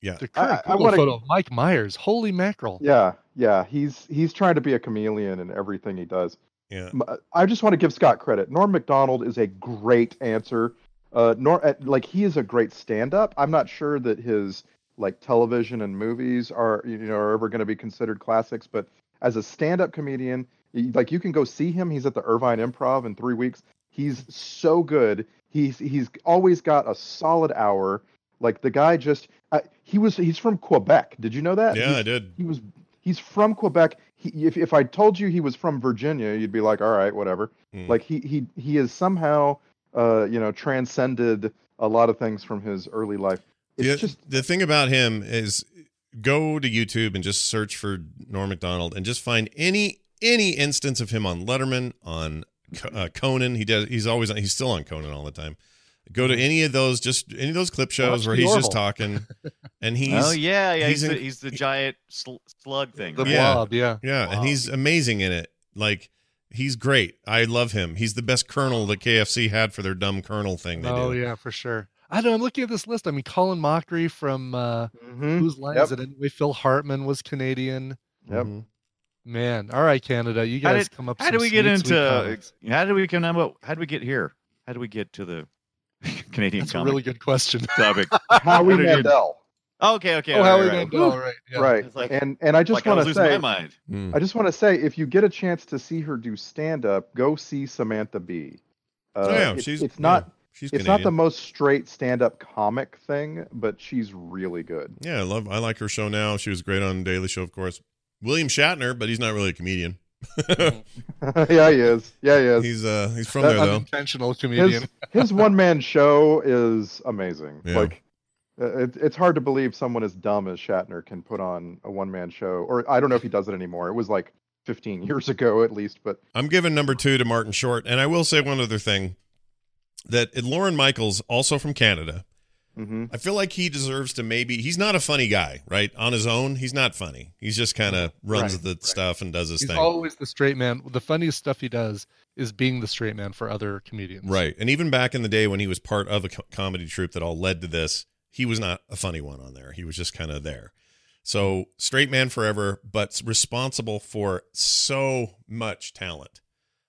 Speaker 3: yeah.
Speaker 5: the
Speaker 6: I-
Speaker 5: current
Speaker 6: I
Speaker 5: Google
Speaker 6: wanna-
Speaker 5: photo of Mike Myers. Holy mackerel!
Speaker 6: Yeah, yeah, he's he's trying to be a chameleon in everything he does.
Speaker 3: Yeah.
Speaker 6: M- I just want to give Scott credit. Norm Macdonald is a great answer. Uh, Norm, uh, like he is a great stand-up. I'm not sure that his like television and movies are you know are ever going to be considered classics, but as a stand-up comedian, y- like you can go see him. He's at the Irvine Improv in three weeks. He's so good. He's he's always got a solid hour. Like the guy just I, he was he's from Quebec. Did you know that?
Speaker 3: Yeah,
Speaker 6: He's-
Speaker 3: I did.
Speaker 6: he was he's from Quebec. He, if if I told you he was from Virginia, you'd be like, all right, whatever.
Speaker 3: Mm.
Speaker 6: Like he he he is somehow uh you know transcended a lot of things from his early life. It's
Speaker 3: the,
Speaker 6: just
Speaker 3: the thing about him is go to YouTube and just search for Norm Macdonald and just find any any instance of him on Letterman, on Co- uh, Conan. He does. He's always. He's still on Conan all the time. Go
Speaker 6: Mm-hmm.
Speaker 3: to any of those, just any of those clip shows
Speaker 5: Watch
Speaker 3: where he's just
Speaker 5: Norval.
Speaker 3: talking, and he's
Speaker 7: oh yeah, yeah.
Speaker 3: he's
Speaker 7: He's,
Speaker 3: in-
Speaker 7: the, he's the giant sl- slug thing.
Speaker 5: The
Speaker 7: right?
Speaker 3: Yeah.
Speaker 5: blob, yeah.
Speaker 3: yeah,
Speaker 7: Wow.
Speaker 3: and he's amazing in it. Like he's great. I love him. He's the best colonel that KFC had for their dumb colonel thing. They
Speaker 5: Oh
Speaker 3: do.
Speaker 5: yeah, for sure. I don't know. I'm looking at this list. I mean, Colin Mockery from uh,
Speaker 6: Mm-hmm.
Speaker 5: Whose Line Is It Anyway? Phil Hartman was Canadian.
Speaker 6: Yep.
Speaker 3: Mhm.
Speaker 5: Man, all right, Canada, you
Speaker 7: How
Speaker 5: guys come up.
Speaker 7: How
Speaker 5: some
Speaker 7: do we get
Speaker 5: sweet, sweet
Speaker 7: into?
Speaker 5: comics.
Speaker 7: How do we come up? How do we get here? How do we get to the Canadian
Speaker 5: That's a
Speaker 7: comic
Speaker 5: really good question.
Speaker 7: topic?
Speaker 6: Howie
Speaker 7: What are you-
Speaker 6: Mandel.
Speaker 7: Oh, okay, okay.
Speaker 5: oh,
Speaker 7: all
Speaker 5: Howie
Speaker 7: right, right.
Speaker 5: Mandel,
Speaker 7: Woo!
Speaker 5: right? yeah.
Speaker 6: Right.
Speaker 7: It's like-
Speaker 6: and and I just
Speaker 7: like I was
Speaker 6: want to
Speaker 7: losing
Speaker 6: say
Speaker 7: my mind.
Speaker 3: Mm.
Speaker 6: I just want to say if you get a chance to see her do stand up, go see Samantha Bee. Uh,
Speaker 3: Oh, yeah,
Speaker 6: it's-
Speaker 3: she's-
Speaker 6: it's not
Speaker 3: yeah, She's
Speaker 6: it's not the
Speaker 3: Canadian.
Speaker 6: most straight stand up comic thing, but she's really good.
Speaker 3: Yeah, I love. I like her show now. She was great on Daily Show, of course. William Shatner, but he's not really a comedian.
Speaker 6: yeah, he is. Yeah, he is.
Speaker 3: He's uh he's from
Speaker 5: That
Speaker 3: there though.
Speaker 5: unintentional comedian.
Speaker 6: his his one man show is amazing.
Speaker 3: Yeah.
Speaker 6: Like, uh, it, it's hard to believe someone as dumb as Shatner can put on a one man show. Or I don't know if he does it anymore. It was like 15 years ago at least, but
Speaker 3: I'm giving number two to Martin Short, and I will say one other thing that Lauren Michaels, also from Canada,
Speaker 6: hmm
Speaker 3: I feel like he deserves to maybe. He's not a funny guy, right? On his own, he's not funny. He's just kind of runs
Speaker 5: Right,
Speaker 3: the stuff and does his
Speaker 5: He's
Speaker 3: thing,
Speaker 5: always the straight man. The funniest stuff he does is being the straight man for other comedians.
Speaker 3: right? And even back in the day when he was part of a co- comedy troupe that all led to this, he was not a funny one on there. He was just kind of there. So straight man forever, but responsible for so much talent.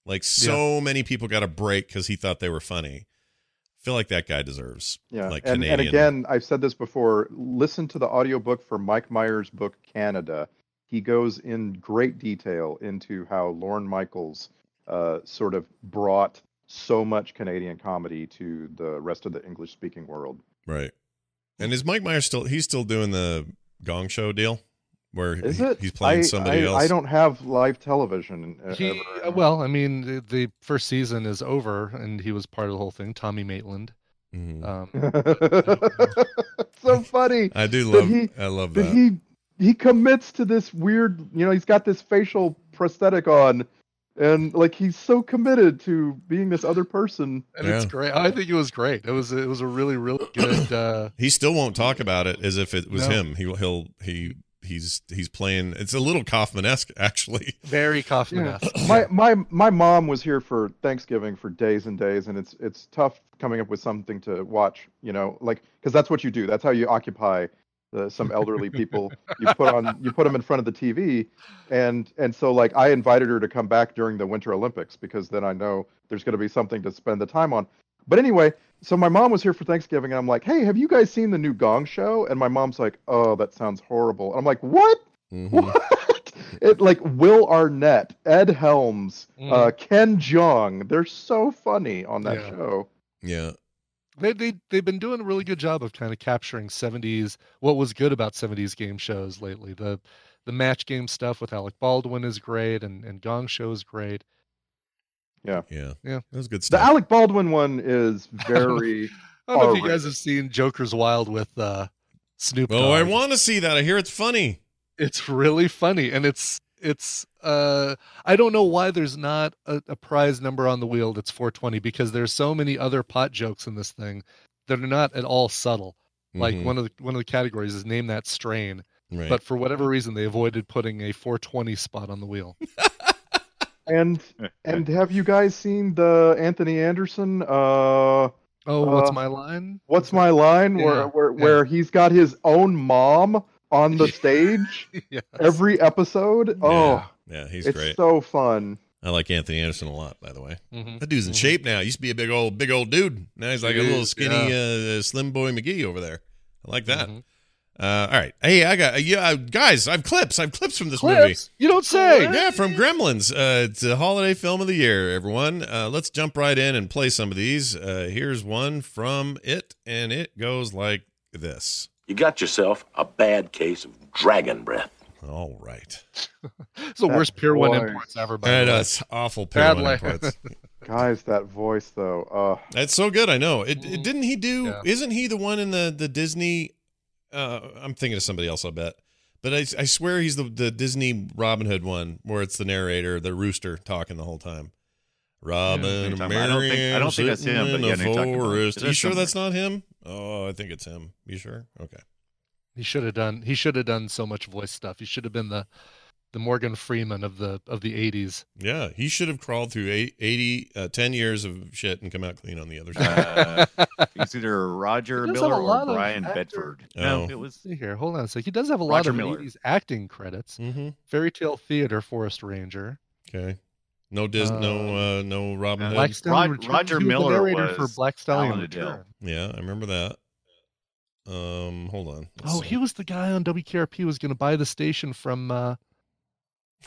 Speaker 3: Like so many people got a break because he thought they were funny. I feel like that guy deserves
Speaker 6: yeah.
Speaker 3: like
Speaker 6: and, and
Speaker 3: Canadian.
Speaker 6: again, I've said this before listen to the audiobook for Mike Myers' book, Canada. He goes in great detail into how Lorne Michaels uh, sort of brought so much Canadian comedy to the rest of the English speaking world.
Speaker 3: Right. And is Mike Myers still? He's still doing the Gong Show deal, where
Speaker 6: Is
Speaker 3: he-
Speaker 6: it?
Speaker 3: he's playing
Speaker 6: I-
Speaker 3: somebody
Speaker 6: I,
Speaker 3: else.
Speaker 6: I don't have live television. uh,
Speaker 5: He,
Speaker 6: ever.
Speaker 5: uh, well, I mean, the, the first season is over, and he was part of the whole thing. Tommy Maitland.
Speaker 3: Mhm.
Speaker 5: Um,
Speaker 6: so funny
Speaker 3: I do
Speaker 6: but
Speaker 3: love.
Speaker 6: he-
Speaker 3: I love
Speaker 6: that
Speaker 3: that.
Speaker 6: he he commits to this weird. You know, he's got this facial prosthetic on, and like he's so committed to being this other person.
Speaker 5: and it's
Speaker 3: Yeah.
Speaker 5: great. I think it was great. It was it was a really really good. Uh,
Speaker 3: he still won't talk about it as if it was
Speaker 5: No.
Speaker 3: him. He will. He'll. He. He's. He's playing. It's a little Kaufman esque, actually.
Speaker 5: very Kaufman.
Speaker 6: Yeah. My my my mom was here for Thanksgiving for days and days, and it's it's tough coming up with something to watch. You know, like because that's what you do. That's how you occupy the, some elderly people. you put on you put them in front of the TV, and and so like I invited her to come back during the Winter Olympics because then I know there's going to be something to spend the time on. But anyway, so my mom was here for Thanksgiving, and I'm like, hey, have you guys seen the new Gong Show? And my mom's like, oh, that sounds horrible. And I'm like, what? Mm-hmm.
Speaker 3: Mhm.
Speaker 6: What? It like Will Arnett, Ed Helms,
Speaker 5: Mhm.
Speaker 3: Mm.
Speaker 6: uh, Ken Jeong. They're so funny on that
Speaker 5: Yeah.
Speaker 6: show.
Speaker 3: Yeah.
Speaker 5: They they they've been doing a really good job of kind of capturing 70s what was good about 70s game shows lately. The the match game stuff with Alec Baldwin is great and and Gong Show is great.
Speaker 3: Yeah.
Speaker 5: Yeah.
Speaker 3: That was good
Speaker 6: The
Speaker 3: stuff.
Speaker 6: Alec Baldwin one is very.
Speaker 5: I don't know if you
Speaker 6: R-rated.
Speaker 5: guys have seen Joker's Wild with uh Snoop Dogg.
Speaker 3: oh, I want to see that. I hear it's funny.
Speaker 5: it's really funny and it's it's uh I don't know why there's not a, a prize number on the wheel that's 420 because there's so many other pot jokes in this thing that are not at all subtle. Like
Speaker 3: Mhm.
Speaker 5: one of the one of the categories is name that strain.
Speaker 3: Right.
Speaker 5: but for whatever reason they avoided putting a 420 spot on the wheel
Speaker 6: And and have you guys seen the Anthony Anderson? Uh,
Speaker 5: oh what's
Speaker 6: Uh,
Speaker 5: my line
Speaker 6: what's my line?
Speaker 5: Yeah,
Speaker 6: Where where
Speaker 5: yeah.
Speaker 6: where he's got his own mom on the stage
Speaker 5: yeah
Speaker 6: every episode. Oh,
Speaker 3: yeah, he's
Speaker 6: it's
Speaker 3: great.
Speaker 6: so fun.
Speaker 3: I like Anthony Anderson a lot, by the way.
Speaker 5: Mhm.
Speaker 3: That dude's in
Speaker 5: Mhm.
Speaker 3: shape now. He used to be a big old, big old dude. Now he's like a
Speaker 5: Dude,
Speaker 3: little skinny, uh, slim boy McGee over there. I like that.
Speaker 5: Mhm.
Speaker 3: Uh, all right. Hey, I got yeah, guys. I've clips. I've clips from this
Speaker 5: Clips? you don't say
Speaker 3: movie. Yeah, from Gremlins. Uh, it's a holiday film of the year, everyone. Uh, let's jump right in and play some of these. Uh, here's one from it, and it goes like this.
Speaker 1: You got yourself a bad case of dragon breath.
Speaker 3: All right.
Speaker 5: it's the
Speaker 6: That
Speaker 5: worst pier one
Speaker 6: voice.
Speaker 5: imports ever by
Speaker 3: I
Speaker 5: the
Speaker 3: know,
Speaker 5: way.
Speaker 3: it's awful.
Speaker 5: Bad
Speaker 3: Bad
Speaker 5: laugh.
Speaker 3: parts.
Speaker 6: Guys, that voice though. Uh,
Speaker 3: That's so good. I know. It, it
Speaker 7: Mm.
Speaker 5: Mhm.
Speaker 3: didn't he do?
Speaker 5: Yeah.
Speaker 3: Isn't he the one in the the Disney? Uh, I'm thinking of somebody else. I bet. But I, I swear he's the, the Disney Robin Hood one where it's the narrator, the rooster talking the whole time. Robin, and
Speaker 7: Yeah, I don't think- I
Speaker 3: Marian
Speaker 7: don't think that's
Speaker 3: sitting
Speaker 7: him,
Speaker 3: in
Speaker 7: but yeah,
Speaker 3: the
Speaker 7: they're talking about it.
Speaker 3: forest.
Speaker 7: It
Speaker 3: You
Speaker 7: is
Speaker 3: sure
Speaker 7: somewhere.
Speaker 3: that's not him? Oh, I think it's him. You sure? Okay.
Speaker 5: He should have done. He should have done so much voice stuff. He should have been the the Morgan Freeman of the of the eighties.
Speaker 3: Yeah, he should have crawled through eight- 80, uh, 10 years of shit and come out clean on the other side.
Speaker 7: Uh, it's either Roger
Speaker 5: He does have
Speaker 7: Miller
Speaker 5: a lot
Speaker 7: or
Speaker 5: of
Speaker 7: Brian
Speaker 5: actor-
Speaker 7: Bedford.
Speaker 3: Oh.
Speaker 7: No, it was
Speaker 5: See here, hold on a sec. He does have a
Speaker 7: Roger
Speaker 5: lot
Speaker 7: Miller.
Speaker 5: of eighties acting credits.
Speaker 3: mm-hmm.
Speaker 5: Fairy Tale Theater, Forest Ranger,
Speaker 3: Okay. No Disney.
Speaker 7: Um,
Speaker 3: no. Uh, no Robin
Speaker 7: Uh,
Speaker 3: Hood.
Speaker 5: Black Stallion.
Speaker 7: Rod-
Speaker 5: Returns.
Speaker 7: Roger
Speaker 5: He was the
Speaker 7: Miller
Speaker 5: narrator for
Speaker 7: was
Speaker 5: Black Stallion
Speaker 7: Alan Adele.
Speaker 5: Return.
Speaker 3: yeah, I remember that. Um, hold on. Let's
Speaker 5: Oh,
Speaker 3: see.
Speaker 5: he was the guy on WKRP who was going to buy the station from uh,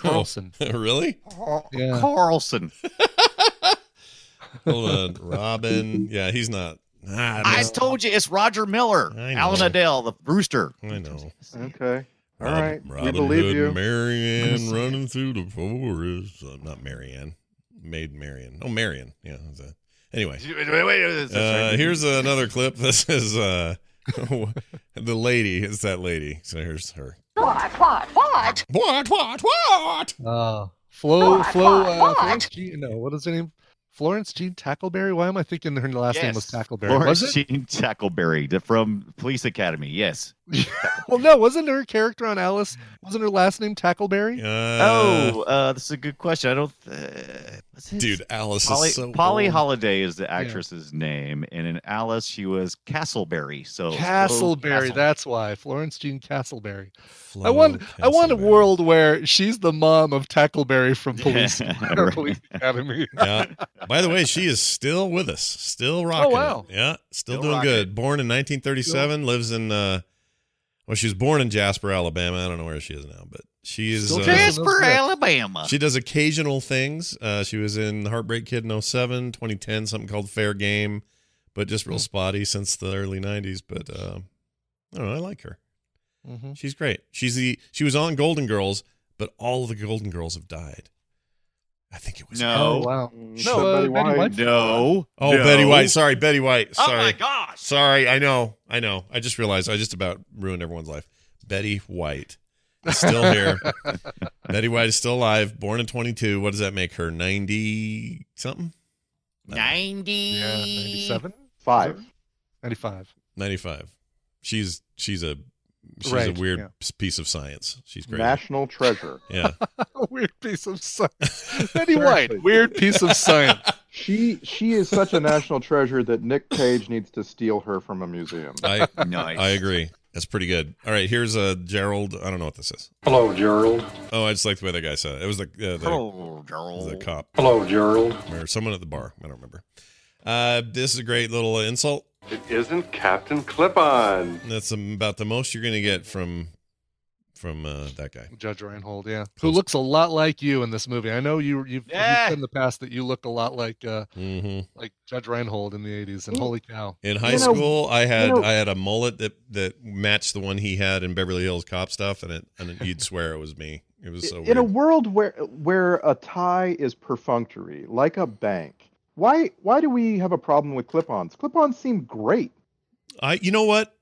Speaker 3: Oh.
Speaker 5: Carlson.
Speaker 3: really?
Speaker 5: Yeah.
Speaker 7: Carlson.
Speaker 3: Hold on, Robin. Yeah, he's not. Nah, I,
Speaker 7: I
Speaker 3: don't-
Speaker 7: told you it's Roger Miller.
Speaker 3: I know.
Speaker 7: Alan Adele, the rooster.
Speaker 3: I know.
Speaker 6: Okay. All
Speaker 3: Rob-
Speaker 6: right, we
Speaker 3: Robin
Speaker 6: believe
Speaker 3: Hood
Speaker 6: you.
Speaker 3: and Marianne running through the forest. Uh, not Marianne. Maid Marian. Oh, Marian. Yeah. that's it. Anyway,
Speaker 7: Wait, wait, wait, that's
Speaker 3: uh,
Speaker 7: right.
Speaker 3: here's another clip. This is uh, the lady. It's that lady. So here's her.
Speaker 8: What, what, what?
Speaker 3: What? What? What?
Speaker 5: Uh, Flo, Flo, uh,
Speaker 8: what?
Speaker 5: Florence Jean, no, what is her name? Florence Jean Tackleberry? Why am I thinking her last name was
Speaker 7: Yes.
Speaker 5: Tackleberry?
Speaker 7: Lawrence
Speaker 5: was it?
Speaker 7: Sheen Tackleberry the- from Police Academy. Yes.
Speaker 5: Well, no, wasn't her character on Alice? Wasn't her last name Tackleberry?
Speaker 3: Uh,
Speaker 7: oh, uh, that's a good question. I don't. Uh, what's his-
Speaker 3: dude, Alice
Speaker 7: Polly,
Speaker 3: is so.
Speaker 7: Polly
Speaker 3: old.
Speaker 7: Holiday is the actress's name, and in Alice she was Castleberry. So Flo
Speaker 5: Castleberry.
Speaker 7: Castle.
Speaker 5: That's why Florence Jean Castleberry.
Speaker 3: Flo
Speaker 5: I want. I want a
Speaker 3: Castleberry.
Speaker 5: world where she's the mom of Tackleberry from Police,
Speaker 7: Yeah,
Speaker 5: or
Speaker 7: right.
Speaker 5: Police Academy.
Speaker 3: yeah. By the way, she is still with us, still rocking. it.
Speaker 5: Oh, wow.
Speaker 3: Yeah, still,
Speaker 7: Still
Speaker 3: doing
Speaker 7: rocking
Speaker 3: good. Born in 1937, lives in. uh Well, she was born in Jasper, Alabama. I don't know where she is now, but she is.
Speaker 5: Still
Speaker 3: Uh,
Speaker 5: Jasper?
Speaker 7: Jasper, Alabama.
Speaker 3: she does occasional things. Uh, she was in Heartbreak Kid in 07, 2010, something called Fair Game, but just
Speaker 7: Hmm.
Speaker 3: real spotty since the early 90s. But uh, I don't know. I like her.
Speaker 5: Mhm.
Speaker 3: She's great. She's the she was on Golden Girls, but all of the Golden Girls have died. I think it was
Speaker 5: Oh
Speaker 7: no,
Speaker 5: wow.
Speaker 6: So
Speaker 5: uh,
Speaker 6: Betty
Speaker 5: Betty
Speaker 6: White.
Speaker 5: White?
Speaker 7: no.
Speaker 3: Oh,
Speaker 7: no.
Speaker 3: Betty White. Sorry, Betty White. Sorry.
Speaker 7: Oh my gosh.
Speaker 3: Sorry. I know. I know. I just realized I just about ruined everyone's life. Betty White is still here. Betty White is still alive. Born in 22. What does that make her? 90 something?
Speaker 7: Ninety.
Speaker 5: Yeah, 97?
Speaker 6: Five.
Speaker 5: 95.
Speaker 3: 95. She's she's a she's
Speaker 5: Right,
Speaker 3: a weird
Speaker 5: yeah.
Speaker 3: s- piece of science. She's great.
Speaker 6: National treasure.
Speaker 3: yeah.
Speaker 5: A weird piece of science. Betty White, weird piece of science.
Speaker 6: She she is such a national treasure that Nick Cage needs to steal her from a museum.
Speaker 3: I
Speaker 7: Nice.
Speaker 3: I agree. That's pretty good. All right, here's uh, Gerald. I don't know what this is.
Speaker 9: Hello, Gerald.
Speaker 3: Oh, I just like the way that guy said it. It was the uh, the,
Speaker 7: Oh, girl.
Speaker 3: the cop.
Speaker 9: Hello, Gerald.
Speaker 3: or someone at the bar. I don't remember. Uh, this is a great little insult.
Speaker 9: It isn't Captain Clip On.
Speaker 3: That's about the most you're gonna get from from uh, that guy.
Speaker 5: Judge Reinhold, yeah, who looks a lot like you in this movie. I know you you've, you've
Speaker 7: Yeah.
Speaker 5: said in the past that you look a lot like uh,
Speaker 3: hmm
Speaker 5: like Judge Reinhold in the '80s, and holy cow,
Speaker 3: In high
Speaker 6: You know-
Speaker 3: school, I had
Speaker 6: you know-
Speaker 3: I had a mullet that that matched the one he had in Beverly Hills Cop stuff, and it and it- you'd swear it was me. It was so
Speaker 6: in a
Speaker 3: weird.
Speaker 6: world where where a tie is perfunctory, like a bank, why why do we have a problem with clip-ons? Clip-ons seem great.
Speaker 3: I you know what?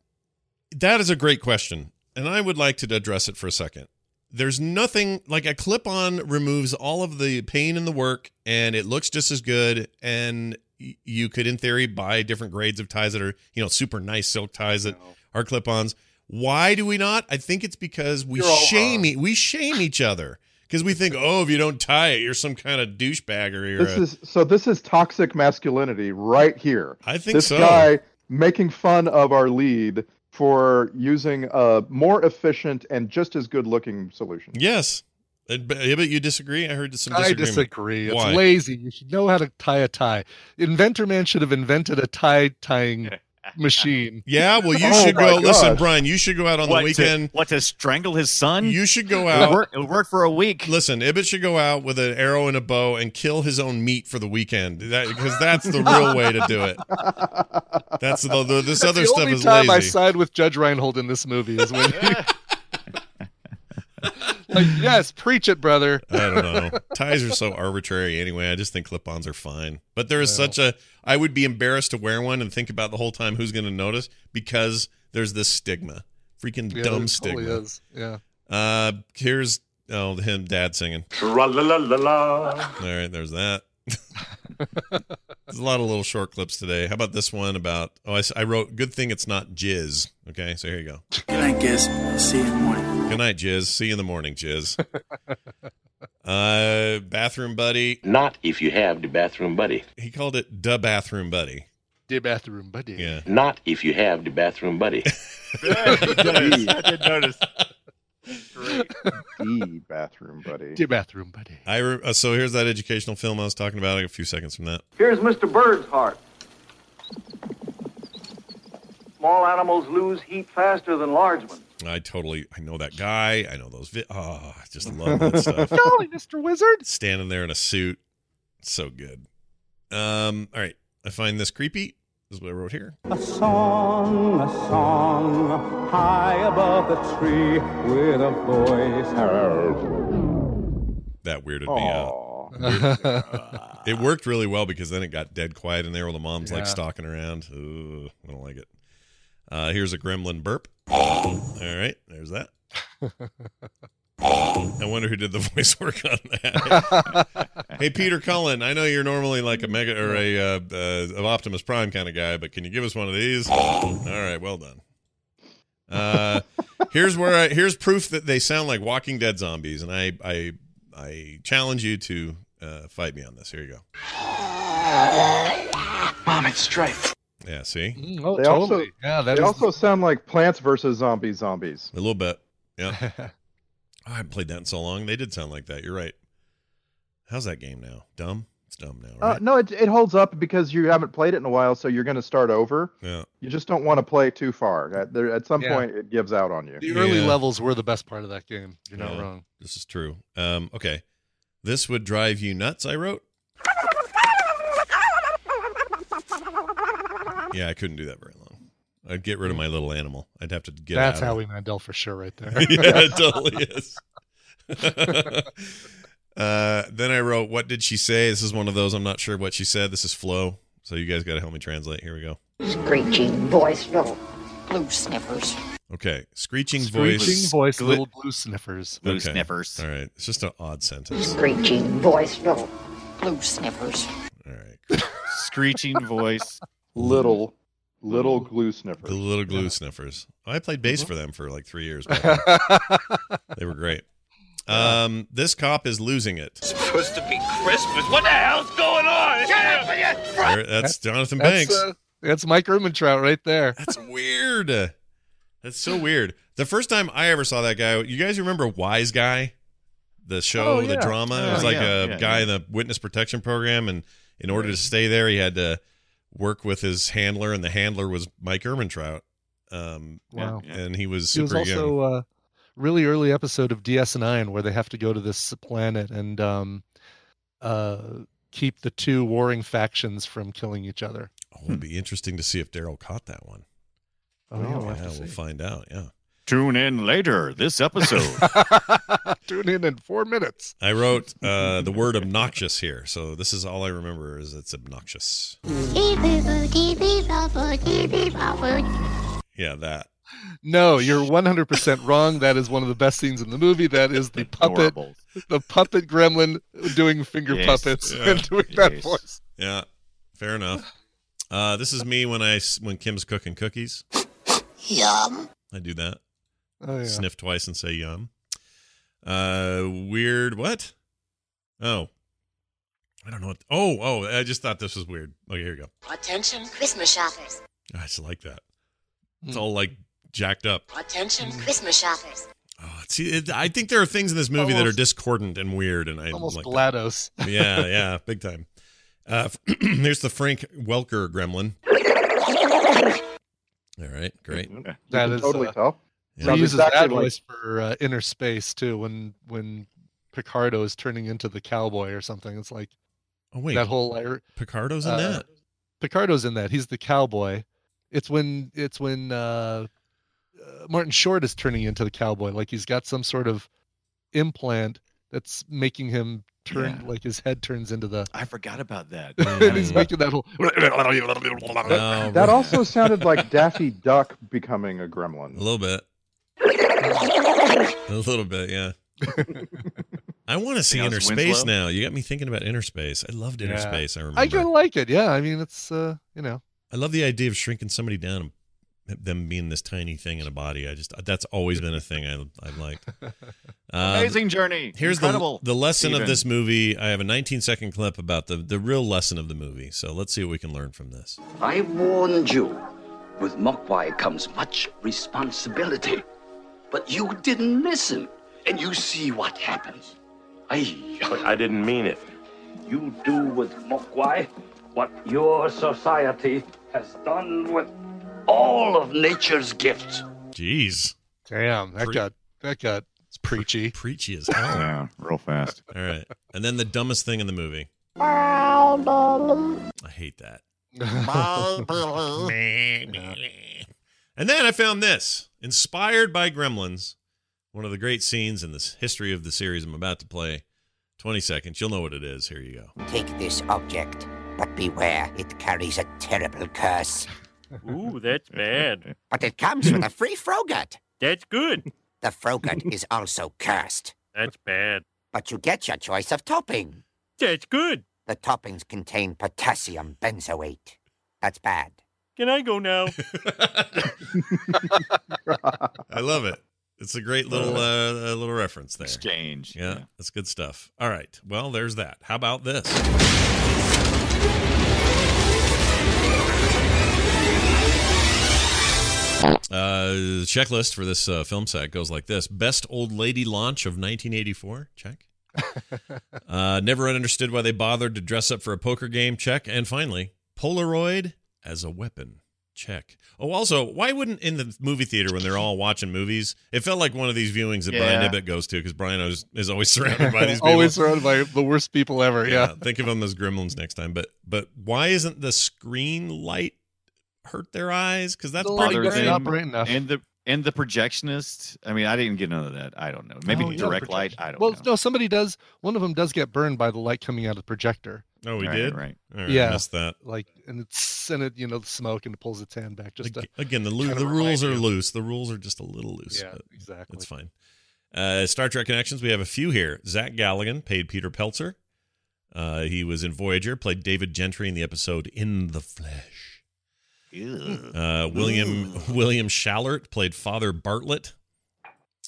Speaker 3: That is a great question, and I would like to address it for a second. There's nothing like a clip on removes all of the pain in the work, and it looks just as good. And y- you could, in theory, buy different grades of ties that are you know super nice silk ties that are clip ons. Why do we not? I think it's because we
Speaker 6: You're all
Speaker 3: shame
Speaker 6: wrong.
Speaker 3: e- we shame each other because we think oh if you don't tie it you're some kind of douchebag or you're
Speaker 6: This
Speaker 3: a,
Speaker 6: is so this is toxic masculinity right here.
Speaker 3: I think
Speaker 6: This
Speaker 3: so.
Speaker 6: guy making fun of our lead for using a more efficient and just as good looking solution.
Speaker 3: yes, And- but but you disagree. I heard some
Speaker 5: I
Speaker 3: disagreement.
Speaker 5: disagree. It's
Speaker 3: Why?
Speaker 5: lazy. You should know how to tie a tie. Inventor man should have invented a tie tying machine.
Speaker 3: Yeah, well, you
Speaker 6: Oh
Speaker 3: should
Speaker 6: my
Speaker 3: go. Listen,
Speaker 6: gosh.
Speaker 3: Brian, you should go out on
Speaker 7: What
Speaker 3: the weekend.
Speaker 7: To, what to strangle his son?
Speaker 3: You uh, should go
Speaker 7: it,
Speaker 3: out.
Speaker 7: worked, it worked for a week.
Speaker 3: Listen, Ibbot should go out with an arrow and a bow and kill his own meat for the weekend. That because that's the real way to do it. That's the, the- this other
Speaker 5: the
Speaker 3: stuff
Speaker 5: only
Speaker 3: is
Speaker 5: time I
Speaker 3: lazy.
Speaker 5: side with Judge Reinhold in this movie is when, he, like, yes, preach it, brother.
Speaker 3: I don't know. Ties are so arbitrary anyway. I just think clip-ons are fine. But there is
Speaker 5: Well.
Speaker 3: such a I would be embarrassed to wear one and think about the whole time who's going to notice because there's this stigma. Freaking
Speaker 5: Yeah,
Speaker 3: dumb
Speaker 5: there
Speaker 3: stigma.
Speaker 5: totally is. Yeah.
Speaker 3: Uh here's oh him dad singing.
Speaker 9: Tra-la-la-la-la.
Speaker 3: All right, there's that. There's a lot of little short clips today. How about this one about? Oh, I, s- I wrote. Good thing it's not jizz. Okay, so here you go.
Speaker 10: Good night, guys. See you in the morning.
Speaker 3: Good night, jizz. See you in the morning, jizz. Uh, bathroom buddy.
Speaker 1: Not if you have the bathroom buddy.
Speaker 3: He called it duh bathroom buddy.
Speaker 5: Dear bathroom buddy.
Speaker 3: Yeah.
Speaker 1: Not if you have the bathroom buddy.
Speaker 4: I did notice.
Speaker 6: the bathroom buddy.
Speaker 5: Dear bathroom buddy.
Speaker 3: I re- uh, so here's that educational film I was talking about. A few seconds from that.
Speaker 10: Here's Mr. Bird's heart. Small animals lose heat faster than large ones.
Speaker 3: I totally. I know that guy. I know those. Vi- oh, I just love that stuff.
Speaker 5: Golly, Mr. Wizard.
Speaker 3: Standing there in a suit. So good. Um. All right. I find this creepy. This is what I wrote here.
Speaker 11: A song, a song, high above the tree with a voice.
Speaker 3: That weirded me out.
Speaker 6: Aw.
Speaker 3: It worked really well because then it got dead quiet in there while the mom's like
Speaker 5: Yeah.
Speaker 3: stalking around. Ooh, I don't like it. Uh, here's a gremlin burp. All right, there's that. I wonder who did the voice work on that. hey, Peter Cullen, I know you're normally like a mega or a uh, uh, an Optimus Prime kind of guy, but can you give us one of these? All right, well done. Uh, here's where I, here's proof that they sound like Walking Dead zombies, and I I I challenge you to uh, fight me on this. Here you go.
Speaker 10: Mom, it's Strife.
Speaker 3: Yeah, see?
Speaker 5: Mm, oh,
Speaker 6: They
Speaker 5: totally.
Speaker 6: also-
Speaker 5: yeah, that is-
Speaker 6: They also sound like Plants versus Zombie Zombies.
Speaker 3: A little bit. Yeah. Oh, I haven't played that in so long. They did sound like that. You're right. How's that game now? Dumb? It's dumb now,
Speaker 6: Uh,
Speaker 3: right?
Speaker 6: no, it, it holds up because you haven't played it in a while, so you're going to start over.
Speaker 3: Yeah.
Speaker 6: You just don't want to play too far. At, there, at some
Speaker 5: Yeah.
Speaker 6: point, it gives out on you.
Speaker 5: the early
Speaker 3: Yeah.
Speaker 5: levels were the best part of that game. You're not
Speaker 3: Yeah.
Speaker 5: wrong.
Speaker 3: This is true. Um, okay. This would drive you nuts, I wrote. Yeah, I couldn't do that very long. I'd get rid of my little animal. I'd have to get
Speaker 5: That's
Speaker 3: out of
Speaker 5: how
Speaker 3: it.
Speaker 5: we Mandel for sure, right there.
Speaker 3: yeah, it totally is. uh, then I wrote, "What did she say?" This is one of those. I'm not sure what she said. This is flow, so you guys got to help me translate. Here we go.
Speaker 8: Screeching voice, little blue sniffers.
Speaker 3: Okay, screeching,
Speaker 5: Screeching
Speaker 3: voice.
Speaker 5: voice,
Speaker 7: Glit-
Speaker 5: little blue sniffers.
Speaker 7: Blue
Speaker 3: Okay.
Speaker 7: sniffers.
Speaker 3: All right, it's just an odd sentence.
Speaker 8: Screeching voice, little blue sniffers.
Speaker 3: All right,
Speaker 7: Screeching voice.
Speaker 6: Little, little glue sniffer.
Speaker 3: the little glue sniffers. I played bass for them for like three years. back then. they were great. Um, this cop is losing it.
Speaker 11: Supposed to be Christmas. What the hell's going on? Shut up with you!
Speaker 3: There- That's Jonathan
Speaker 5: That's,
Speaker 3: Banks.
Speaker 5: uh, that's Mike Ermentrout right there.
Speaker 3: That's weird. That's so weird. The first time I ever saw that guy, you guys remember Wise Guy, the show,
Speaker 5: Oh,
Speaker 3: the
Speaker 5: yeah.
Speaker 3: drama. it
Speaker 7: Oh,
Speaker 3: was like
Speaker 7: yeah,
Speaker 3: a
Speaker 7: yeah,
Speaker 3: guy in the witness protection program, and in order to stay there, he had to work with his handler, and the handler was Mike Ermentrout. Um,
Speaker 7: Yeah,
Speaker 5: Wow.
Speaker 7: yeah.
Speaker 3: and he was
Speaker 5: He was
Speaker 3: super young.
Speaker 5: also uh, really early episode of DS9 where they have to go to this planet and um, uh, keep the two warring factions from killing each other.
Speaker 3: Oh, it'd be interesting to see if Daryl caught that one.
Speaker 5: Oh, yeah, we'll have
Speaker 3: yeah,
Speaker 5: to
Speaker 3: we'll
Speaker 5: see.
Speaker 3: find out. Yeah.
Speaker 7: Tune in later this episode.
Speaker 5: Tune in in four minutes.
Speaker 3: I wrote uh, the word obnoxious here, so this is all I remember is it's obnoxious. Yeah, that.
Speaker 5: No, you're 100% wrong. That is one of the best scenes in the movie. That is the puppet,
Speaker 7: Adorable.
Speaker 5: the puppet gremlin doing finger
Speaker 7: Yes.
Speaker 5: puppets
Speaker 3: Yeah.
Speaker 5: and doing that
Speaker 7: Yes.
Speaker 5: voice.
Speaker 3: Yeah, fair enough. Uh, this is me when I s- when Kim's cooking cookies.
Speaker 8: Yum.
Speaker 3: I do that.
Speaker 5: Oh, yeah.
Speaker 3: Sniff twice and say yum. Uh, weird. What? Oh, I don't know. What, oh, oh, I just thought this was weird. Okay, here we go. Ah,
Speaker 8: Attention, Christmas shoppers.
Speaker 3: I just like that. It's
Speaker 5: Hmm.
Speaker 3: all like jacked up.
Speaker 8: Attention, Christmas shoppers.
Speaker 3: Oh, see, it, I think there are things in this movie that are
Speaker 5: Almost-
Speaker 3: discordant and weird, and I
Speaker 5: Almost
Speaker 3: like that.
Speaker 5: GLaDOS.
Speaker 3: yeah, yeah, big time. Uh, here's the Frank Welker gremlin. All right, great.
Speaker 6: You
Speaker 5: That
Speaker 6: can
Speaker 5: is,
Speaker 6: totally
Speaker 5: uh,
Speaker 6: tell.
Speaker 3: Yeah.
Speaker 5: He
Speaker 6: Sounds
Speaker 5: uses
Speaker 6: exactly
Speaker 5: that
Speaker 6: like-
Speaker 5: voice for uh, inner space too. When when Picardo is turning into the cowboy or something, it's like
Speaker 3: Oh wait,
Speaker 5: that whole. layer-
Speaker 3: Picardo's in
Speaker 5: uh,
Speaker 3: that.
Speaker 5: Picardo's in that. He's the cowboy. It's when it's when uh, uh, Martin Short is turning into the cowboy. Like he's got some sort of implant that's making him turn.
Speaker 7: Yeah. Mm-hmm.
Speaker 5: Like his head turns into the.
Speaker 7: I forgot about that.
Speaker 5: and he's
Speaker 3: Mm.
Speaker 5: making that whole.
Speaker 3: No,
Speaker 6: That
Speaker 3: Oh, really-
Speaker 6: also sounded like Daffy Duck becoming a gremlin.
Speaker 3: a little bit, a little bit, yeah. I want to see
Speaker 7: Think I
Speaker 3: Inner
Speaker 7: was
Speaker 3: Space
Speaker 7: Winslow?
Speaker 3: now. You got me thinking about Inner Space. I loved Inner Space. I remember.
Speaker 5: I kind of like it. Yeah, I mean, it's uh, you know,
Speaker 3: I love the idea of shrinking somebody down and them being this tiny thing in a body. I just that's always been a thing I I've liked. Um,
Speaker 7: Amazing journey.
Speaker 3: Here's
Speaker 7: Incredible,
Speaker 3: the the lesson
Speaker 7: Steven.
Speaker 3: of this movie. I have a 19 second clip about the the real lesson of the movie. So let's see what we can learn from this.
Speaker 12: I warned you. With Mokwai comes much responsibility. But you didn't listen. And you see what happens. I,
Speaker 1: I didn't mean it.
Speaker 12: You do with Mokwai what your society has done with all of nature's gifts.
Speaker 3: Jeez.
Speaker 5: damn, that
Speaker 3: Pre-
Speaker 5: got that got it's preachy.
Speaker 3: Preachy as hell.
Speaker 7: Yeah, real fast.
Speaker 3: All right. And then the dumbest thing in the movie. I hate that. And then I found this inspired by Gremlins, one of the great scenes in this history of the series I'm about to play. 20 seconds. You'll know what it is. Here you go.
Speaker 13: Take this object, but beware, it carries a terrible curse.
Speaker 14: Ooh, that's bad.
Speaker 13: But it comes with a free frogut.
Speaker 14: That's good.
Speaker 13: The frogut is also cursed.
Speaker 14: That's bad.
Speaker 13: But you get your choice of topping.
Speaker 14: That's good.
Speaker 13: The toppings contain potassium benzoate. That's bad.
Speaker 14: Can I go now?
Speaker 3: I love it. It's a great little uh, uh, little reference there.
Speaker 7: Exchange.
Speaker 3: Yeah, that's good stuff. All right. Well, there's that. How about this? Uh, the checklist for this uh, film set goes like this: Best old lady launch of 1984. Check. uh, never understood why they bothered to dress up for a poker game. Check. And finally, Polaroid as a weapon. Check. Oh, also, why wouldn't in the movie theater when they're all watching movies? It felt like one of these viewings that
Speaker 5: Yeah.
Speaker 3: Brian Ibbett goes to because Brian is, is always surrounded by these people.
Speaker 5: Always surrounded by the worst people ever. Yeah.
Speaker 3: think of them as gremlins next time. But but why isn't the screen light hurt their eyes? Because that's pretty
Speaker 7: Bothers
Speaker 3: great.
Speaker 7: him. And the and the projectionist. I mean, I didn't get none of that. I don't know. Maybe
Speaker 5: Oh, yeah,
Speaker 7: direct
Speaker 5: projection.
Speaker 7: light. I don't
Speaker 5: well,
Speaker 7: know.
Speaker 5: no, somebody does. One of them does get burned by the light coming out of the projector.
Speaker 3: Oh, we
Speaker 7: Right,
Speaker 3: did.
Speaker 7: right.
Speaker 3: All right,
Speaker 5: Yeah.
Speaker 3: missed that.
Speaker 5: Like, and it's and it, you know, the smoke and it pulls its hand back. Just to,
Speaker 3: Again, the lo-
Speaker 5: kind of
Speaker 3: the
Speaker 5: remind
Speaker 3: rules are
Speaker 5: you.
Speaker 3: loose. The rules are just a little loose.
Speaker 5: Yeah,
Speaker 3: but
Speaker 5: exactly.
Speaker 3: It's fine. Uh, Star Trek connections. We have a few here. Zach Galligan played Peter Peltzer. Uh, he was in Voyager. Played David Gentry in the episode In the Flesh. Uh, William William Shallert played Father Bartlett.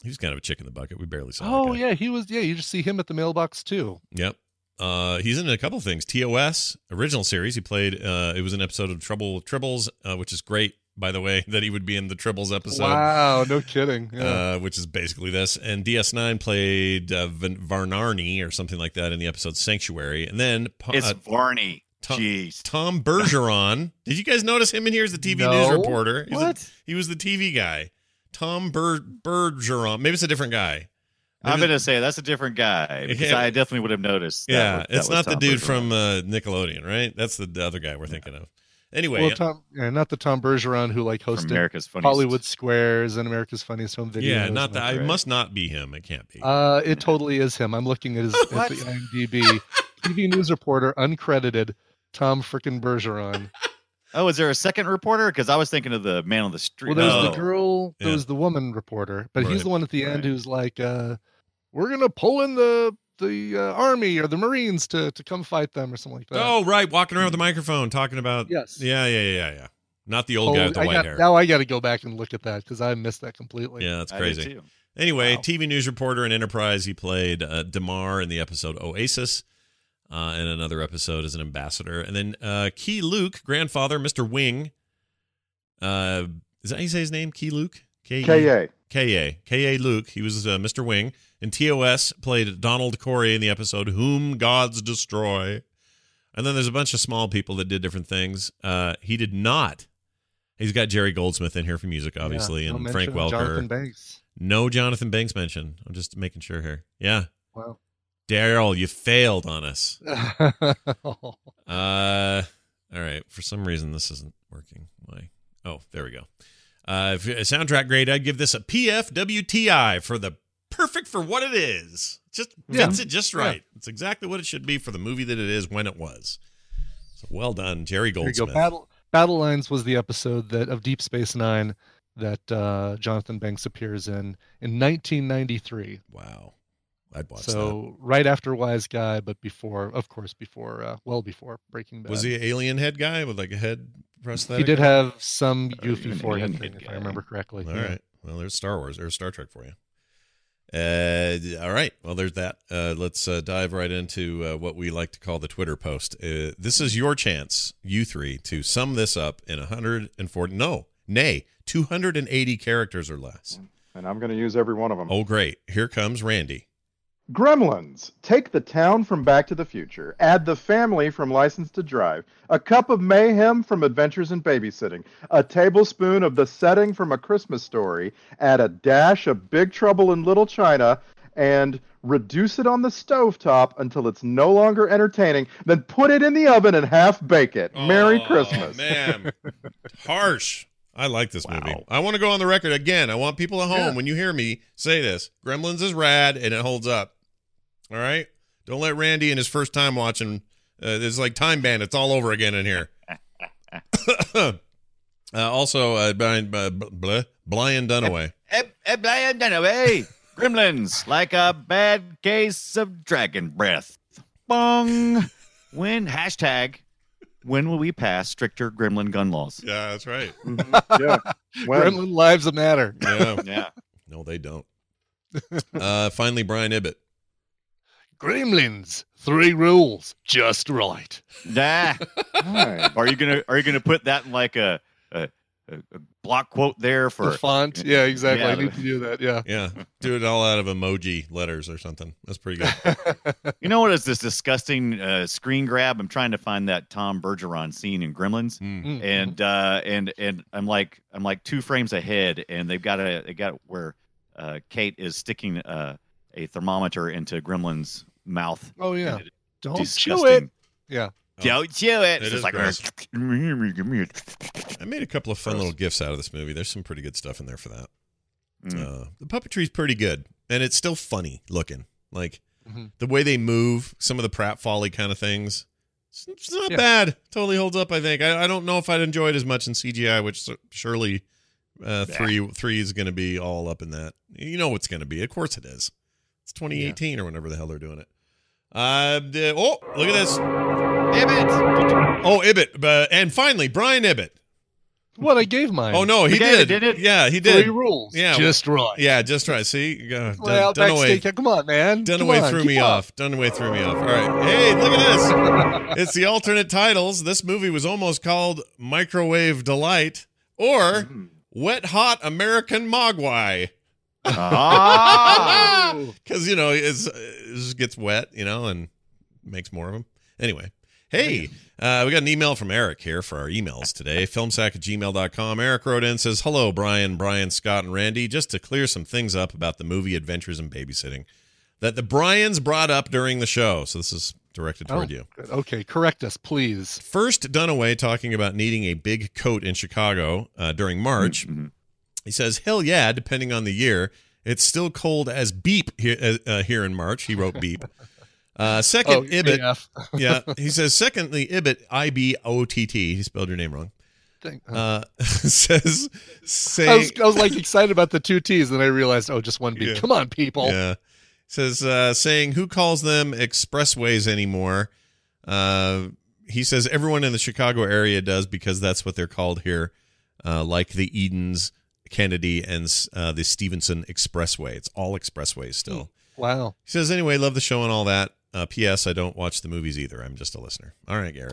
Speaker 3: He was kind of a chick in the bucket. We barely saw.
Speaker 5: Oh yeah, he was. Yeah, you just see him at the mailbox too.
Speaker 3: Yep. Uh, he's in a couple of things. TOS original series. He played. Uh, it was an episode of Trouble with Tribbles, uh, which is great, by the way, that he would be in the Tribbles episode.
Speaker 5: wow, no kidding. Yeah.
Speaker 3: Uh, which is basically this. And DS9 played uh, Van- Varnarni or something like that in the episode Sanctuary. And then pa-
Speaker 7: It's
Speaker 3: uh,
Speaker 7: Varney.
Speaker 3: Tom,
Speaker 7: Jeez.
Speaker 3: Tom Bergeron. Did you guys notice him in here as the TV news
Speaker 5: No.
Speaker 3: reporter? He's a-
Speaker 7: What?
Speaker 3: he was the TV guy. Tom Ber- Bergeron. Maybe it's a different guy.
Speaker 7: I'm
Speaker 3: Maybe-
Speaker 7: gonna say that's a different guy because
Speaker 3: Yeah.
Speaker 7: I definitely would have noticed. that
Speaker 3: yeah,
Speaker 7: was- that
Speaker 3: it's
Speaker 7: was
Speaker 3: not the
Speaker 7: Tom
Speaker 3: dude
Speaker 7: Bergeron.
Speaker 3: from uh, Nickelodeon, right? That's the, the other guy we're thinking of. Anyway,
Speaker 5: well, Tom, yeah, not the Tom Bergeron who like
Speaker 7: From
Speaker 5: hosted
Speaker 7: America's Funniest.
Speaker 5: Hollywood Squares and America's Funniest Home Videos.
Speaker 3: yeah, not
Speaker 5: and-
Speaker 3: that. I must not be him. It can't be.
Speaker 5: Uh, it totally is him. I'm looking at his at the IMDb. TV news reporter, uncredited, Tom frickin' Bergeron.
Speaker 7: Oh, is there a second reporter? Because I was thinking of the man on the
Speaker 5: Well,
Speaker 7: street.
Speaker 5: there was
Speaker 7: Oh.
Speaker 5: the girl, there
Speaker 3: Yeah.
Speaker 5: was the woman reporter, but
Speaker 3: Right.
Speaker 5: he's the one at the end
Speaker 7: Right.
Speaker 5: who's like, uh, "We're gonna pull in the the uh, army or the Marines to to come fight them or something like that."
Speaker 3: oh, right, walking around with a microphone, talking about.
Speaker 5: Yes.
Speaker 3: Yeah, yeah, yeah, yeah, yeah. Not the old guy
Speaker 5: Oh,
Speaker 3: with the
Speaker 5: I
Speaker 3: white
Speaker 5: got-
Speaker 3: hair.
Speaker 5: Now I got to go back and look at that because I missed that completely.
Speaker 3: Yeah, that's
Speaker 7: I did
Speaker 3: crazy.
Speaker 7: too.
Speaker 3: Anyway,
Speaker 7: Wow.
Speaker 3: TV news reporter in Enterprise. He played uh, Damar in the episode Oasis, uh, and another episode as an ambassador. And then uh, Key Luke, grandfather, Mister Wing. Uh, is that how you say his name? Key Luke. K
Speaker 6: K.A.
Speaker 3: K.A. K.A. Luke. He was uh, Mr. Wing. And TOS played Donald Corey in the episode Whom Gods Destroy. And then there's a bunch of small people that did different things. Uh, he did not. He's got Jerry Goldsmith in here for music,
Speaker 5: Yeah,
Speaker 3: obviously,
Speaker 5: no
Speaker 3: and
Speaker 5: mention
Speaker 3: Frank
Speaker 5: of
Speaker 3: Welker.
Speaker 5: Jonathan Banks.
Speaker 3: No Jonathan Banks mention. I'm just making sure here. Yeah.
Speaker 5: Wow.
Speaker 3: Daryl, you failed on us.
Speaker 5: Oh.
Speaker 3: Uh, all right. For some reason, this isn't working. Why? Oh, there we go. Uh, if- soundtrack grade. I'd give this a PFWTI for the perfect for what it is. Just
Speaker 5: Yeah.
Speaker 3: fits it just
Speaker 5: Yeah.
Speaker 3: right. It's exactly what it should be for the movie that it is when it was. So well done, Jerry
Speaker 5: There you go.
Speaker 3: Goldsmith.
Speaker 5: Battle Battle Lines was the episode that of Deep Space Nine that uh, Jonathan Banks appears in in 1993.
Speaker 3: Wow. I'd watch
Speaker 5: so right after Wise Guy, but before, of course, before, uh, well before Breaking
Speaker 3: that.
Speaker 5: Bad.
Speaker 3: Was he an alien head guy with like a head
Speaker 5: uh, He
Speaker 3: prosthetic?
Speaker 5: did have some
Speaker 3: Or
Speaker 5: goofy
Speaker 3: even
Speaker 5: forehead
Speaker 3: alien
Speaker 5: thing,
Speaker 3: head
Speaker 5: if
Speaker 3: guy.
Speaker 5: I remember correctly.
Speaker 3: All
Speaker 5: yeah.
Speaker 3: right. Well, there's Star Wars. There's Star Trek for you. Uh, all right. Well, there's that. Uh, let's uh, dive right into uh, what we like to call the Twitter post. Uh, this is your chance, you three, to sum this up in 140, no, nay, 280 characters or less.
Speaker 6: And I'm going to use every one of them.
Speaker 3: Oh, great. Here comes Randy.
Speaker 6: Gremlins. Take the town from Back to the Future. Add the family from License to Drive. A cup of mayhem from Adventures in Babysitting. A tablespoon of the setting from A Christmas Story. Add a dash of Big Trouble in Little China. And reduce it on the stovetop until it's no longer entertaining. Then put it in the oven and half bake it. Merry
Speaker 3: Oh,
Speaker 6: Christmas.
Speaker 3: Man, harsh. I like this movie. I want to go on the record again. I want people at home when you hear me say this Gremlins is rad and it holds up. All right? Don't let Randy and his first time watching, uh, it's like Time Bandits all over again in here. uh, also, uh, Brian, uh, bl- blah, Brian Dunaway.
Speaker 7: Eh, eh, Brian Dunaway. Gremlins, like a bad case of dragon breath. Bong. When, hashtag, when will we pass stricter gremlin gun laws?
Speaker 3: Yeah, that's right.
Speaker 6: yeah.
Speaker 5: Gremlin lives a matter.
Speaker 3: Yeah.
Speaker 7: Yeah.
Speaker 3: No, they don't. Uh, finally, Brian Ibbett.
Speaker 5: Gremlins, three rules, just right.
Speaker 7: Nah.
Speaker 6: Nice.
Speaker 7: Are you gonna Are you gonna put that in like a a, a a block quote there for
Speaker 5: the font. Yeah, exactly. I
Speaker 7: Yeah.
Speaker 5: need to do that. Yeah.
Speaker 3: Yeah. Do it all out of emoji letters or something. That's pretty good.
Speaker 7: You know what is this disgusting uh, screen grab? I'm trying to find that Tom Bergeron scene in Gremlins,
Speaker 5: Mm.
Speaker 7: and uh, and and I'm like I'm like two frames ahead, and they've got a they got where uh, Kate is sticking uh, a thermometer into Gremlin's mouth.
Speaker 5: Oh yeah.
Speaker 7: It-
Speaker 5: Don't chew
Speaker 7: disgusting.
Speaker 5: it. Yeah.
Speaker 7: Don't chew
Speaker 3: It
Speaker 7: it. It's just
Speaker 3: is
Speaker 7: like
Speaker 3: gross.
Speaker 7: give me it.
Speaker 3: I made a couple of fun
Speaker 7: Gross.
Speaker 3: little gifts out of this movie. There's some pretty good stuff in there for that.
Speaker 7: Mm.
Speaker 3: Uh, the puppetry's pretty good, and it's still funny looking. Like
Speaker 7: Mm-hmm.
Speaker 5: Mhm.
Speaker 3: the way they move, some of the pratfally kind of things. It's, it's not
Speaker 5: Yeah.
Speaker 3: bad. Totally holds up. I think. I, I don't know if I'd enjoy it as much in CGI, which sur- surely uh,
Speaker 7: Yeah.
Speaker 3: three three is going to be all up in that. You know what's going to be. Of course it is. It's 2018 or whenever the hell they're doing it. Uh, the- oh, look at this.
Speaker 7: Damn it.
Speaker 3: Oh, Ibbett. Uh, and finally, Brian Ibbett.
Speaker 5: What I gave mine.
Speaker 3: Oh no, he
Speaker 7: Forget
Speaker 3: did.
Speaker 7: it, did it?
Speaker 3: Yeah, he
Speaker 5: Three
Speaker 3: did.
Speaker 5: rules.
Speaker 3: Yeah,
Speaker 5: Just right.
Speaker 3: Yeah, just right. See, uh, Dun-
Speaker 5: Well,
Speaker 3: Dunaway,
Speaker 5: backstage. Come on, man. Come
Speaker 3: Dunaway
Speaker 5: on,
Speaker 3: threw
Speaker 5: keep
Speaker 3: me
Speaker 5: up.
Speaker 3: off. Dunaway threw me off. All right. Hey, look at this. it's the alternate titles. This movie was almost called Microwave Delight or
Speaker 5: Mm-hmm.
Speaker 3: Wet Hot American Mogwai.
Speaker 7: Ah.
Speaker 3: Because, you know, it's, uh, it just gets wet, you know, and makes more of them. Anyway, hey, uh, we got an email from Eric here for our emails today. Filmsack at gmail.com. Eric wrote in says, Hello, Brian, Brian, Scott, and Randy. Just to clear some things up about the movie Adventures in Babysitting that the Bryans brought up during the show. So this is directed
Speaker 5: Oh,
Speaker 3: toward you.
Speaker 5: good. Okay, correct us, please.
Speaker 3: First, Dunaway talking about needing a big coat in Chicago uh, during March.
Speaker 5: Mm-hmm.
Speaker 3: He says, "Hell yeah!" Depending on the year, it's still cold as beep here, uh, here in March. He wrote beep. Uh, second,
Speaker 5: Oh,
Speaker 3: Ibbot.
Speaker 5: AF.
Speaker 3: yeah, he says. Secondly, Ibbot. I B O T T. He spelled your name wrong.
Speaker 5: Thank-
Speaker 3: Uh, says, say,
Speaker 5: I was, I was like excited about the two T's, and then I realized, oh, just one B.
Speaker 3: Yeah.
Speaker 5: Come on, people.
Speaker 3: Yeah. Says uh, saying who calls them expressways anymore. Uh, he says everyone in the Chicago area does because that's what they're called here, uh, like the Edens, Kennedy, and uh, the Stevenson Expressway. It's all expressways still.
Speaker 5: Hmm. Wow.
Speaker 3: He says anyway, love the show and all that. Uh, P.S. I don't watch the movies either. I'm just a listener. All right, Gary,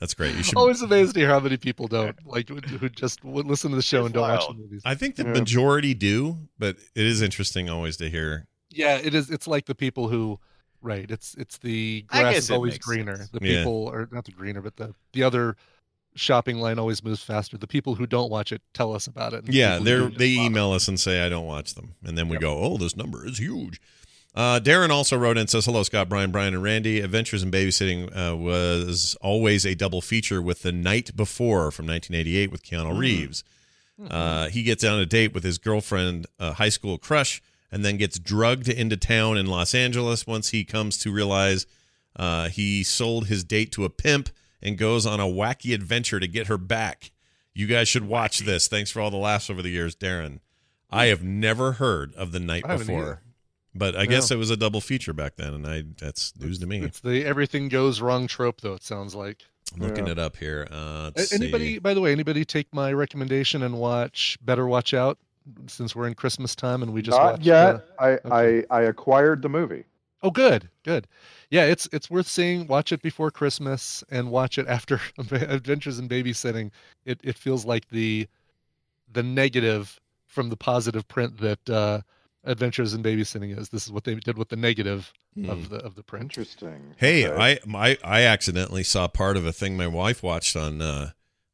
Speaker 3: that's great. You should.
Speaker 5: Always amazed to hear how many people don't like who- who just would listen to the show and don't watch the
Speaker 7: wild.
Speaker 5: movies.
Speaker 3: I think the
Speaker 6: Yeah.
Speaker 3: majority do, but it is interesting always to hear.
Speaker 5: Yeah, it is. It's like the people who, right? It's it's the
Speaker 7: I
Speaker 5: grass
Speaker 7: guess
Speaker 5: is
Speaker 7: it
Speaker 5: always
Speaker 7: makes
Speaker 5: greener.
Speaker 7: sense.
Speaker 5: The
Speaker 3: Yeah.
Speaker 5: people are not the greener, but the the other shopping line always moves faster. The people who don't watch it tell us about it. and the
Speaker 3: Yeah,
Speaker 5: people
Speaker 3: they
Speaker 5: who
Speaker 3: are
Speaker 5: do
Speaker 3: they
Speaker 5: just watch
Speaker 3: email us and say I don't watch them, and then we go, oh, this number is huge. Uh, Darren also wrote and says, "Hello, Scott, Brian, Brian, and Randy. Adventures in Babysitting uh, was always a double feature with The Night Before from 1988 with Keanu
Speaker 5: Hmm.
Speaker 3: Reeves. Uh, he gets on a date with his girlfriend, a high school crush, and then gets drugged into town in Los Angeles. Once he comes to realize uh, he sold his date to a pimp and goes on a wacky adventure to get her back. You guys should watch this. Thanks for all the laughs over the years, Darren. I have never heard of The Night
Speaker 5: I haven't
Speaker 3: Before.
Speaker 5: either.
Speaker 3: But I guess it was a double feature back then, and I that's news to me.
Speaker 5: It's the everything goes wrong trope, though. It sounds like.
Speaker 3: I'm looking it up here. Uh,
Speaker 5: A-
Speaker 3: let's
Speaker 5: Anybody,
Speaker 3: see.
Speaker 5: by the way, anybody take my recommendation and watch Better Watch Out since we're in Christmas time and we just
Speaker 6: Not
Speaker 5: watched,
Speaker 6: yet.
Speaker 5: uh,
Speaker 6: I, I I acquired the movie.
Speaker 5: oh, good, good. Yeah, it's it's worth seeing. Watch it before Christmas and watch it after Adventures in Babysitting. It it feels like the the negative from the positive print that uh, Adventures in Babysitting is. This is what they did with the negative
Speaker 3: Hmm.
Speaker 5: of the of the print.
Speaker 6: Interesting.
Speaker 3: Hey, I my I accidentally saw part of a thing my wife watched on uh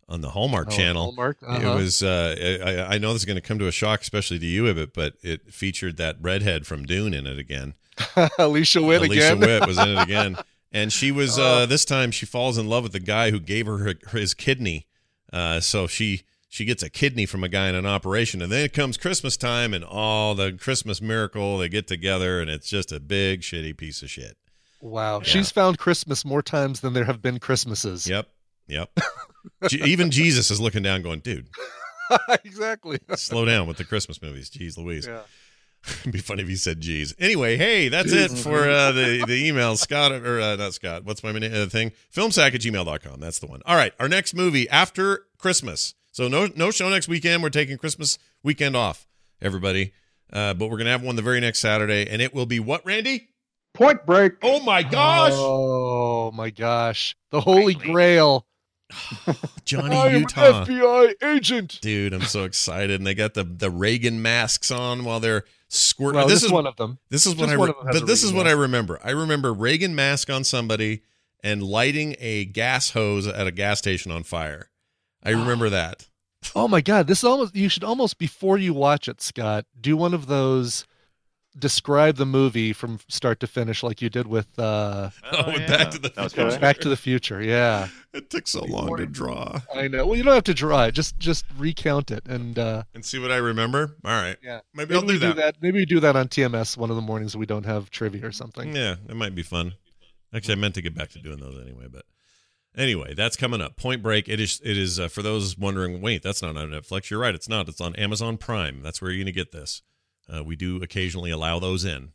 Speaker 3: on the Hallmark
Speaker 5: Oh,
Speaker 3: channel.
Speaker 5: Hallmark,
Speaker 3: It
Speaker 5: uh-huh.
Speaker 3: was uh I, I- I know this is going to come to a shock, especially to you, Ibbit, but it featured that redhead from Dune in it again.
Speaker 5: Alicia Witt
Speaker 3: Alicia
Speaker 5: again.
Speaker 3: Witt was in it again, and she was uh this time she falls in love with the guy who gave her, her his kidney. Uh, so she she gets a kidney from a guy in an operation, and then it comes Christmas time, and all the Christmas miracle they get together, and it's just a big shitty piece of shit.
Speaker 5: Wow, she's found Christmas more times than there have been Christmases.
Speaker 3: Yep. Yep. J- even Jesus is looking down, going, dude,
Speaker 5: exactly.
Speaker 3: slow down with the Christmas movies. Jeez Louise.
Speaker 5: Yeah.
Speaker 3: It'd be funny if you said jeez. Anyway, hey, that's it
Speaker 5: Jeez.
Speaker 3: for uh, the, the email. Scott, or uh, not Scott, what's my min- uh, thing? Filmsack at gmail.com. That's the one. All right. Our next movie after Christmas. So no, no show next weekend. We're taking Christmas weekend off, everybody. Uh, but we're going to have one the very next Saturday, and it will be what, Randy?
Speaker 6: Point Break.
Speaker 3: Oh, my gosh.
Speaker 5: Oh my gosh. The Holy Grail.
Speaker 3: Johnny
Speaker 5: I am an
Speaker 3: Utah.
Speaker 5: FBI agent.
Speaker 3: Dude, I'm so excited. And they got the the Reagan masks on while they're squirting.
Speaker 5: Well,
Speaker 3: this
Speaker 5: just
Speaker 3: is
Speaker 5: one of them.
Speaker 3: This is what
Speaker 5: Just
Speaker 3: I
Speaker 5: one
Speaker 3: re-
Speaker 5: of them has
Speaker 3: but
Speaker 5: a
Speaker 3: this is
Speaker 5: Reagan
Speaker 3: what I remember. I remember Reagan mask on somebody and lighting a gas hose at a gas station on fire. I remember that.
Speaker 5: Oh my god, this is almost you should almost before you watch it, Scott, do one of those describe the movie from start to finish like you did with uh
Speaker 3: Oh, with Back to the Future.
Speaker 5: Back to the Future. Yeah.
Speaker 3: It took so long to draw.
Speaker 5: I know. Well, you don't have to draw it. Just just recount it and uh
Speaker 3: And see what I remember. All right.
Speaker 5: Yeah.
Speaker 3: Maybe I'll
Speaker 5: we
Speaker 3: do that.
Speaker 5: Maybe we do that on TMS one of the mornings we don't have trivia or something.
Speaker 3: Yeah, it might be fun. Actually, I meant to get back to doing those anyway, but anyway, that's coming up. Point Break. It is. It is uh, for those wondering. Wait, that's not on Netflix. You're right. It's not. It's on Amazon Prime. That's where you're gonna get this. Uh, we do occasionally allow those in.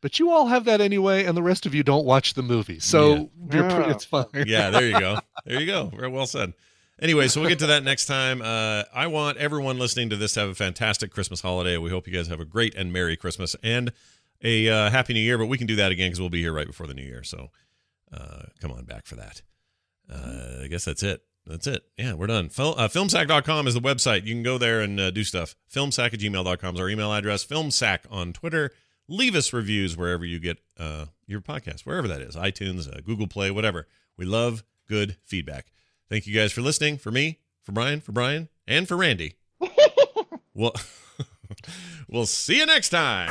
Speaker 5: But you all have that anyway, and the rest of you don't watch the movie, so you're pre-
Speaker 3: Yeah.
Speaker 5: it's fine.
Speaker 3: Yeah, there you go. There you go. Very well said. Anyway, so we'll get to that next time. Uh, I want everyone listening to this to have a fantastic Christmas holiday. We hope you guys have a great and merry Christmas and a uh, happy New Year. But we can do that again because we'll be here right before the New Year. So uh, come on back for that. Uh, I guess that's it. That's it. Yeah, we're done. Fil- uh, filmsack.com is the website. You can go there and uh, do stuff. Filmsack at gmail.com is our email address. Filmsack on Twitter. Leave us reviews wherever you get uh, your podcast, wherever that is iTunes, uh, Google Play, whatever. We love good feedback. Thank you guys for listening. For me, for Brian, for Brian, and for Randy. well, we'll see you next time.